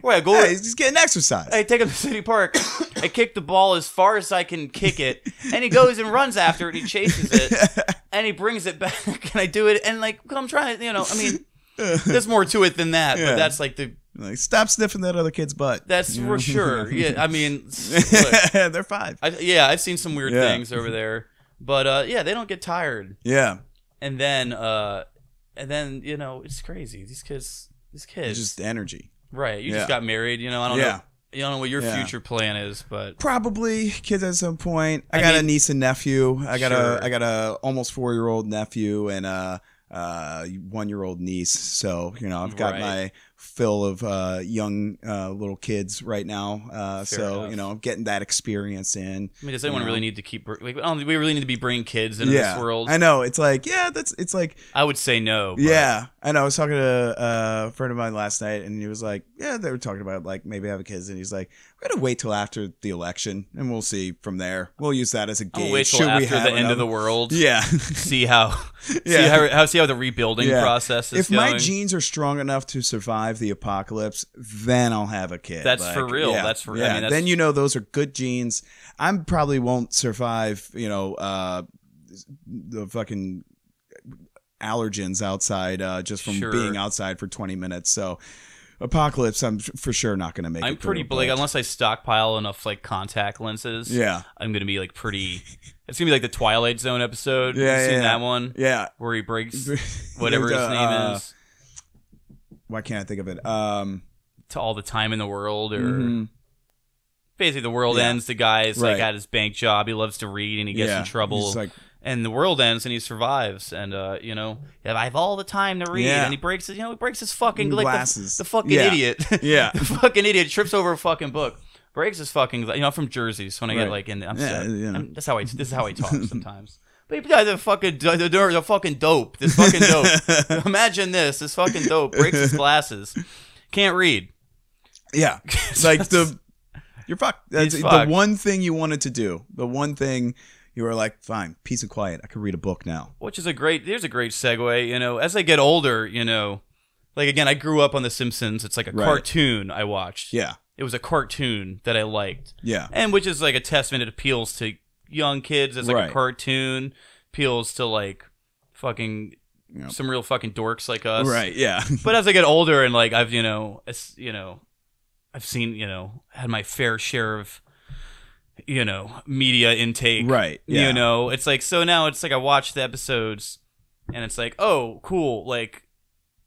S3: Where I go,
S2: Hey, he's just getting exercise.
S3: I take him to City Park. I kick the ball as far as I can kick it, and he goes and runs after it. He chases it, and he brings it back, and I do it. And like, I'm trying to, you know, I mean, there's more to it than that,
S2: Yeah.
S3: but that's like the
S2: Like, stop sniffing that other kid's butt.
S3: that's
S2: You know?
S3: for sure. Yeah, I mean, s- look,
S2: They're five.
S3: I, yeah, I've seen some weird
S2: Yeah.
S3: things over there, but uh, yeah, they don't get tired.
S2: Yeah,
S3: And then, uh, and then you know, it's crazy. These kids, these kids,
S2: it's just energy.
S3: right? You
S2: yeah.
S3: just got married. You know, I don't
S2: Yeah.
S3: know. You don't know what your
S2: Yeah.
S3: future plan is, but
S2: Probably kids at some point. I,
S3: I
S2: got a
S3: mean-
S2: niece and nephew. I got
S3: Sure.
S2: a I got a almost four year old nephew and a uh, one year old niece. So you know I've got
S3: Right.
S2: my fill of uh, young uh, little kids right now. Uh,
S3: Fair
S2: so
S3: enough.
S2: you know I'm getting that experience in.
S3: I mean, does anyone
S2: Yeah.
S3: really need to keep? Like, I don't- we really need to be bringing kids into
S2: yeah,
S3: this world.
S2: I know. It's like yeah, that's it's like
S3: I would say no. but-
S2: Yeah, I know. I was talking to uh, a friend of mine last night, and he was like, "Yeah, they were talking about like maybe having kids," and he's like, "We're gonna wait till after the election, and we'll see from there. We'll use that as a
S3: I'll
S2: gauge.
S3: wait till
S2: Should
S3: after
S2: we
S3: the
S2: have
S3: end of the
S2: another-
S3: world.
S2: Yeah,
S3: See how, see
S2: Yeah.
S3: how, how, see how the rebuilding
S2: Yeah.
S3: process is
S2: if
S3: going.
S2: my genes are strong enough to survive the apocalypse, then I'll have a kid.
S3: That's for real.
S2: yeah,
S3: That's for- I
S2: Yeah.
S3: mean, that's-
S2: then you know those are good genes. I am probably won't survive. You know, uh, the fucking allergens outside uh, just from
S3: Sure.
S2: being outside for 20 minutes. So apocalypse, I'm f- for sure not going to make.
S3: I'm
S2: it through,
S3: pretty
S2: but-
S3: like unless I stockpile enough like contact lenses.
S2: Yeah.
S3: I'm gonna be like pretty. It's gonna be like the Twilight Zone episode.
S2: Yeah,
S3: you seen
S2: yeah,
S3: that one
S2: Yeah.
S3: where he breaks
S2: There's
S3: whatever his
S2: a,
S3: name
S2: uh,
S3: is
S2: Why can't I think of it? Um,
S3: to all the time in the world, or
S2: mhm.
S3: basically the world
S2: Yeah.
S3: ends. The guy's
S2: Right.
S3: like at his bank job. He loves to read and he gets
S2: yeah.
S3: in trouble.
S2: He's like,
S3: and the world ends and he survives and uh you know i have all the time to read
S2: Yeah.
S3: and he breaks his you know he breaks his fucking like
S2: Glasses.
S3: the, the fucking
S2: Yeah.
S3: idiot
S2: Yeah.
S3: the fucking idiot trips over a fucking book breaks his fucking gla- you know i'm from jersey so when i
S2: Right.
S3: get like in i'm
S2: Yeah,
S3: sorry.
S2: you know.
S3: I'm- that's how i this is how i talk sometimes but yeah, the fucking the, the, the fucking dope this fucking dope imagine this this fucking dope breaks his glasses can't read
S2: Yeah. like the you're fucked. That's
S3: He's
S2: the
S3: fucked.
S2: one thing you wanted to do. The one thing you were like, fine, peace and quiet. I could read a book now.
S3: which is a great there's a great segue you know as i get older you know like again i grew up on the simpsons it's like a
S2: Right.
S3: cartoon i watched
S2: Yeah.
S3: it was a cartoon that I liked,
S2: Yeah.
S3: and which is like a testament. It appeals to young kids as like
S2: Right.
S3: a cartoon appeals to like fucking
S2: Yep.
S3: some real fucking dorks like us,
S2: Right. Yeah.
S3: But as I get older and like I've you know as, you know I've seen you know had my fair share of you know media intake,
S2: Right, yeah.
S3: You know, it's like so now it's like I watch the episodes and it's like oh cool like.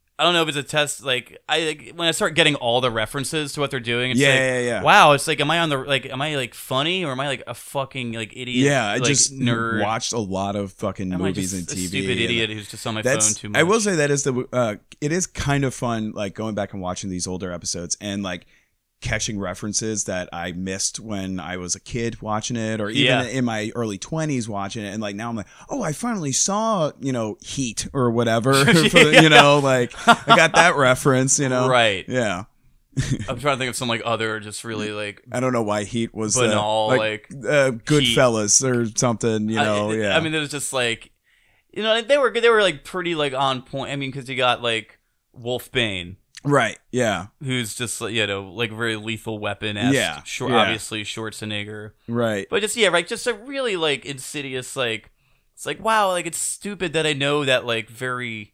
S3: I don't know if it's a test. Like I, like, when I start getting all the references to what they're doing, it's
S2: Yeah,
S3: like,
S2: yeah, yeah.
S3: wow, it's like, am I on the like, am I like funny or am I like a fucking like idiot?
S2: Yeah. I
S3: like,
S2: just
S3: nerd.
S2: watched a lot of fucking
S3: am I
S2: movies and
S3: just
S2: TV.
S3: A stupid
S2: and-
S3: idiot who's just on my
S2: That's.
S3: phone too much.
S2: I will say that is the. Uh, it is kind of fun, like going back and watching these older episodes and like catching references that I missed when I was a kid watching it, or even
S3: Yeah.
S2: in my early twenties watching it. And like now I'm like, oh, I finally saw you know Heat or whatever. for- You know, like I got that reference. You know,
S3: Right.
S2: Yeah.
S3: I'm trying to think of some like other just really like.
S2: I don't know why Heat was uh,
S3: Banal,
S2: like, uh, Goodfellas or something. You know,
S3: I,
S2: yeah.
S3: I mean, there was just like, you know, they were they were like pretty like on point. I mean, because you got like Wolf Bane,
S2: right? Yeah.
S3: who's just like, you know like very lethal weapon esque.
S2: Yeah,
S3: Short,
S2: yeah.
S3: obviously Schwarzenegger.
S2: Right.
S3: But just yeah, like just a really like insidious like. It's like wow, like it's stupid that I know that like very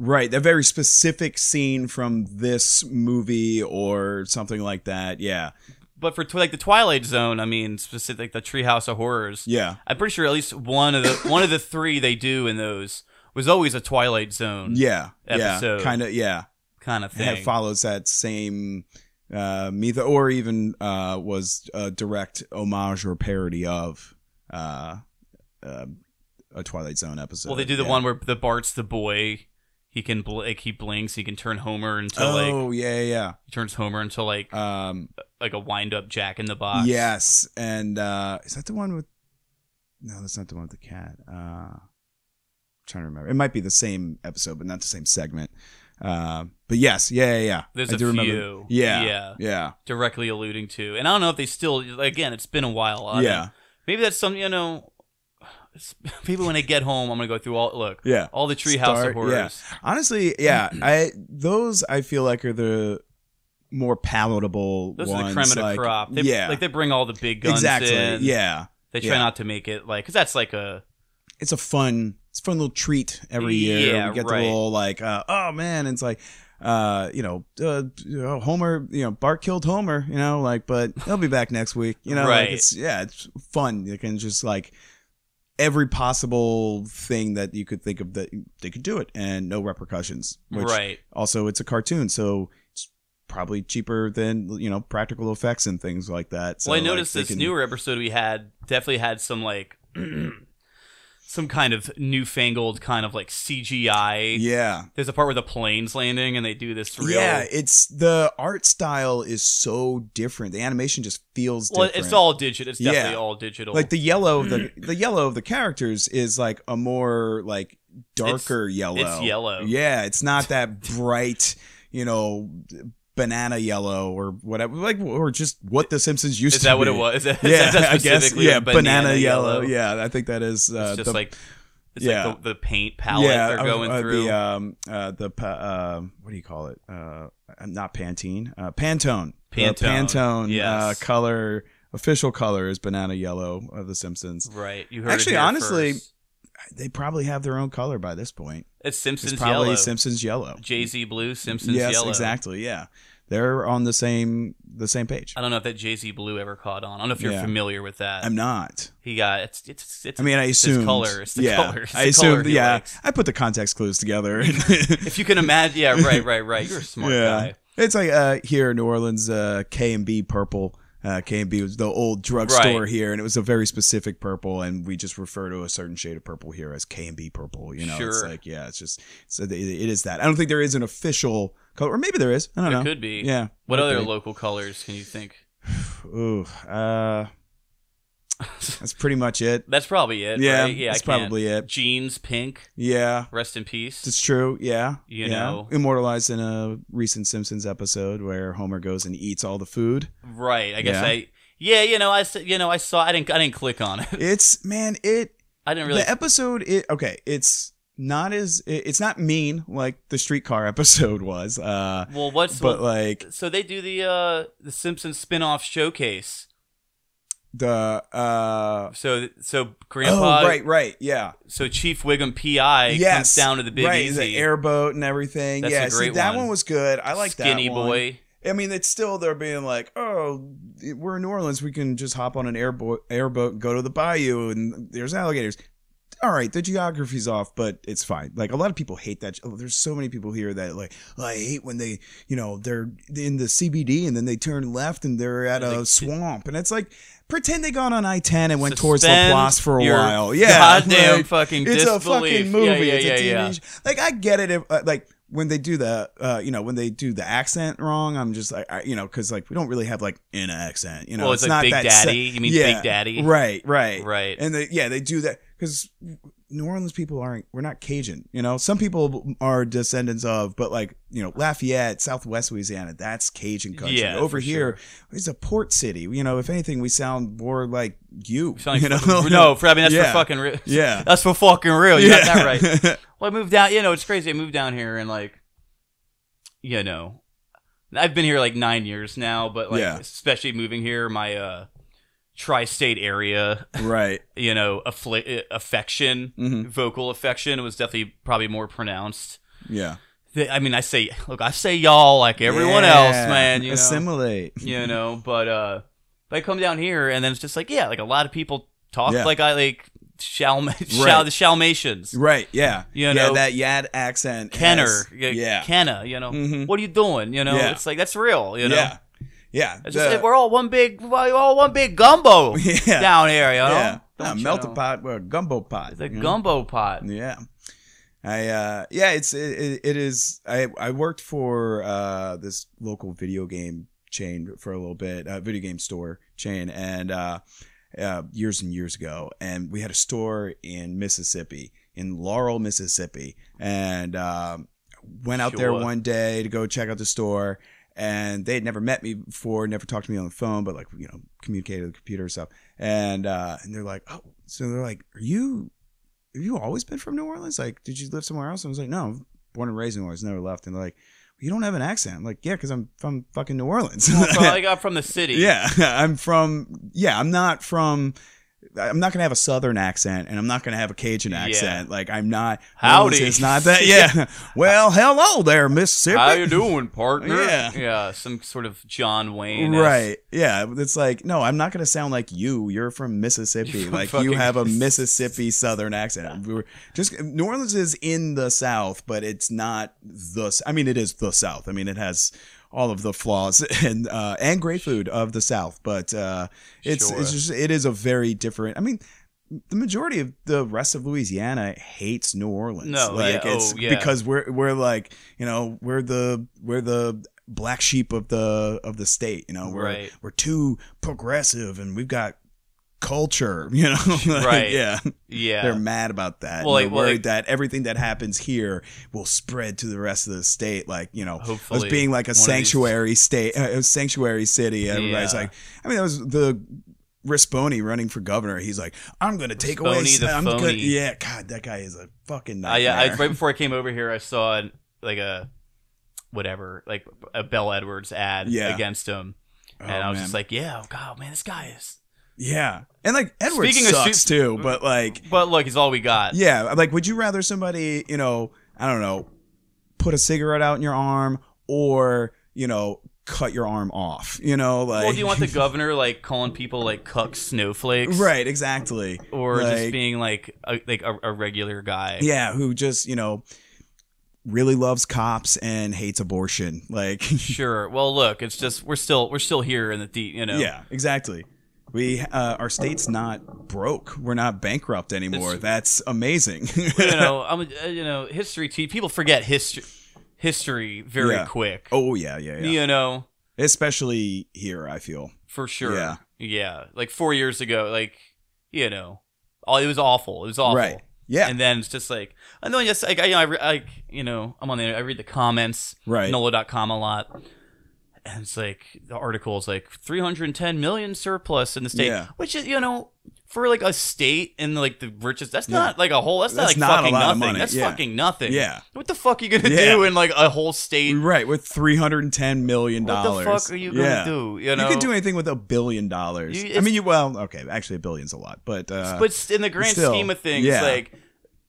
S2: Right, a very specific scene from this movie or something like that. Yeah,
S3: but for tw- like the Twilight Zone, I mean, specific the Treehouse of Horrors.
S2: yeah,
S3: I'm pretty sure at least one of the one of the three they do in those was always a Twilight Zone
S2: yeah, yeah,
S3: Episode.
S2: kind of, yeah.
S3: kind of
S2: It
S3: thing.
S2: follows that same uh, method, or even uh, was a direct homage or parody of uh, uh, a Twilight Zone episode.
S3: well, they do the
S2: yeah.
S3: one where the Bart's the boy. He can bl- like he blinks. He can turn Homer into
S2: Oh
S3: like
S2: yeah, yeah.
S3: he turns Homer into like
S2: yeah. Um,
S3: like a wind up Jack in the box.
S2: Yes, and uh, is that the one with? No, that's not the one with the cat. Uh, I'm trying to remember. It might be the same episode, but not the same segment. Uh, but yes, yeah, yeah, yeah.
S3: There's
S2: I
S3: a
S2: do remember.
S3: few.
S2: Yeah,
S3: Yeah.
S2: yeah,
S3: directly alluding to. And I don't know if they still. Again, it's been a while. I
S2: yeah,
S3: Maybe that's some. You know, it's- maybe when I get home, I'm gonna go through all. Look,
S2: yeah.
S3: all the Treehouse
S2: Start-
S3: of Horrors.
S2: yeah. Honestly, yeah, I those I feel like are the more palatable
S3: Those
S2: ones.
S3: are the creme of the
S2: like,
S3: crop. They,
S2: yeah,
S3: like they bring all the big guns
S2: exactly.
S3: in.
S2: Yeah,
S3: they try
S2: yeah.
S3: not to make it like because that's like a
S2: it's a fun it's a fun little treat every year.
S3: Yeah,
S2: we get
S3: right.
S2: the little like uh, oh man, it's like uh, you know, uh, you know, Homer, you know, Bart killed Homer, you know, like but he'll be back next week, you know,
S3: Right.
S2: like it's yeah, it's fun. You can just like every possible thing that you could think of that they could do it and no repercussions. Which
S3: right.
S2: also it's a cartoon, so it's probably cheaper than you know practical effects and things like that. So
S3: well, I
S2: like,
S3: noticed
S2: they
S3: this
S2: can-
S3: newer episode we had definitely had some like some kind of newfangled kind of like CGI.
S2: Yeah.
S3: There's a part where the plane's landing and they do this real.
S2: Yeah, it's the art style is so different. The animation just feels
S3: well,
S2: different.
S3: it's all digital. It's
S2: Yeah.
S3: definitely all digital.
S2: like the yellow of the the yellow of the characters is like a more like darker yellow.
S3: it's yellow.
S2: Yeah, it's not that bright, you know, banana yellow or whatever. Like or just what the Simpsons used
S3: is
S2: to
S3: that what it
S2: be.
S3: was? Is that, is
S2: Yeah,
S3: that
S2: I guess.
S3: specifically a
S2: Yeah, banana, yellow.
S3: yellow?
S2: Yeah, I think that is. Uh,
S3: it's just
S2: the-
S3: like it's
S2: yeah.
S3: like the, the paint palette they're
S2: uh,
S3: going
S2: uh,
S3: through.
S2: The, um, uh, the pa- uh, what do you call it? Uh, not Pantene. Uh, Pantone. The
S3: Pantone,
S2: Pantone. Uh,
S3: yes.
S2: color. Official color is banana yellow of The Simpsons.
S3: right. You heard it
S2: Actually,
S3: here
S2: honestly,
S3: first.
S2: They probably have their own color by this point.
S3: it's
S2: It's
S3: Simpsons
S2: probably
S3: yellow.
S2: Simpsons yellow.
S3: Jay Z Blue, Simpsons
S2: yes,
S3: yellow.
S2: exactly. Yeah, they're on the same the same page.
S3: I don't know if that Jay Z Blue ever caught on. I don't know if you're
S2: Yeah.
S3: familiar with that.
S2: I'm not.
S3: he got it's it's it's.
S2: I mean, I
S3: it's
S2: assume.
S3: his color. It's the
S2: yeah,
S3: color. It's
S2: I
S3: the
S2: assume.
S3: color he
S2: yeah,
S3: likes.
S2: I put the context clues together.
S3: If you can imagine, yeah, right, right, right. You're a smart guy.
S2: It's like uh, here in New Orleans, uh, K and B purple. Uh, K and B was the old drugstore
S3: Right.
S2: here, and it was a very specific purple, and we just refer to a certain shade of purple here as K and B purple. You know, it's
S3: Sure.
S2: like yeah, it's just so it it is that. I don't think there is an official color, or maybe there is. I don't
S3: It
S2: know.
S3: could be.
S2: Yeah.
S3: What
S2: could
S3: other
S2: be.
S3: local colors can you think?
S2: Ooh, uh, that's pretty much it.
S3: That's probably it.
S2: yeah,
S3: right? yeah. I
S2: that's
S3: can't.
S2: probably it.
S3: jeans pink.
S2: Yeah,
S3: Rest in peace.
S2: It's true, yeah.
S3: You
S2: yeah.
S3: know.
S2: immortalized in a recent Simpsons episode where Homer goes and eats all the food.
S3: Right. I guess
S2: Yeah.
S3: I. Yeah, you know, I s- you know, I saw. I didn't. I didn't click on it.
S2: It's man, it
S3: I didn't really.
S2: the episode it okay it's not as it, it's not mean like the streetcar episode was uh
S3: well, what's
S2: but like
S3: so they do the uh the Simpsons spin-off showcase.
S2: the uh
S3: So so Grandpa.
S2: oh right right yeah
S3: So Chief Wiggum PI comes
S2: yes
S3: down to the Big
S2: right,
S3: Easy.
S2: the airboat and everything
S3: That's a
S2: yeah see,
S3: great
S2: that
S3: one.
S2: one. was good I like
S3: Skinny
S2: that one.
S3: boy.
S2: I mean it's still they're being like oh we're in New Orleans we can just hop on an airboat airboat and go to the bayou and there's alligators. All right, the geography's off, but it's fine. Like a lot of people hate that. Oh, there's so many people here that like oh, I hate when they, you know, they're in the CBD and then they turn left and they're at a
S3: Like,
S2: swamp, and it's like pretend they got on I-10 and went towards La
S3: Suspend
S2: Place for a
S3: your
S2: while. Yeah,
S3: Goddamn
S2: like,
S3: fucking
S2: it's a
S3: disbelief.
S2: fucking movie.
S3: Yeah, yeah,
S2: it's
S3: yeah,
S2: a TV
S3: yeah.
S2: sh- Like I get it if uh, like when they do the uh you know when they do the accent wrong, I'm just like I, you know because like we don't really have like an accent. You know,
S3: Well, it's like
S2: not
S3: Big
S2: that
S3: Daddy.
S2: se-
S3: You mean
S2: yeah,
S3: Big Daddy?
S2: Right, right,
S3: Right.
S2: And they, yeah, they do that because New Orleans people aren't. We're not Cajun. You know, some people are descendants of, but like you know Lafayette, Southwest Louisiana, that's Cajun country.
S3: Yeah,
S2: Over
S3: for
S2: here, it's a port city. You know, if anything, we sound more like you.
S3: Sound
S2: you know,
S3: like fucking- no, for, I mean that's
S2: Yeah.
S3: for fucking real.
S2: Yeah.
S3: that's for fucking real. You got that right.
S2: right.
S3: Well, I moved down. You know, it's crazy. I moved down here and like, you know, I've been here like nine years now. But like,
S2: Yeah.
S3: especially moving here, my uh, tri-state area,
S2: right.
S3: you know, affli- uh, affection,
S2: Mhm.
S3: vocal affection was definitely probably more pronounced.
S2: Yeah.
S3: Th- I mean, I say, look, I say y'all like everyone else,
S2: Yeah.
S3: man. You know,
S2: Assimilate.
S3: you know. But uh, but I come down here and then it's just like, yeah, like a lot of people talk
S2: Yeah.
S3: like I like. Shalma, shal, the Shalmatians.
S2: Right. Yeah.
S3: You
S2: yeah,
S3: know-
S2: that Yad accent.
S3: Kenner,
S2: has-
S3: yeah,
S2: yeah.
S3: Kenna, you know,
S2: Mhm.
S3: what are you doing? You know,
S2: Yeah.
S3: it's like that's real, you know.
S2: Yeah. Yeah.
S3: It's just
S2: The-
S3: like, we're all one big, we're all one big gumbo
S2: Yeah.
S3: down here, you know.
S2: yeah.
S3: Don't
S2: Not
S3: you
S2: melt
S3: know?
S2: a pot, Mm-hmm. but a gumbo pot.
S3: It's a
S2: you know?
S3: gumbo pot.
S2: Yeah. I uh yeah, it's it, it- it is I I worked for uh this local video game chain for a little bit, uh, video game store chain and uh uh, years and years ago, and we had a store in Mississippi, in Laurel, Mississippi, and um, went out there
S3: Sure.
S2: one day to go check out the store, and they had never met me before, never talked to me on the phone, but like you know, communicated with the computer and stuff. And uh, and they're like, oh, so they're like, are you? Have you always been from New Orleans? Like, did you live somewhere else? And I was like, no, born and raised in New Orleans, never left. And they're like, you don't have an accent. I'm like, yeah, because I'm from fucking New Orleans.
S3: Well, I got from the city.
S2: Yeah, I'm from. Yeah, I'm not from. I'm not gonna have a Southern accent, and I'm not gonna have a Cajun
S3: Yeah.
S2: accent. Like I'm not.
S3: Howdy.
S2: It's not that. Yeah. well, hello there, Mississippi.
S3: How you doing, partner?
S2: Yeah.
S3: yeah, some sort of John Wayne,
S2: Right. Yeah. It's like, no, I'm not going to sound like you. You're from Mississippi.
S3: You're
S2: like, you
S3: fucking-
S2: have a Mississippi Southern accent. We were just New Orleans is in the South, but it's not the. S- I mean, it is the South. I mean, it has all of the flaws and uh, and great food of the South, but uh, it's
S3: Sure.
S2: it's just it is a very different. I mean. The majority of the rest of Louisiana hates New Orleans.
S3: No, yeah,
S2: like it's
S3: oh, yeah.
S2: because we're we're like you know we're the we're the black sheep of the of the state. You know we're
S3: Right.
S2: we're too progressive and we've got culture. You know, Like,
S3: Right.
S2: Yeah.
S3: Yeah,
S2: they're mad about that. Well,
S3: Well,
S2: they're
S3: like- well,
S2: worried
S3: like-
S2: that everything that happens here will spread to the rest of the state. Like you know,
S3: Hopefully,
S2: us being like
S3: one
S2: a
S3: of these-
S2: sanctuary state, uh, a sanctuary city. Everybody's
S3: Yeah.
S2: like, I mean, that was the. Risponi running for governor, he's like, I'm gonna take away.
S3: Risponi the
S2: I'm gonna-
S3: phony.
S2: yeah, God, that guy is a fucking
S3: I,
S2: nightmare.
S3: I right before I came over here, I saw like a whatever, like a Bell Edwards ad
S2: Yeah.
S3: against him,
S2: Oh,
S3: and I was
S2: man.
S3: just like, yeah, oh, God, man, this guy is.
S2: Yeah, and like Edward
S3: Speaking of
S2: sucks
S3: suits-
S2: too, but like,
S3: But look, he's all we got.
S2: yeah, like, would you rather somebody, you know, I don't know, put a cigarette out in your arm or you know, cut your arm off, you know, like,
S3: Well, do you want the governor like calling people like cuck snowflakes,
S2: right, exactly,
S3: Or just
S2: Like-
S3: being like a, like a, a regular guy?
S2: yeah, who just you know really loves cops and hates abortion, like,
S3: Sure. Well, look, it's just we're still we're still here in the deep, you know.
S2: yeah, exactly. We uh, our state's not broke. We're not bankrupt anymore. That's amazing.
S3: You know, I'm a- uh, you know history. Te- people forget history history very
S2: Yeah.
S3: quick.
S2: oh yeah, yeah, yeah.
S3: You know,
S2: Especially here, I feel.
S3: for sure.
S2: Yeah.
S3: Yeah. Like four years ago, like you know, all it was awful. It was awful.
S2: Right. Yeah.
S3: And then it's just like I know. Yes, like I, you know, I, re- I you know, I'm on the internet, I read the comments.
S2: Right.
S3: NOLA.com a lot. And it's like the article is like 310 million surplus in the state,
S2: Yeah.
S3: which is you know for like a state and like the richest. That's not like a whole. That's, not
S2: That's
S3: like
S2: not a
S3: fucking
S2: lot of
S3: nothing.
S2: money,
S3: That's
S2: yeah.
S3: fucking nothing.
S2: Yeah.
S3: What the fuck you gonna
S2: Yeah.
S3: do in like a whole state?
S2: Right, with three hundred and ten million
S3: What
S2: dollars.
S3: the fuck are you gonna do? You
S2: You,
S3: know.
S2: can do anything with a billion dollars.
S3: You-
S2: I
S3: it's-
S2: mean, you well, okay, actually, a billion's a lot, but uh,
S3: but s- in the grand
S2: still,
S3: scheme of things,
S2: yeah.
S3: like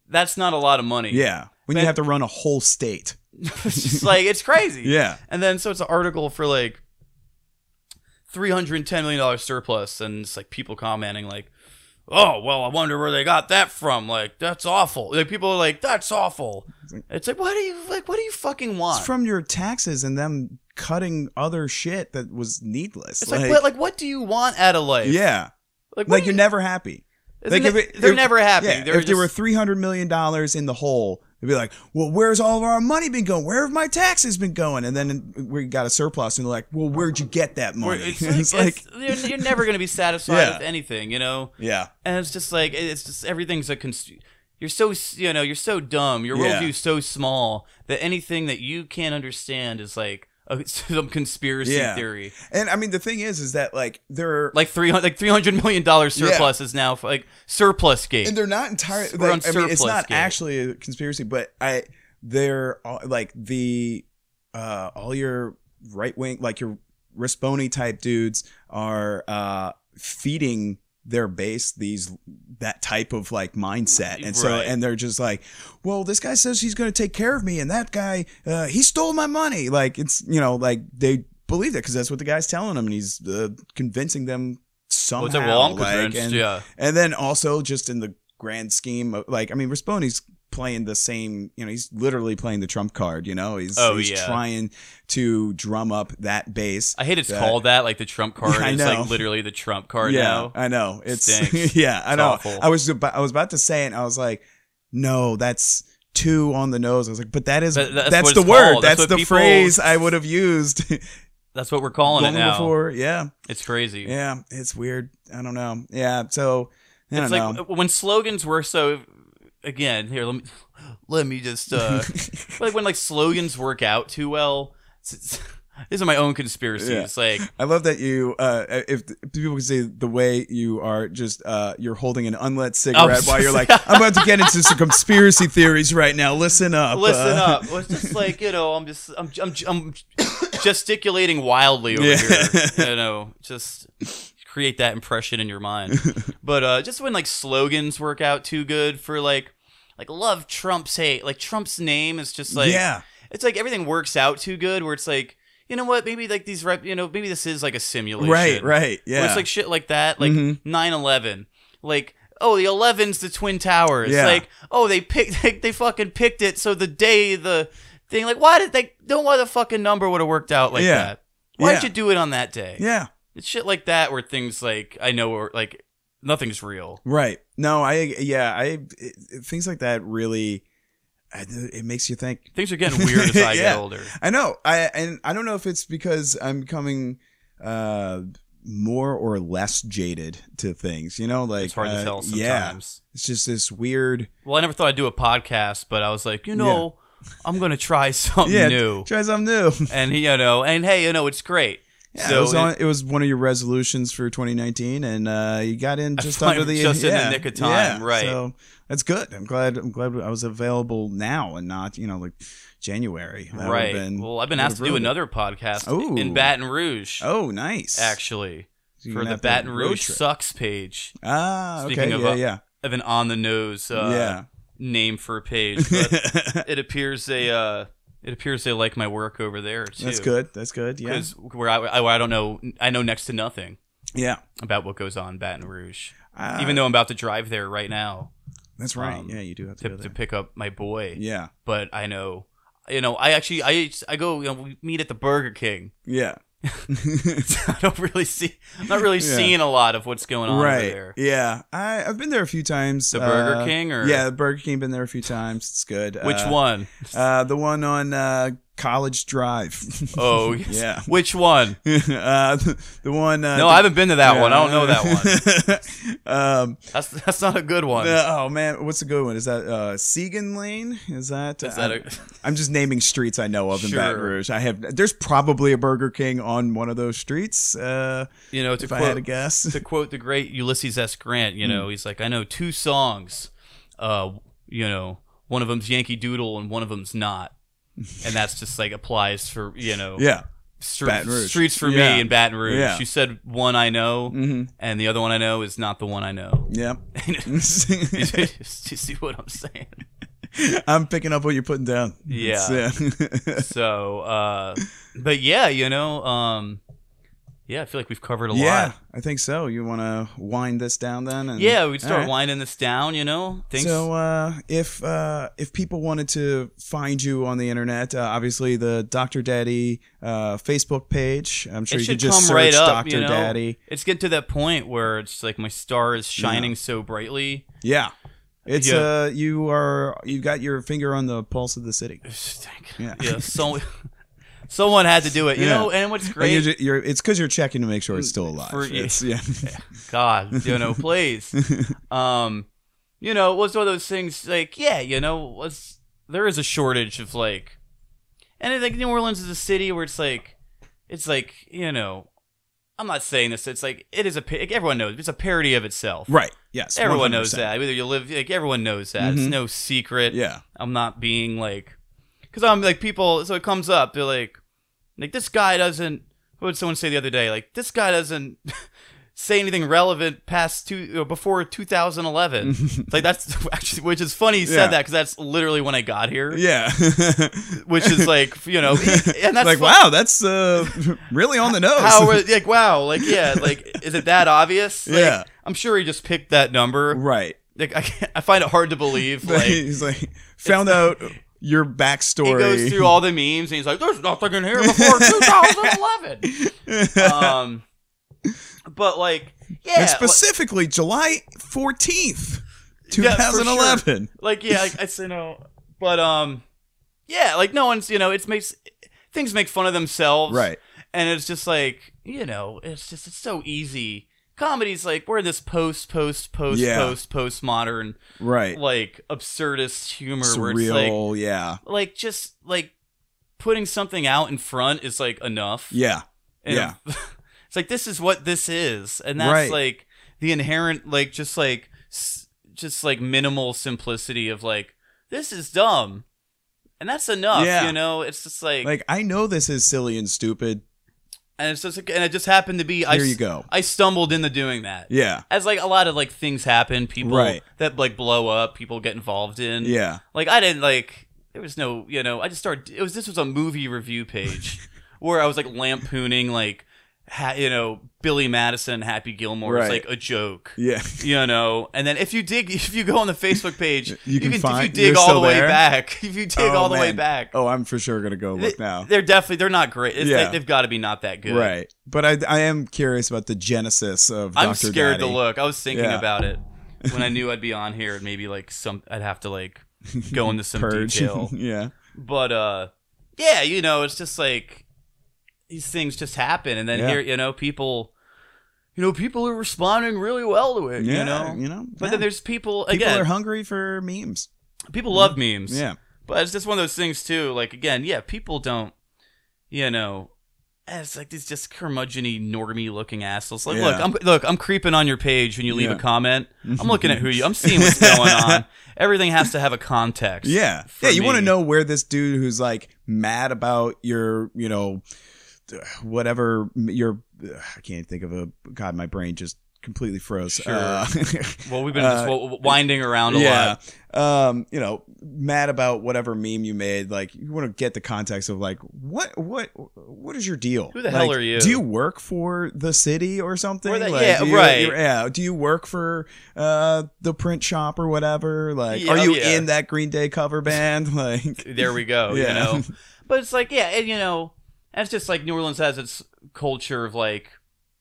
S3: that's not a lot of money.
S2: yeah, when you
S3: But-
S2: have to run a whole state,
S3: it's just like it's crazy.
S2: yeah,
S3: And then so it's an article for like three hundred and ten million dollar surplus, and it's like people commenting like, "Oh, well, I wonder where they got that from. Like, that's awful." Like people are like, "That's awful." It's like, what do you like? What do you fucking want?
S2: it's from your taxes and them cutting other shit that was needless.
S3: It's like, what, like what do you want out of life?
S2: yeah,
S3: like, what
S2: like
S3: do
S2: you're
S3: you-
S2: never happy.
S3: isn't
S2: like,
S3: it-
S2: if it-
S3: they're
S2: if-
S3: never happy.
S2: Yeah,
S3: they're
S2: if there were
S3: just-
S2: three hundred million dollars in the hole, they'd be like, "Well, where's all of our money been going? Where have my taxes been going?" And then we got a surplus, and they're like, "Well, where'd you get that
S3: where-
S2: money?"
S3: it's like, it's- you're, you're never gonna be satisfied
S2: Yeah.
S3: with anything, you know.
S2: yeah,
S3: and it's just like it's just everything's a cons- you're so s- you know you're so dumb your
S2: Yeah.
S3: worldview's so small that anything that you can't understand is like a, some conspiracy
S2: Yeah.
S3: theory
S2: And I mean, the thing is, is that like they're
S3: like 300 like 300 million dollar
S2: Yeah.
S3: surplus is now like surplus gate
S2: and they're not entirely.
S3: We're
S2: Like, I
S3: on
S2: mean, it's
S3: surplus
S2: not
S3: gate.
S2: actually a conspiracy, but I they're all, like the uh all your right wing, like your Risponi type dudes are uh feeding their base these that type of like mindset and so
S3: Right.
S2: and they're just like well this guy says he's going to take care of me and that guy uh, he stole my money like it's you know like they believe that because that's what the guy's telling them and he's uh, convincing them somehow
S3: Well, it's like, well, I'm
S2: like,
S3: convinced,
S2: and-
S3: yeah.
S2: and then also just in the grand scheme of like, I mean, Risponi's playing the same, you know, he's literally playing the trump card, you know, he's,
S3: Oh,
S2: he's
S3: yeah.
S2: trying to drum up that base.
S3: I hate it's
S2: Yeah.
S3: called that, like the Trump card.
S2: Yeah, I
S3: is
S2: know.
S3: like literally the Trump card
S2: yeah,
S3: now.
S2: I know. It's
S3: Stinks.
S2: yeah, I
S3: It's
S2: know.
S3: awful.
S2: I was about, I was about to say it and I was like, no, that's too on the nose. I was like, but that is
S3: That-
S2: that's,
S3: that's what
S2: the
S3: it's
S2: word.
S3: called.
S2: That's,
S3: That's what
S2: the
S3: people-
S2: phrase I would have used
S3: That's what we're calling
S2: long
S3: it now.
S2: before. Yeah.
S3: It's crazy.
S2: Yeah, it's weird. I don't know. Yeah, so I
S3: it's
S2: don't know.
S3: like when slogans were so. Again, here let me Let me just uh, like when like slogans work out too well. It's, it's, these are my own conspiracies.
S2: Yeah.
S3: It's Like
S2: I love that you, uh, if if people can see the way you are just, uh, you're holding an unlit cigarette
S3: Oh.
S2: while you're like, I'm about to get into some conspiracy theories right now. Listen up.
S3: listen
S2: Uh,
S3: up. Well, It's just like you know, I'm just I'm I'm, I'm gesticulating wildly over
S2: Yeah.
S3: here. You know, just create that impression in your mind. But uh, just when like slogans work out too good for like like love Trump's hate, like Trump's name is just like
S2: yeah.
S3: it's like everything works out too good. Where it's like you know what, maybe like these rep, you know, maybe this is like a simulation,
S2: Right. Right.
S3: Where
S2: Yeah.
S3: it's like shit like that, like
S2: Mhm.
S3: 9/11, like oh the 11's the Twin Towers,
S2: Yeah.
S3: like oh they picked they, they fucking picked it so the day the thing like why did they no other fucking number would have worked out like
S2: Yeah.
S3: that? Why'd
S2: Yeah.
S3: you do it on that day?
S2: yeah.
S3: It's shit like that where things like I know are like nothing's real.
S2: Right. No. I. Yeah. I. It, it- things like that really. I- It makes you think.
S3: Things are getting weird as I
S2: Yeah.
S3: get older.
S2: I know. I and I don't know if it's because I'm becoming uh, more or less jaded to things. You know, like
S3: It's hard
S2: uh,
S3: to tell sometimes.
S2: Yeah, it's just this weird.
S3: Well, I never thought I'd do a podcast, but I was like, you know, I'm gonna try something
S2: Yeah,
S3: new.
S2: try something new.
S3: and you know, and hey, you know, it's great.
S2: Yeah,
S3: so
S2: it, was on, it was one of your resolutions for 2019, and uh, you got in
S3: I
S2: just
S3: finally
S2: under the
S3: just in the
S2: yeah,
S3: nick of time,
S2: yeah.
S3: right.
S2: So that's good. I'm glad. I'm glad I was available now and not you know like January. That would've
S3: right.
S2: been-
S3: well, I've been
S2: would've
S3: asked to do
S2: ruined it.
S3: another podcast
S2: Ooh.
S3: in Baton Rouge,
S2: Oh, nice.
S3: actually,
S2: So you're
S3: for
S2: gonna
S3: the
S2: have to
S3: Baton
S2: road
S3: Rouge
S2: trip.
S3: Sucks page.
S2: Ah, okay.
S3: Speaking of,
S2: yeah,
S3: uh,
S2: yeah,
S3: I have an on the nose uh,
S2: yeah.
S3: name for a page, but it appears they uh, it appears they like my work over there too.
S2: That's good. That's good. Yeah.
S3: Because where I, I I don't know I know next to nothing
S2: Yeah.
S3: about what goes on in Baton Rouge,
S2: Uh,
S3: even though I'm about to drive there right now
S2: Ah, that's right.
S3: um,
S2: yeah, you do have to
S3: to,
S2: go
S3: to
S2: there.
S3: pick up my boy.
S2: Yeah.
S3: But I know. You know, I actually, I, I go, you know, we meet at the Burger King.
S2: Yeah.
S3: I don't really see, I'm not really
S2: Yeah.
S3: seeing a lot of what's going on over
S2: right.
S3: there.
S2: Yeah. I I've been there a few times.
S3: The
S2: uh,
S3: Burger King or
S2: Yeah, the Burger King been there a few times. It's good.
S3: which
S2: Uh,
S3: one?
S2: Uh, the one on uh, College Drive.
S3: Oh yes.
S2: yeah.
S3: Which one?
S2: uh, the, the one. Uh,
S3: No, I haven't been to that one. I don't know that one.
S2: one. um,
S3: That's that's not a good one.
S2: the- oh man, what's a good one? Is that uh, Segan Lane? Is that?
S3: Is that
S2: I-
S3: a,
S2: I'm just naming streets I know of in
S3: Sure.
S2: Baton Rouge. I have there's probably a Burger King on one of those streets. Uh,
S3: you know to
S2: if I had
S3: quote
S2: to guess, Hmm.
S3: to quote the great Ulysses S. Grant? You know, he's like, I know two songs. Uh, you know, one of them's Yankee Doodle and one of them's not, and that's just like applies for you know
S2: yeah,
S3: stre-
S2: Baton Rouge.
S3: streets for
S2: Yeah.
S3: me in Baton Rouge.
S2: Yeah.
S3: You said one I know,
S2: hmm
S3: and the other one I know is not the one I know.
S2: yeah.
S3: you see what I'm saying?
S2: I'm picking up what you're putting down.
S3: Yeah.
S2: It's, uh,
S3: so uh but yeah you know um yeah i feel like we've covered a
S2: yeah,
S3: lot
S2: I think so. You want to wind this down then? And,
S3: yeah we'd start
S2: All right.
S3: winding this down you know things
S2: So, uh, if uh, if people wanted to find you on the internet, uh, obviously the Dr. Daddy uh, Facebook page. I'm sure
S3: it
S2: you could
S3: should
S2: just
S3: come
S2: search
S3: right up
S2: Dr.
S3: you know
S2: Daddy.
S3: it's getting to that point where it's like my star is shining so brightly
S2: Yeah, it's
S3: Yeah.
S2: uh, you are you got your finger on the pulse of the city.
S3: Thank-
S2: Yeah.
S3: yeah, so someone had to do it you
S2: Yeah.
S3: know and what's
S2: And
S3: great Mm,
S2: you're, ju- you're, it's because you're checking to make sure it's still alive.
S3: For-
S2: It's- yeah.
S3: God, you know, please. Um, you know, it was one of those things like, yeah, you know, was there is a shortage of like, and I think New Orleans is a city where it's like, it's like you know, I'm not saying this. It's like it is a pa- like, everyone knows it's a parody of itself.
S2: right. Yes.
S3: Everyone knows
S2: 100%.
S3: that. Whether you live, like everyone knows that.
S2: Mhm.
S3: It's no secret.
S2: Yeah.
S3: I'm not being like, because I'm like people. So it comes up. They're like, like this guy doesn't. What did someone say the other day? Like this guy doesn't say anything relevant past two or before 2011. It's like that's actually, which is funny. You
S2: Yeah.
S3: said that because that's literally when I got here.
S2: Yeah.
S3: Which is like you know, e, and that's
S2: like
S3: fu-
S2: wow, that's uh, really on the nose.
S3: How we're- like wow, like yeah, like is it that obvious? Like,
S2: Yeah.
S3: I'm sure he just picked that number.
S2: right.
S3: Like I, can't- I find it hard to believe. Like
S2: he's like found out your backstory.
S3: he goes through all the memes and he's like, "There's nothing in here before 2011." um, but like, yeah,
S2: and specifically July fourteenth, two
S3: Yeah, for sure.
S2: thousand eleven.
S3: like, like, yeah, like, it's you know, but um, yeah, like no one's you know, it's makes things make fun of themselves,
S2: Right.
S3: And it's just like you know, it's just it's so easy comedy's like we're in this post post post
S2: Yeah.
S3: post post modern
S2: Right.
S3: like absurdist humor where it's like
S2: Surreal. yeah.
S3: like just like putting something out in front is like enough.
S2: Yeah.
S3: And
S2: Yeah.
S3: it's like this is what this is, and that's
S2: Right.
S3: like the inherent like just like s- just like minimal simplicity of like this is dumb, and that's enough.
S2: Yeah.
S3: You know, it's just like,
S2: Like I know this is silly and stupid.
S3: and it's just like, and it just happened to be. I
S2: Here you
S3: s-
S2: go.
S3: I stumbled into doing that.
S2: Yeah.
S3: As like a lot of like things happen, people
S2: Right.
S3: that like blow up, people get involved in.
S2: Yeah.
S3: Like I didn't like there was no you know I just started it was this was a movie review page where I was like lampooning like ha, you know Billy Madison Happy Gilmore is
S2: Right.
S3: like a joke
S2: Yeah.
S3: you know and then if you dig if you go on the Facebook page you,
S2: You can
S3: can,
S2: find-
S3: if you dig
S2: you're
S3: all
S2: still
S3: the way
S2: there?
S3: back if you dig
S2: Oh,
S3: all the way
S2: man.
S3: back
S2: Oh, I'm for sure gonna go
S3: they,
S2: look now.
S3: are definitely they're not great it's,
S2: Yeah.
S3: they, have got to be not that good
S2: Right. But I I am curious about the genesis of
S3: I'm
S2: Dr.
S3: scared
S2: Daddy.
S3: to look I was thinking
S2: Yeah.
S3: about it when I knew I'd be on here and maybe like some I'd have to like go into some
S2: purge.
S3: detail
S2: yeah.
S3: but uh yeah you know it's just like these things just happen and then
S2: Yeah.
S3: here you know people you know people are responding really well to it
S2: Yeah.
S3: you know
S2: You know.
S3: but
S2: yeah.
S3: then there's people
S2: people
S3: again
S2: are
S3: people,
S2: hungry for memes.
S3: love memes
S2: Yeah.
S3: but it's just one of those things too like again yeah people don't you know eh, it's like these just curmudgeony normie looking assholes like look
S2: Yeah.
S3: i'm look i'm creeping on your page when you leave
S2: Yeah.
S3: a comment i'm
S2: Mm-hmm.
S3: looking at who you i'm seeing what's going on everything has to have a context
S2: Yeah.
S3: for
S2: Yeah, you want to
S3: me.
S2: know where this dude who's like mad about your, you know, whatever your I can't think of a god my brain just completely froze.
S3: Sure.
S2: Uh,
S3: well we've been
S2: uh,
S3: just w- w- winding around a lot
S2: yeah. Um, you know, mad about whatever meme you made, like you want to get the context of like what what what is your deal?
S3: Who the hell
S2: Like,
S3: are you?
S2: Do you work for the city or something?
S3: Or the-
S2: Like,
S3: yeah,
S2: do you-
S3: right.
S2: you- Yeah, do you work for uh the print shop or whatever? Like
S3: Yeah,
S2: are
S3: oh,
S2: you
S3: yeah.
S2: in that Green Day cover band? Like
S3: there we go.
S2: Yeah.
S3: You know, but it's like yeah, and you know, and it's just like New Orleans has its culture of like,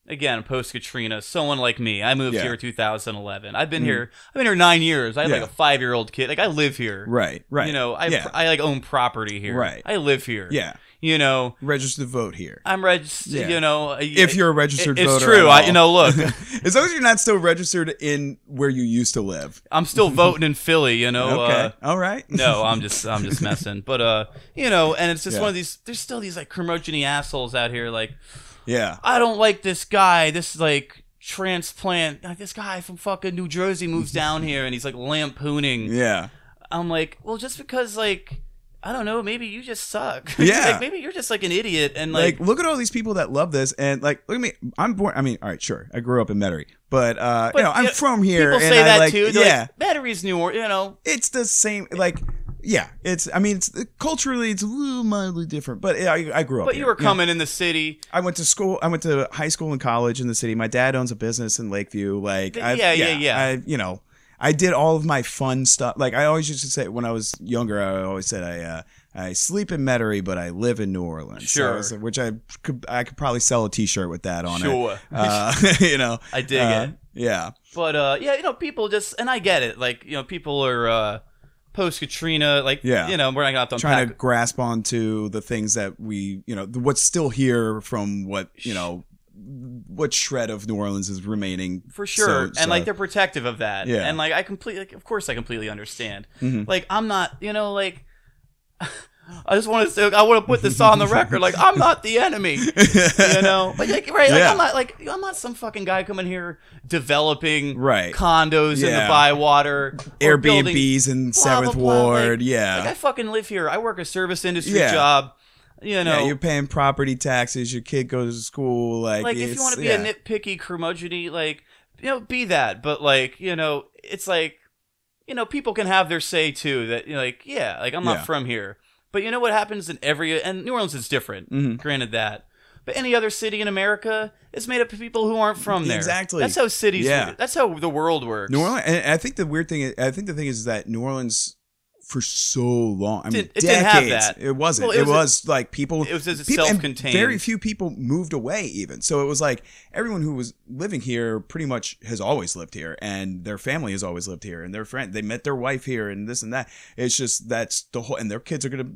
S3: again, post Katrina. Someone like me, I moved
S2: Yeah.
S3: here 2011. I've been
S2: Mhm.
S3: here. I've been here nine years. I have
S2: Yeah.
S3: like a five year old kid. Like I live here.
S2: Right, right.
S3: You know, I
S2: yeah,
S3: I like own property here.
S2: Right.
S3: I live here.
S2: yeah.
S3: You know,
S2: Register to vote here.
S3: I'm registered.
S2: Yeah.
S3: You know,
S2: If you're a registered
S3: it's
S2: voter,
S3: true.
S2: at
S3: I
S2: all.
S3: you know, look,
S2: as long as you're not still registered in where you used to live.
S3: I'm still voting in Philly. You know.
S2: okay,
S3: Uh,
S2: all right.
S3: no, I'm just I'm just messing. But uh, you know, and it's just
S2: Yeah.
S3: one of these. There's still these like curmudgeony assholes out here. Like
S2: yeah,
S3: I don't like this guy. This like transplant. Like this guy from fucking New Jersey moves down here and he's like lampooning.
S2: yeah,
S3: I'm like, well, just because like I don't know, maybe you just suck.
S2: Yeah.
S3: like maybe you're just like an idiot and
S2: like,
S3: like,
S2: look at all these people that love this, and like, look at me. I'm born. I mean, all right, sure. I grew up in Metairie, but uh,
S3: But,
S2: you know, I'm
S3: yeah,
S2: from here.
S3: people
S2: and
S3: say
S2: I,
S3: that
S2: like,
S3: too. They're
S2: Yeah,
S3: like, batteries new or you know.
S2: it's the same. Like, yeah, it's. I mean, it's culturally, it's a little mildly different, but I, I grew up.
S3: But you
S2: here,
S3: were
S2: know?
S3: coming in the city.
S2: I went to school. I went to high school and college in the city. My dad owns a business in Lakeview. Like,
S3: Th-
S2: I've-
S3: yeah, yeah, yeah.
S2: I, you know, I did all of my fun stuff. Like, I always used to say when I was younger, I always said I uh, I sleep in Metairie, but I live in New Orleans. So
S3: Sure.
S2: I was- which I could I could probably sell a T-shirt with that on it.
S3: Sure.
S2: Uh, you know,
S3: I dig
S2: uh,
S3: it.
S2: Yeah,
S3: But uh, yeah, you know, people just and I get it. Like you know, people are uh, post Katrina. Like
S2: Yeah.
S3: you know, we're not gonna have to
S2: trying
S3: unpack
S2: to grasp onto the things that we, you know, the- what's still here from what you know, what shred of New Orleans is remaining.
S3: for sure
S2: So-
S3: and like
S2: so-
S3: they're protective of that
S2: Yeah.
S3: and like i completely like, of course i completely understand
S2: Mhm.
S3: like i'm not you know like i just want to say i want to put this on the record like i'm not the enemy you know but like right like
S2: Yeah.
S3: i'm not like i'm not some fucking guy coming here developing
S2: Right.
S3: condos in
S2: Yeah.
S3: the bywater or building-
S2: Airbnbs in
S3: blah, blah,
S2: Seventh
S3: blah, like-
S2: Ward. yeah,
S3: like i fucking live here i work a service industry
S2: Yeah.
S3: job you know
S2: yeah. You're paying property taxes. Your kid goes to school. Like,
S3: like if you
S2: it's-
S3: want to be
S2: yeah.
S3: a nitpicky curmudgeony like you know be that but like you know it's like you know people can have their say too that you know, like yeah like i'm
S2: Yeah.
S3: not from here but you know what happens in every and new orleans is different
S2: Mhm.
S3: granted that but any other city in america is made up of people who aren't from there
S2: Exactly.
S3: that's how cities
S2: Yeah.
S3: that's how the world works
S2: New Orleans, and I think the weird thing, is, I think the thing is that New Orleans for so long, I mean,
S3: Didn't- it didn't
S2: decades,
S3: have that.
S2: it wasn't.
S3: Well, it
S2: it,
S3: was a-
S2: was like people.
S3: it was just
S2: people- and
S3: self-contained
S2: Very few people moved away, even. So it was like everyone who was living here pretty much has always lived here, and their family has always lived here, and their friend they met their wife here, and this and that. It's just that's the whole, and their kids are gonna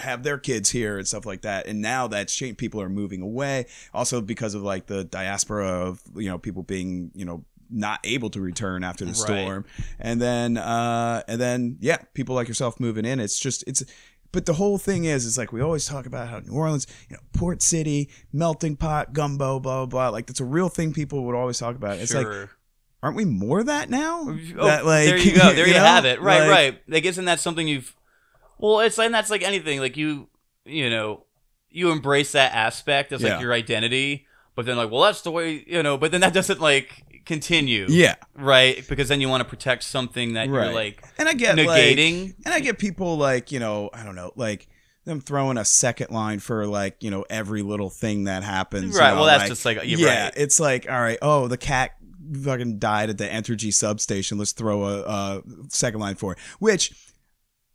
S2: have their kids here and stuff like that. And now that's changed. People are moving away. Also because of like the diaspora of, you know, people being, you know, not able to return after the
S3: Right.
S2: storm. And then, uh, and then, yeah, people like yourself moving in. It's just, it's, but the whole thing is, it's like we always talk about how New Orleans, you know, port city, melting pot, gumbo, blah, blah, blah. Like that's a real thing people would always talk about. It's like,
S3: Sure.
S2: aren't we more that now?
S3: Oh,
S2: That, like,
S3: there you go. There you,
S2: know?
S3: have it. Right,
S2: Like,
S3: right. Like, isn't that something you've? Well, it's and that's like anything. Like you, you know, you embrace that aspect as like
S2: Yeah.
S3: your identity, but then like, well, that's the way you know. But then that doesn't like continue,
S2: Yeah,
S3: right? Because then you want to protect something that
S2: Right.
S3: you're like
S2: and I get like,
S3: negating.
S2: and I get people like you know I don't know like them throwing a second line for like you know every little thing that happens. you
S3: right.
S2: know,
S3: Well, that's
S2: like,
S3: just like you're
S2: yeah,
S3: right.
S2: it's like all right. Oh, the cat fucking died at the Entergy substation. Let's throw a, uh second line for it, which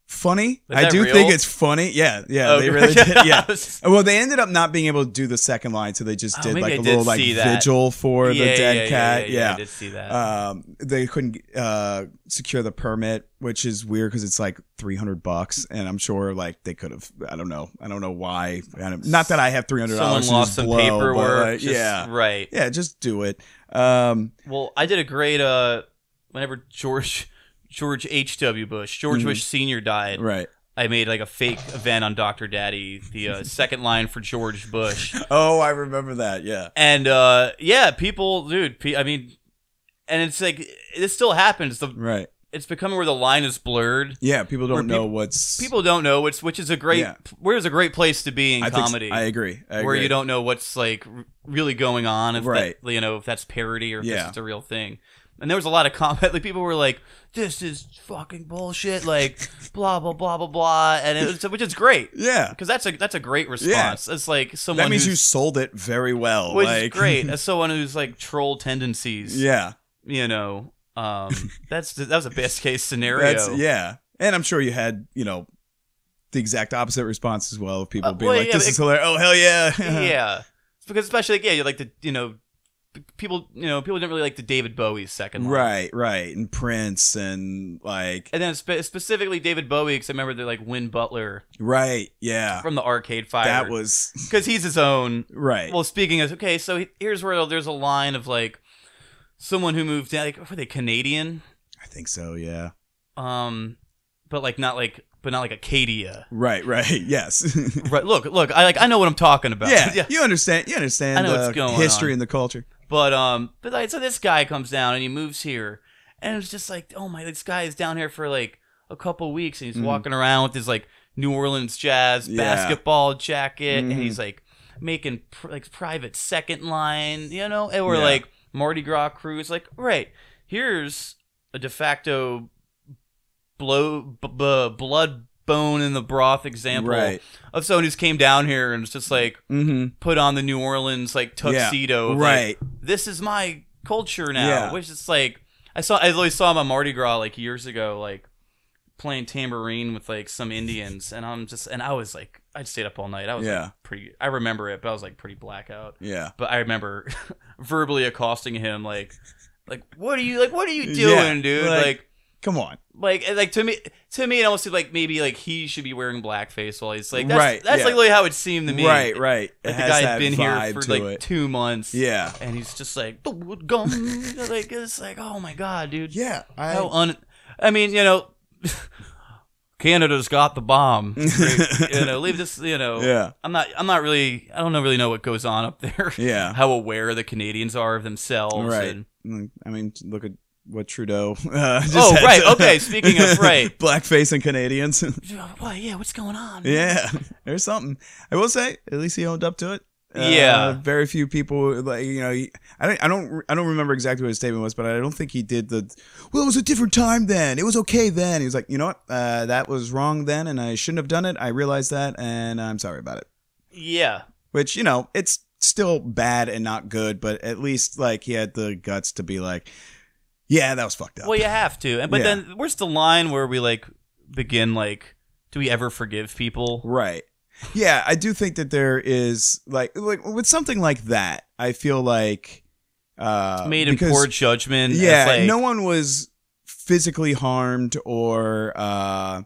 S2: funny.
S3: Is
S2: I
S3: that
S2: do
S3: real?
S2: think it's funny. Yeah, yeah,
S3: Oh,
S2: they really
S3: okay.
S2: did. Yeah. Well, they ended up not being able to do the second line, so they just
S3: Oh,
S2: did
S3: maybe
S2: like
S3: I
S2: a
S3: did
S2: little like
S3: see that.
S2: vigil for
S3: Yeah,
S2: the dead
S3: yeah,
S2: cat.
S3: Yeah, yeah, I did see that.
S2: um, they couldn't uh, secure the permit, which is weird because it's like three hundred bucks, and I'm sure like they could have. I don't know. I don't know why. I don't, not that I have three hundred
S3: Someone
S2: dollars.
S3: lost some paperwork. just-
S2: yeah,
S3: Right.
S2: yeah. Just do it. Um,
S3: Well, I did a great uh whenever George George H. W. Bush, George
S2: Mhm.
S3: Bush Senior died.
S2: right.
S3: I made like a fake event on Doctor Daddy, the uh, second line for George Bush,
S2: Oh, I remember that. Yeah.
S3: and uh yeah, people, dude, pe- I mean, and it's like this still happens. The
S2: Right.
S3: it's becoming where the line is blurred.
S2: Yeah. People
S3: Where
S2: don't know
S3: peop-
S2: what's
S3: People don't know which which is a great
S2: Yeah.
S3: where's a great place to be in
S2: I think-
S3: comedy.
S2: I agree. I
S3: where
S2: agree.
S3: you don't know what's like r- really going on if
S2: Right.
S3: that, you know if that's parody or if
S2: Yeah.
S3: it's a real thing and there was a lot of comment like people were like this is fucking bullshit like blah blah blah blah blah and it was, which is great
S2: Yeah.
S3: because that's a that's a great response it's like someone
S2: That means you
S3: who's,
S2: sold it very well.
S3: which
S2: like
S3: is great as someone who's like troll tendencies
S2: Yeah.
S3: you know um that's that was a best case scenario
S2: That's yeah, and I'm sure you had you know the exact opposite response as well of people
S3: Uh,
S2: being
S3: well,
S2: like,
S3: yeah,
S2: "This
S3: it-
S2: is hilarious! Oh hell yeah!"
S3: yeah because especially like, yeah you like the you know p- people you know people didn't really like the david bowie second line.
S2: right, right, and Prince and like
S3: And then spe- specifically David Bowie, because I remember they're like Win Butler
S2: right, yeah,
S3: from the Arcade Fire.
S2: Ah, that was
S3: because he's his own.
S2: right.
S3: Well, speaking of okay, so he- here's where there's a line of like someone who moved down. Like, were they Canadian?
S2: I think so. Yeah,
S3: Um, but like not like but not like Acadia.
S2: right, right. Yes,
S3: Right. Look, look. I like I know what I'm talking about.
S2: yeah, You understand? You understand
S3: I know
S2: the
S3: what's going
S2: history
S3: on.
S2: and the culture?
S3: But um, but like so this guy comes down and he moves here, and it's just like oh my, this guy is down here for like a couple weeks, and he's
S2: Mhm.
S3: walking around with his like New Orleans Jazz
S2: Yeah.
S3: basketball jacket,
S2: Mhm.
S3: and he's like making pr- like private second line, you know, and we're
S2: Yeah.
S3: like Mardi Gras crews, like right here's a de facto blow b- b- blood bone in the broth example
S2: Right.
S3: of someone who's came down here and was just like
S2: Mm-hmm.
S3: put on the New Orleans like tuxedo, of, like,
S2: Right.
S3: this is my culture now,
S2: Yeah.
S3: which is like I saw I always saw him on Mardi Gras like years ago, like playing tambourine with like some Indians, and I'm just and I was like I stayed up all night. I was
S2: Yeah.
S3: like, pretty. I remember it, but I was like pretty blackout.
S2: yeah.
S3: But I remember verbally accosting him like like what are you like what are you doing,
S2: Yeah,
S3: dude?
S2: like-
S3: like
S2: Come on.
S3: like and, like to me to me it almost seemed like maybe like he should be wearing blackface while he's like that's,
S2: Right,
S3: that's
S2: yeah.
S3: like literally how it seemed to me
S2: Right, right. It
S3: like the
S2: has
S3: guy
S2: that
S3: had been here
S2: vibe
S3: for
S2: to
S3: like
S2: it.
S3: two months
S2: yeah,
S3: and he's just like the wood gum like it's like oh my god dude
S2: yeah. I,
S3: how un I mean you know Canada's got the bomb Like, you know leave this you know
S2: yeah,
S3: I'm not I'm not really I don't know- really know what goes on up there
S2: yeah.
S3: how aware the Canadians are of themselves
S2: Right.
S3: and-
S2: Mm, I mean, look at what Trudeau. Uh, just
S3: Oh,
S2: had
S3: right, okay, speaking of, right. Mm-hmm.
S2: blackface and Canadians.
S3: Why, yeah what's going on man?
S2: yeah, there's something. I will say, at least he owned up to it. Uh,
S3: Yeah.
S2: very few people like you know. he- I don't, I don't, I don't remember exactly what his statement was, but I don't think he did the. Well, it was a different time then. It was okay then. He was like, you know what, uh, that was wrong then, and I shouldn't have done it. I realized that, and I'm sorry about it.
S3: yeah
S2: Which you know, it's still bad and not good, but at least like he had the guts to be like, yeah, that was fucked up.
S3: Well, you have to. And but
S2: Yeah.
S3: then where's the line where we like begin like do we ever forgive people?
S2: Right. Yeah, I do think that there is like like with something like that, I feel like uh
S3: Made in
S2: because-
S3: poor judgment.
S2: Yeah,
S3: It's like,
S2: no one was physically harmed or uh I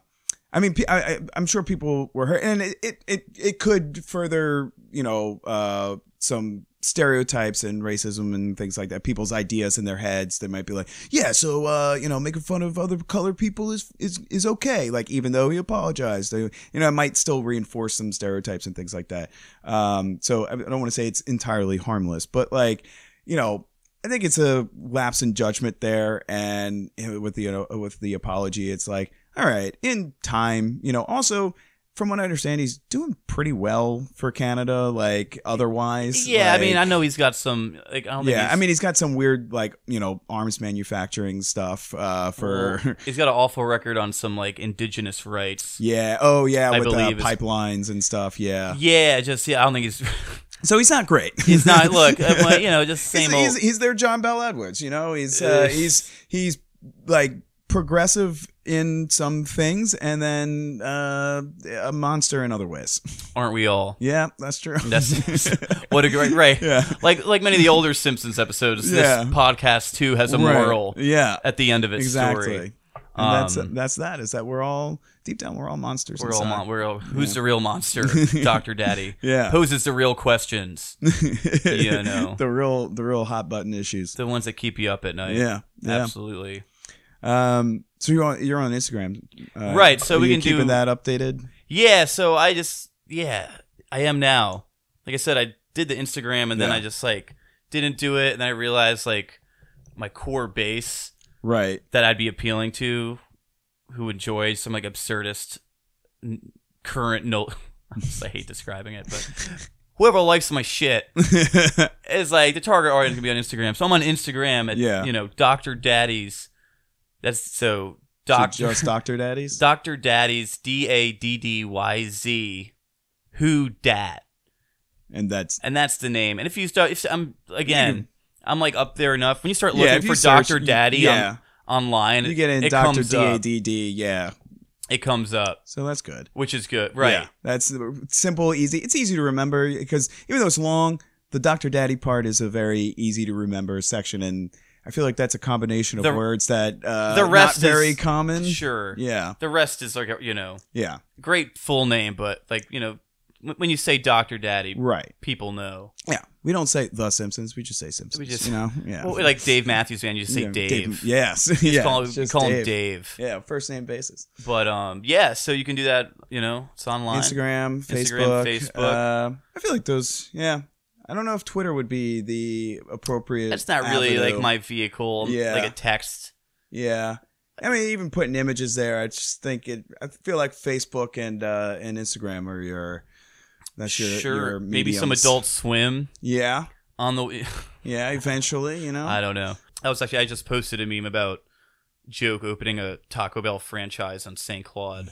S2: I mean, pe- I, I, I'm sure people were hurt, and it, it, it, it could further, you know, uh, some stereotypes and racism and things like that. People's ideas in their heads, they might be like, yeah, so uh, you know, making fun of other colored people is is is okay. Like even though he apologized, they, you know, it might still reinforce some stereotypes and things like that. Um, so I I don't want to say it's entirely harmless, but like, you know, I think it's a lapse in judgment there, and you know, with the you know, with the apology, it's like, all right, in time, you know. Also, from what I understand, he's doing pretty well for Canada, like otherwise.
S3: Yeah, I mean, I
S2: like-
S3: know he's got some. Like, I don't think
S2: yeah,
S3: he's-
S2: I mean, he's got some weird, like you know, arms manufacturing stuff uh, for.
S3: Well, he's got an awful record on some like indigenous rights.
S2: yeah. Oh, yeah.
S3: I
S2: with uh,
S3: believe it's-
S2: pipelines and stuff. Yeah.
S3: Yeah, just yeah. I don't think he's
S2: So he's not great.
S3: he's not. Look, uh, I'm like, you know, just same
S2: he's,
S3: old.
S2: he's, he's their John Bell Edwards, you know. He's uh,
S3: Ugh.
S2: he's he's like progressive in some things, and then uh, a monster in other ways.
S3: aren't we all?
S2: Yeah, that's true.
S3: That's what a great right.
S2: Yeah.
S3: Like like many of the older Simpsons episodes,
S2: Yeah.
S3: this podcast too has a
S2: Right.
S3: moral
S2: Yeah,
S3: at the end of its
S2: exactly.
S3: story.
S2: And that's
S3: Um,
S2: that's that. Is that we're all deep down, we're all monsters.
S3: We're all,
S2: inside.
S3: mon- we're all who's the real monster, Doctor Daddy?
S2: Yeah.
S3: poses the real questions, you know.
S2: the real the real hot button issues.
S3: the ones that keep you up at night.
S2: yeah, yeah.
S3: absolutely.
S2: Um, so you're on you're on Instagram, uh,
S3: Right, so
S2: are
S3: we
S2: you
S3: can
S2: keeping
S3: do-
S2: that updated.
S3: Yeah, so I just yeah, I am now. Like I said, I did the Instagram and then
S2: Yeah.
S3: I just like didn't do it and then I realized like my core base
S2: Right.
S3: that I'd be appealing to who enjoy some like absurdist n- current no I hate describing it, but whoever likes my shit is like the target audience can be on Instagram. So I'm on Instagram at
S2: Yeah.
S3: you know, Dr. Daddy's that's
S2: So
S3: so Doctor
S2: just Doctor Daddies.
S3: Dr. Daddy's D A D D Y Z Who Dat.
S2: and that's
S3: And that's the name. And if you start if I'm again, I'm like up there enough. When you start
S2: Yeah,
S3: looking
S2: if
S3: for
S2: you search,
S3: Dr.
S2: you-
S3: Daddy
S2: yeah.
S3: on, online,
S2: you get in
S3: it
S2: Doctor
S3: comes
S2: D
S3: up.
S2: A D D. Yeah,
S3: It comes up,
S2: so that's good.
S3: which is good. Right.
S2: Yeah. That's simple, easy. It's easy to remember because even though it's long, the Doctor Daddy part is a very easy to remember section, and I feel like that's a combination of
S3: The-
S2: words that uh,
S3: the rest
S2: not very
S3: is-
S2: common.
S3: Sure.
S2: Yeah.
S3: The rest is like, you know,
S2: Yeah.
S3: great full name, but like, you know, w- when you say Dr. Daddy,
S2: Right.
S3: people know.
S2: Yeah. We don't say the Simpsons. We just say Simpsons.
S3: We just-
S2: you know. Yeah.
S3: Well, like Dave Matthews Band, you just say
S2: Yeah,
S3: Dave.
S2: Yes.
S3: You
S2: yeah.
S3: just call,
S2: it's
S3: you
S2: just
S3: call him Dave.
S2: Yeah. First name basis.
S3: But um, yeah, so you can do that, you know, it's online.
S2: Instagram,
S3: Instagram,
S2: Facebook.
S3: Facebook.
S2: Uh, I feel like those. Yeah. I don't know if Twitter would be the appropriate.
S3: That's not really
S2: avenue.
S3: like my vehicle,
S2: Yeah.
S3: like a text.
S2: Yeah. I mean, even putting images there, I just think it. I feel like Facebook and uh, and Instagram are your. That's your
S3: sure,
S2: your
S3: maybe some
S2: mediums.
S3: Adult Swim
S2: Yeah,
S3: on the.
S2: yeah. Eventually, you know.
S3: I don't know. I was actually I just posted a meme about joke opening a Taco Bell franchise on St. Claude,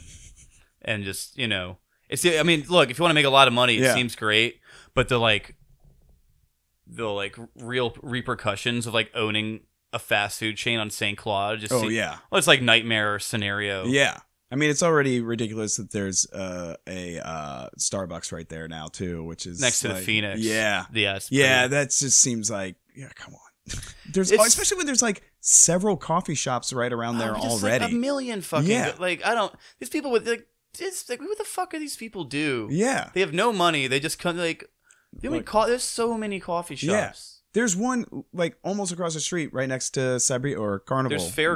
S3: and just you know, it's. I mean, look, if you want to make a lot of money, it
S2: Yeah.
S3: seems great, but the like, the like real repercussions of like owning a fast food chain on St. Claude just.
S2: oh
S3: seem-
S2: yeah,
S3: Well, it's like nightmare scenario.
S2: yeah. I mean, it's already ridiculous that there's uh, a uh, Starbucks right there now too, which is
S3: Next to the
S2: like-
S3: Phoenix.
S2: Yeah,
S3: Yeah. it's
S2: yeah.
S3: pretty-
S2: That just seems like yeah. Come on. there's
S3: It's-
S2: especially when there's like several coffee shops right around there
S3: Oh, just,
S2: already.
S3: Like a million fucking
S2: Yeah.
S3: like I don't these people with like this like what the fuck are these people do?
S2: yeah.
S3: They have no money. They just come like they only
S2: Like-
S3: call there's so many coffee
S2: Yeah.
S3: shops.
S2: There's one like almost across the street, right next to Siberia or Carnival.
S3: There's
S2: right?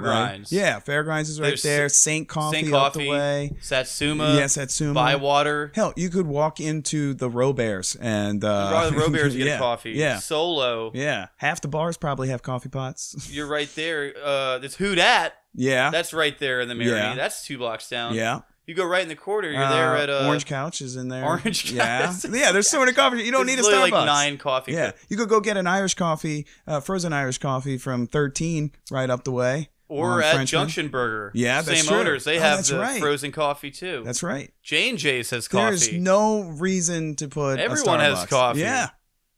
S3: Fairgrinds.
S2: Yeah, Fairgrinds is right
S3: There's
S2: there. Saint Coffee,
S3: Saint
S2: up
S3: Coffee,
S2: the way.
S3: Satsuma,
S2: Yes, at Suma.
S3: Bywater.
S2: Hell, you could walk into the Robears and uh,
S3: Brother Robert's get
S2: yeah,
S3: a coffee.
S2: Yeah,
S3: Solo.
S2: yeah. Half the bars probably have coffee pots.
S3: You're right there. Uh it's Who Dat.
S2: yeah,
S3: That's right there in the Mary.
S2: Yeah.
S3: That's two blocks down.
S2: yeah.
S3: You go right in the corner, you're there
S2: Uh,
S3: at uh
S2: Orange Couch is in there.
S3: Orange Couch.
S2: Yeah, yeah. There's so many coffee. You don't
S3: it's
S2: need a
S3: literally,
S2: Starbucks.
S3: like nine coffee.
S2: Yeah, you could go get an Irish coffee, uh, frozen Irish coffee from 13 right up the way.
S3: Or
S2: on
S3: at
S2: Frenchman.
S3: Junction Burger.
S2: Yeah, that's
S3: Same
S2: true.
S3: owners. They
S2: Oh,
S3: have
S2: that's
S3: the
S2: right.
S3: frozen coffee too.
S2: That's right.
S3: Jane J's has
S2: There's
S3: coffee.
S2: no reason to put a
S3: Everyone has
S2: Starbucks.
S3: coffee.
S2: Yeah,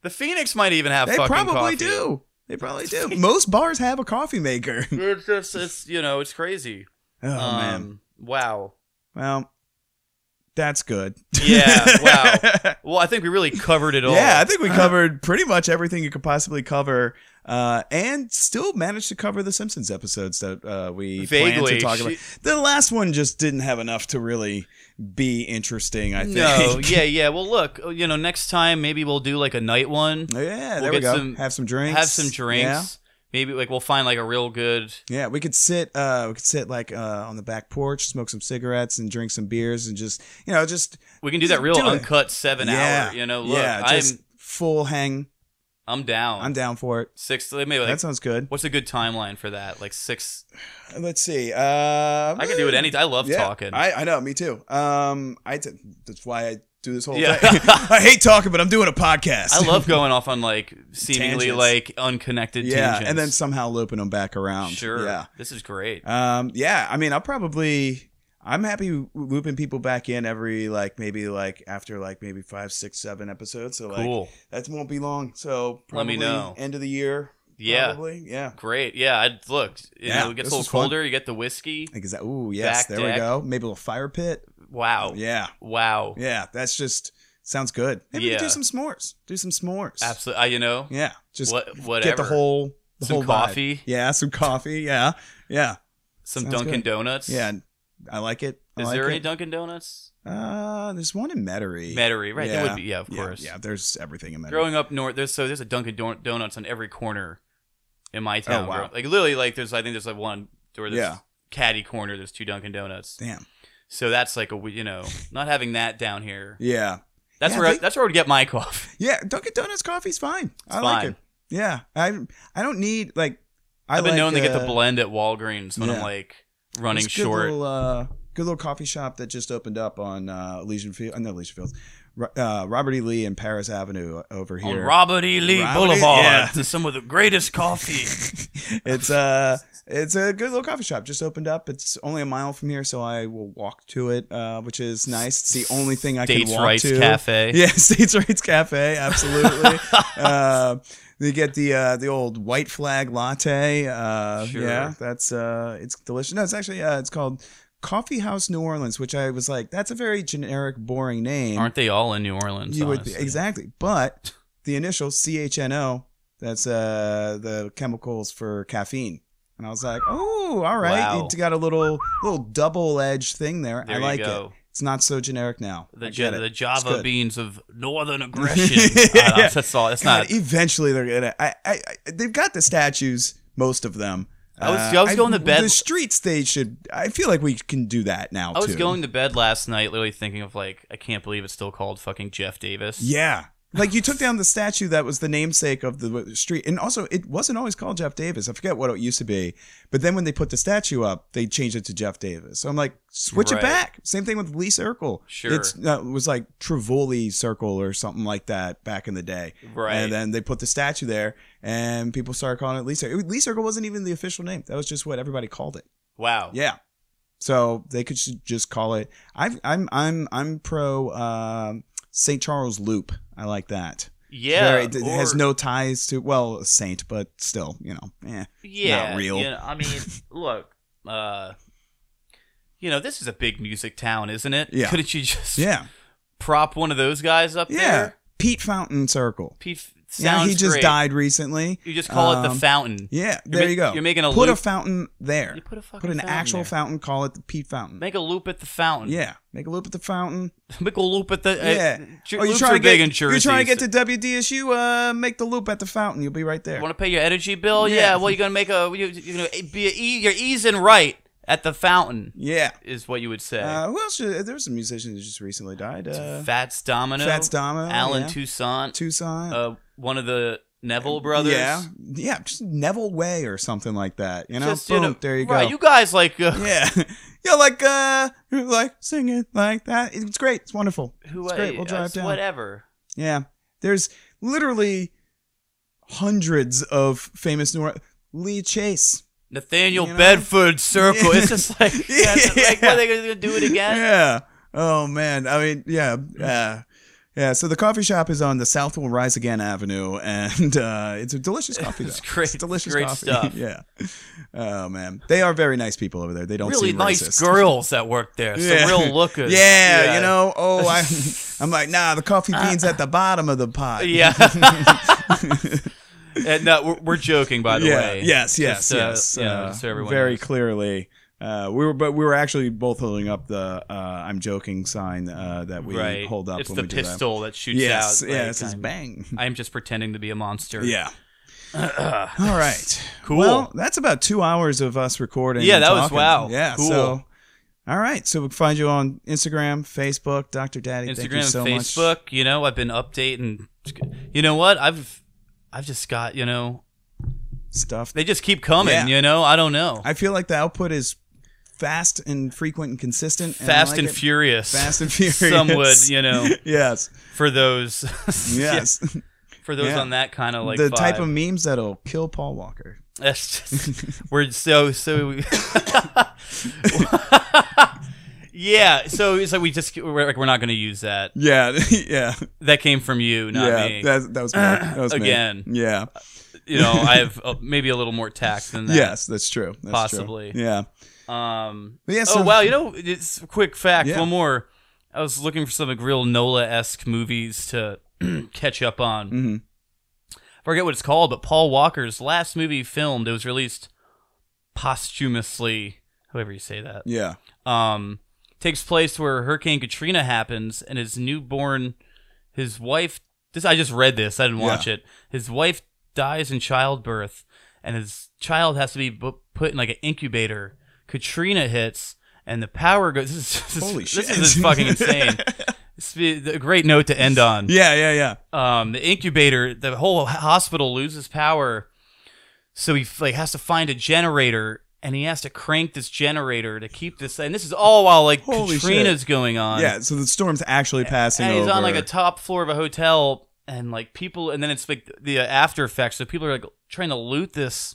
S3: the Phoenix might even have
S2: they
S3: fucking
S2: probably
S3: coffee.
S2: do. They probably do. Most bars have a coffee maker. oh
S3: It's just, it's you know, it's crazy. um,
S2: man.
S3: Wow.
S2: Well, that's good.
S3: Yeah. Wow. well, I think we really covered it all.
S2: yeah, I think we covered pretty much everything you could possibly cover uh, and still managed to cover the Simpsons episodes that uh, we planned to
S3: Vaguely,
S2: talk
S3: she-
S2: about. The last one just didn't have enough to really be interesting. I think.
S3: No, yeah, yeah. Well, look, oh, you know, next time maybe we'll do like a night one.
S2: Oh, yeah.
S3: We'll
S2: there we
S3: get
S2: go.
S3: some-
S2: have some drinks.
S3: Have some drinks.
S2: Yeah.
S3: Maybe like we'll find like a real good.
S2: Yeah, we could sit. Uh, we could sit like uh, on the back porch, smoke some cigarettes, and drink some beers, and just you know, just
S3: We can do that real
S2: Do it.
S3: uncut seven
S2: yeah,
S3: hour. You know, look,
S2: yeah,
S3: I'm
S2: just full hang.
S3: I'm down.
S2: I'm down for it.
S3: Six. Maybe like,
S2: that sounds good.
S3: what's a good timeline for that? Like six.
S2: Let's see. Uh,
S3: I can do it any. I love
S2: yeah,
S3: talking.
S2: I, I know, me too. Um, I t- that's why I do this whole
S3: Yeah.
S2: thing. I hate talking, but I'm doing a podcast.
S3: I love going off on like seemingly
S2: Tangents.
S3: like unconnected
S2: yeah,
S3: tangents.
S2: and then somehow looping them back around.
S3: sure,
S2: yeah,
S3: this is great.
S2: um, yeah. I mean, I'll probably. I'm happy looping people back in every like maybe like after like maybe five, six, seven episodes. So like
S3: cool,
S2: that won't be long. So
S3: Let
S2: probably
S3: me know.
S2: end of the year.
S3: Yeah.
S2: probably. yeah.
S3: great. Yeah, I look. You
S2: Yeah,
S3: know, it gets
S2: this
S3: a
S2: was
S3: little
S2: fun.
S3: colder. You get the whiskey.
S2: Exactly. Ooh, yes.
S3: Back
S2: there we
S3: deck. Oh.
S2: go. Maybe a little fire pit.
S3: Wow.
S2: Yeah.
S3: Wow.
S2: Yeah, that's just sounds good. Maybe we could do
S3: Yeah.
S2: some s'mores. Do some s'mores.
S3: Absolutely. I, you know.
S2: Yeah, just
S3: what?
S2: get
S3: Whatever.
S2: the whole the
S3: Some
S2: whole vibe.
S3: coffee.
S2: Yeah, some coffee. Yeah, yeah,
S3: Some
S2: Sounds
S3: Dunkin'
S2: good.
S3: Donuts.
S2: yeah. I like it. I
S3: Is
S2: like
S3: there any
S2: it.
S3: Dunkin' Donuts?
S2: Uh, there's one in Metairie.
S3: Metairie, right? There
S2: Yeah.
S3: would be. Yeah, of
S2: yeah,
S3: course.
S2: Yeah, there's everything in Metairie.
S3: Growing up north, there's so there's a Dunkin' Don- Donuts on every corner in my town.
S2: Oh, wow.
S3: Like literally, like there's I think there's like one or there's
S2: Yeah.
S3: caddy corner. There's two Dunkin' Donuts.
S2: Damn.
S3: So that's like a we- you know not having that down here.
S2: Yeah,
S3: That's
S2: Yeah,
S3: where I,
S2: they-
S3: that's where I would get my coffee.
S2: yeah. Dunkin' Donuts coffee's fine. I like
S3: fine.
S2: it. Yeah, I I don't need like. I
S3: I've been
S2: like,
S3: known to get the
S2: uh,
S3: blend at Walgreens when I'm
S2: yeah.
S3: like running
S2: This good
S3: short.
S2: Little, uh, good little coffee shop that just opened up on uh, Elysian Field. Uh, no, Elysian Fields. Ro- Uh, Robert E. Lee and Paris Avenue over
S3: on
S2: here.
S3: Robert E. Lee
S2: Robert E.
S3: Boulevard,
S2: yeah.
S3: to some of the greatest coffee.
S2: it's uh, it's a good little coffee shop. Just opened up. It's only a mile from here, so I will walk to it, uh, which is nice. It's the only thing I
S3: States
S2: can walk
S3: Rights
S2: to.
S3: Cafe.
S2: Yeah, States Rights Cafe, absolutely. uh, you get the uh, the old white flag latte. Uh,
S3: Sure.
S2: Yeah, that's uh, it's delicious. No, it's actually uh, it's called Coffee House New Orleans, which I was like, that's a very generic, boring name.
S3: Aren't they all in New Orleans?
S2: you would
S3: honestly?
S2: exactly, but the initial CHNO, that's uh, the chemicals for caffeine. And I was like, oh, all right,
S3: Wow.
S2: it's got a little little double edged thing there.
S3: There
S2: I
S3: you
S2: like
S3: go.
S2: it. It's not so generic now. I
S3: the,
S2: get
S3: ja-
S2: it.
S3: the
S2: It's
S3: Java
S2: good.
S3: beans of northern aggression.
S2: Yeah.
S3: I don't know, that's all. That's
S2: God,
S3: not.
S2: eventually they're gonna. I, I, I, they've got the statues, most of them. Uh,
S3: I was- I was going to bed-
S2: The streets, they should. I feel like we can do that now.
S3: I was
S2: too.
S3: going to bed last night, literally thinking of like, I can't believe it's still called fucking Jeff Davis.
S2: Yeah, like you took down the statue that was the namesake of the street, and also it wasn't always called Jeff Davis. I forget what it used to be, but then when they put the statue up, they changed it to Jeff Davis. So I'm like, switch
S3: Right.
S2: it back. Same thing with Lee Circle.
S3: Sure.
S2: it's, uh, it was like Trivoli Circle or something like that back in the day.
S3: Right.
S2: And then they put the statue there, and people started calling it Lee Circle. Lee Circle wasn't even the official name. That was just what everybody called it.
S3: Wow.
S2: Yeah. So they could s- just call it. I've, I'm I'm I'm pro um St. Charles Loop. I like that.
S3: Yeah.
S2: Very- it has
S3: or-
S2: no ties to well a saint, but still, you know, eh.
S3: yeah,
S2: not real.
S3: you know, I mean, look, uh, you know, this is a big music town, isn't it?
S2: Yeah.
S3: Couldn't you just
S2: yeah,
S3: prop one of those guys up
S2: yeah.
S3: there?
S2: Pete Fountain Circle.
S3: Pete f-
S2: Yeah,
S3: sounds
S2: he just
S3: great.
S2: died recently.
S3: You just call it the
S2: Um,
S3: fountain.
S2: Yeah,
S3: You're
S2: there
S3: ma-
S2: you go.
S3: you're making a
S2: put a
S3: loop.
S2: fountain there.
S3: You put a
S2: put
S3: fucking
S2: an
S3: fountain
S2: actual
S3: there.
S2: fountain. Call it the Pete Fountain.
S3: Make a loop at the fountain.
S2: yeah, make a loop at the fountain.
S3: Make a loop at the. Uh,
S2: Yeah.
S3: Jer-
S2: oh, you're
S3: loops
S2: trying
S3: are
S2: to get
S3: big in Jersey.
S2: you're trying to get
S3: so-
S2: to WDSU. Uh, make the loop at the fountain. You'll be right there.
S3: Want to pay your energy bill?
S2: Yeah.
S3: Yeah. well, you're gonna make a you, you're gonna be a e, you're easing right at the fountain
S2: Yeah.
S3: is what you would say.
S2: Uh, who else? should- there was a musician that just recently died. Uh,
S3: Fats Domino,
S2: Fats Domino,
S3: Alan
S2: yeah.
S3: Toussaint,
S2: Tucson.
S3: uh, one of the Neville brothers.
S2: Yeah, yeah, just Neville Way or something like that. You know,
S3: Just,
S2: boom,
S3: you know,
S2: there you
S3: right,
S2: go.
S3: You guys like uh,
S2: yeah, yeah, like uh, you're like singing like that. It's great. It's wonderful.
S3: who?
S2: it's great. We'll
S3: uh,
S2: drive
S3: it's
S2: down.
S3: Whatever.
S2: Yeah, there's literally hundreds of famous New Orleans. Lee Chase.
S3: Nathaniel
S2: You know?
S3: Bedford Circle. It's just like,
S2: Yeah.
S3: like what are they gonna do it again?
S2: Yeah. Oh man. I mean, yeah. Yeah. Yeah, so the coffee shop is on the South Will Rise Again Avenue, and uh, it's a delicious coffee.
S3: It's
S2: though.
S3: great.
S2: It's delicious
S3: Great
S2: coffee.
S3: stuff.
S2: yeah. Oh man, they are very nice people over there. They don't
S3: Really
S2: seem
S3: nice
S2: racist.
S3: girls that work there. Some
S2: Yeah.
S3: real lookers.
S2: Yeah, you know. Oh, I,
S3: Uh,
S2: I'm like, nah. The coffee beans at the bottom of the pot.
S3: Yeah. And no, we're, we're joking, by the
S2: yeah.
S3: way.
S2: Yes, yes,
S3: Just,
S2: yes.
S3: uh, yeah,
S2: uh,
S3: just so everyone
S2: very
S3: knows.
S2: clearly. Uh, we were, but we were actually both holding up the uh, "I'm joking" sign uh, that we
S3: right.
S2: hold up
S3: It's
S2: when
S3: the
S2: we do that.
S3: pistol that shoots
S2: Yes,
S3: out.
S2: yeah,
S3: like,
S2: it says
S3: I'm-
S2: bang.
S3: I'm just pretending to be a monster.
S2: Yeah. All right.
S3: Cool.
S2: Well, that's about two hours of us recording.
S3: Yeah,
S2: and
S3: that was-
S2: talking.
S3: wow.
S2: Yeah.
S3: Cool.
S2: So, all right. So we can find you on Instagram, Facebook, Dr. Daddy.
S3: Instagram,
S2: thank you so
S3: and Facebook.
S2: Much.
S3: You know, I've been updating. You know what? I've I've just got you know
S2: Stuff.
S3: they just keep coming.
S2: Yeah.
S3: You know, I don't know.
S2: I feel like the output is fast and frequent and consistent. and I
S3: Fast
S2: like
S3: and
S2: it.
S3: furious.
S2: Fast and furious.
S3: Some would, you know,
S2: yes.
S3: for those.
S2: Yes.
S3: For those
S2: Yeah.
S3: on that kind of like
S2: the
S3: vibe.
S2: type of memes that'll kill Paul Walker.
S3: That's just, we're so so. yeah, so so we just we're like we're not going to use that.
S2: Yeah. yeah.
S3: That came from you, not
S2: yeah.
S3: me.
S2: That, that was me. That was me.
S3: Again.
S2: Yeah.
S3: you know, I have uh, maybe a little more tact than that.
S2: Yes, that's true. That's true.
S3: Possibly.
S2: Yeah.
S3: Um.
S2: But yeah,
S3: oh
S2: so-
S3: wow, you know, it's a quick fact.
S2: Yeah.
S3: One more. I was looking for some like, real Nola-esque movies to catch up on.
S2: Mhm.
S3: I forget what it's called, but Paul Walker's last movie filmed. It was released posthumously. However you say that.
S2: Yeah.
S3: um, takes place where Hurricane Katrina happens, and his newborn, his wife. This I just read this. I didn't watch it. His wife dies in childbirth, and his child has to be bu- put in like an incubator. Katrina hits, and the power goes. This is, this
S2: Holy
S3: is,
S2: shit.
S3: This is fucking insane. This is a great note to end on
S2: Yeah. Yeah. Yeah.
S3: um, the incubator, the whole hospital loses power. So he like has to find a generator, and he has to crank this generator to keep this. And this is all while like
S2: Holy
S3: Katrina's going on.
S2: Yeah, so the storm's actually passing
S3: and he's
S2: over.
S3: on like a top floor of a hotel, and like people, and then it's like the uh, after effects. So people are like trying to loot this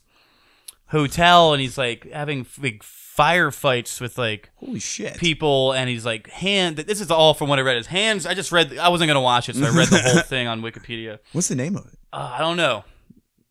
S3: hotel, and he's like having like firefights with like
S2: Holy shit.
S3: people and he's like hand this is all from what i read his hands i just read i wasn't going to watch it so i read the whole thing on wikipedia
S2: What's the name of it?
S3: uh, I don't know.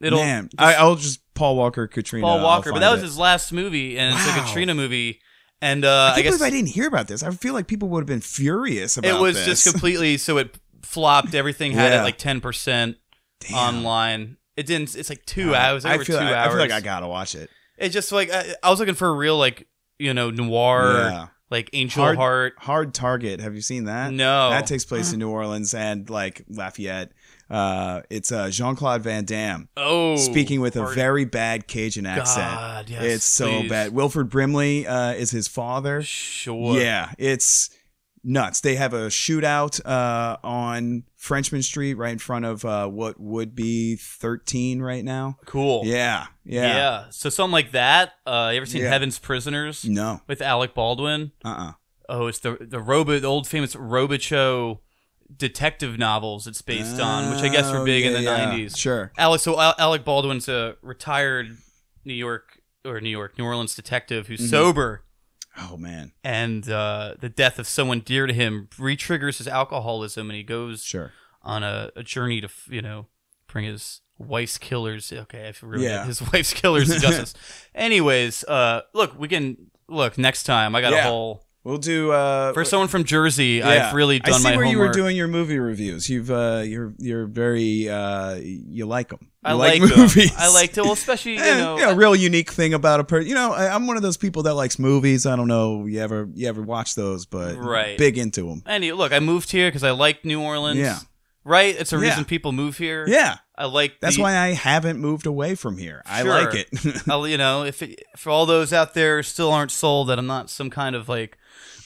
S3: It'll
S2: Man, I, I'll just Paul Walker, Katrina.
S3: Paul
S2: I'll
S3: Walker, but
S2: find
S3: that was
S2: it.
S3: his last movie, and it's a
S2: Wow.
S3: Katrina movie, and uh,
S2: I
S3: I,
S2: can't
S3: guess
S2: believe I didn't hear about this. I feel like people would have been furious about
S3: it was
S2: this.
S3: just completely so it flopped. Everything had
S2: Yeah.
S3: it like ten percent
S2: Damn.
S3: online. It didn't. It's like two hours.
S2: I
S3: Over
S2: feel,
S3: two
S2: I,
S3: hours.
S2: I feel like I gotta watch it.
S3: It just like I, I was looking for a real like you know noir
S2: Yeah.
S3: like Angel
S2: Hard-
S3: Heart.
S2: Hard Target. Have you seen that?
S3: No.
S2: That takes place in New Orleans and like Lafayette. Uh, it's uh, Jean Claude Van Damme
S3: Oh,
S2: speaking with a
S3: Hard-
S2: very bad Cajun accent.
S3: God, yes,
S2: it's so
S3: please.
S2: bad. Wilford Brimley uh, is his father.
S3: sure.
S2: Yeah, it's nuts. They have a shootout uh, on Frenchman Street right in front of uh, what would be 13 right now.
S3: cool.
S2: Yeah,
S3: yeah,
S2: yeah.
S3: So something like that. Uh, you ever seen
S2: Yeah.
S3: Heaven's Prisoners
S2: No,
S3: with Alec Baldwin?
S2: uh-uh.
S3: oh, it's the the Robo, the old famous Robichaux detective novels it's based on, which I guess were
S2: Oh,
S3: big in
S2: yeah,
S3: the
S2: yeah.
S3: nineties.
S2: Sure.
S3: Alex, so Al- Alec Baldwin's a retired New York or New York, New Orleans detective
S2: Mm-hmm.
S3: who's sober,
S2: Oh, man.
S3: and uh, the death of someone dear to him re-triggers his alcoholism, and he goes
S2: Sure.
S3: on a, a journey to you know bring his wife's killers. Okay, I've ruined
S2: Yeah.
S3: it. his wife's killers to justice. Anyways, uh, look, we can look next time. I got
S2: Yeah.
S3: a whole.
S2: We'll do uh
S3: For someone from Jersey,
S2: yeah.
S3: I've really done
S2: I see
S3: my
S2: where
S3: homework.
S2: you were doing your movie reviews. You've uh you're you're very uh you like them.
S3: I like, them.
S2: movies.
S3: I liked it. Well, especially you
S2: And,
S3: know,
S2: you know, Eh, real unique thing about a person. You know, I, I'm one of those people that likes movies. I don't know you ever you ever watch those, but
S3: Right.
S2: big into them.
S3: any look. I moved here because I liked New Orleans.
S2: Yeah.
S3: Right. It's a
S2: Yeah.
S3: reason people move here.
S2: Yeah,
S3: I like.
S2: that's
S3: the,
S2: why I haven't moved away from here. I
S3: Sure.
S2: like it.
S3: I'll- you know, if it, for all those out there who still aren't sold that I'm not some kind of like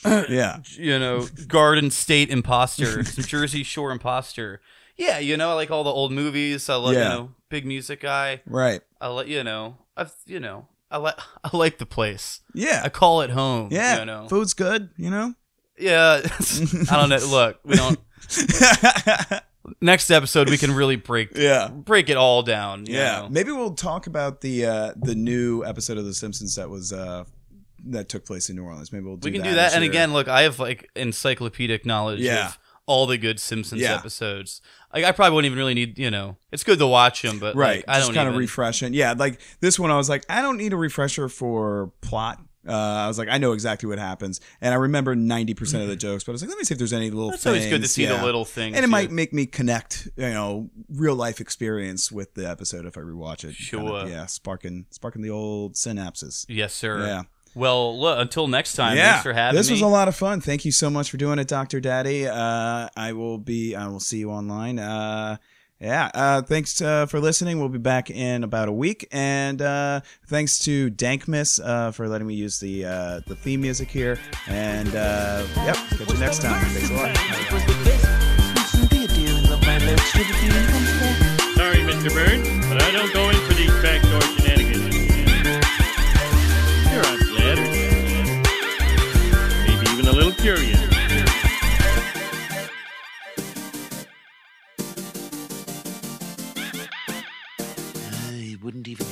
S2: yeah,
S3: you know Garden State imposter, some Jersey Shore imposter. Yeah, you know, I like all the old movies. I love
S2: Yeah.
S3: you know big music guy.
S2: right.
S3: I like you know I've you know I like I like the place.
S2: Yeah,
S3: I call it home.
S2: yeah.
S3: You know.
S2: Food's good. You know.
S3: Yeah, I don't know. Look, we don't. Next episode, we can really break
S2: yeah.
S3: break it all down. you
S2: Yeah,
S3: know.
S2: maybe we'll talk about the uh, the new episode of The Simpsons that was uh, that took place in New Orleans. Maybe we'll do
S3: we can
S2: that
S3: do that.
S2: this
S3: And
S2: year.
S3: again, look, I have like encyclopedic knowledge
S2: Yeah.
S3: of all the good Simpsons
S2: Yeah.
S3: episodes. Like, I probably wouldn't even really need. You know, it's good to watch them, but
S2: right?
S3: like, I
S2: just
S3: don't
S2: kind
S3: even.
S2: of refreshing. Yeah, like this one, I was like, I don't need a refresher for plot. Uh, I was like, I know exactly what happens, and I remember ninety percent of the jokes. But I was like, let me see if there's any little.
S3: It's Mm-hmm. always good to
S2: things,
S3: see
S2: yeah.
S3: the little things.
S2: and it might
S3: yeah.
S2: make me connect, you know, real life experience with the episode if I rewatch it. Kind of,
S3: Sure.
S2: yeah, sparking sparking the old synapses.
S3: Yes, sir.
S2: Yeah.
S3: Well, look, until next time.
S2: yeah,
S3: Thanks for having
S2: this
S3: me.
S2: was a lot of fun. Thank you so much for doing it, Doctor Daddy. Uh, I will be. I will see you online. Uh, yeah. Uh, thanks uh, for listening. We'll be back in about a week, and uh, thanks to Dankmas uh, for letting me use the uh, the theme music here. And uh, yep, catch you next time. Thanks a lot.
S1: It was the best. Listen, be a dear and love my lips. Give it to you and come back.
S4: Sorry, Mr. Bird, but I don't go in for these backdoor shenanigans. You're on flatters. Maybe even a little curious.
S1: I wouldn't even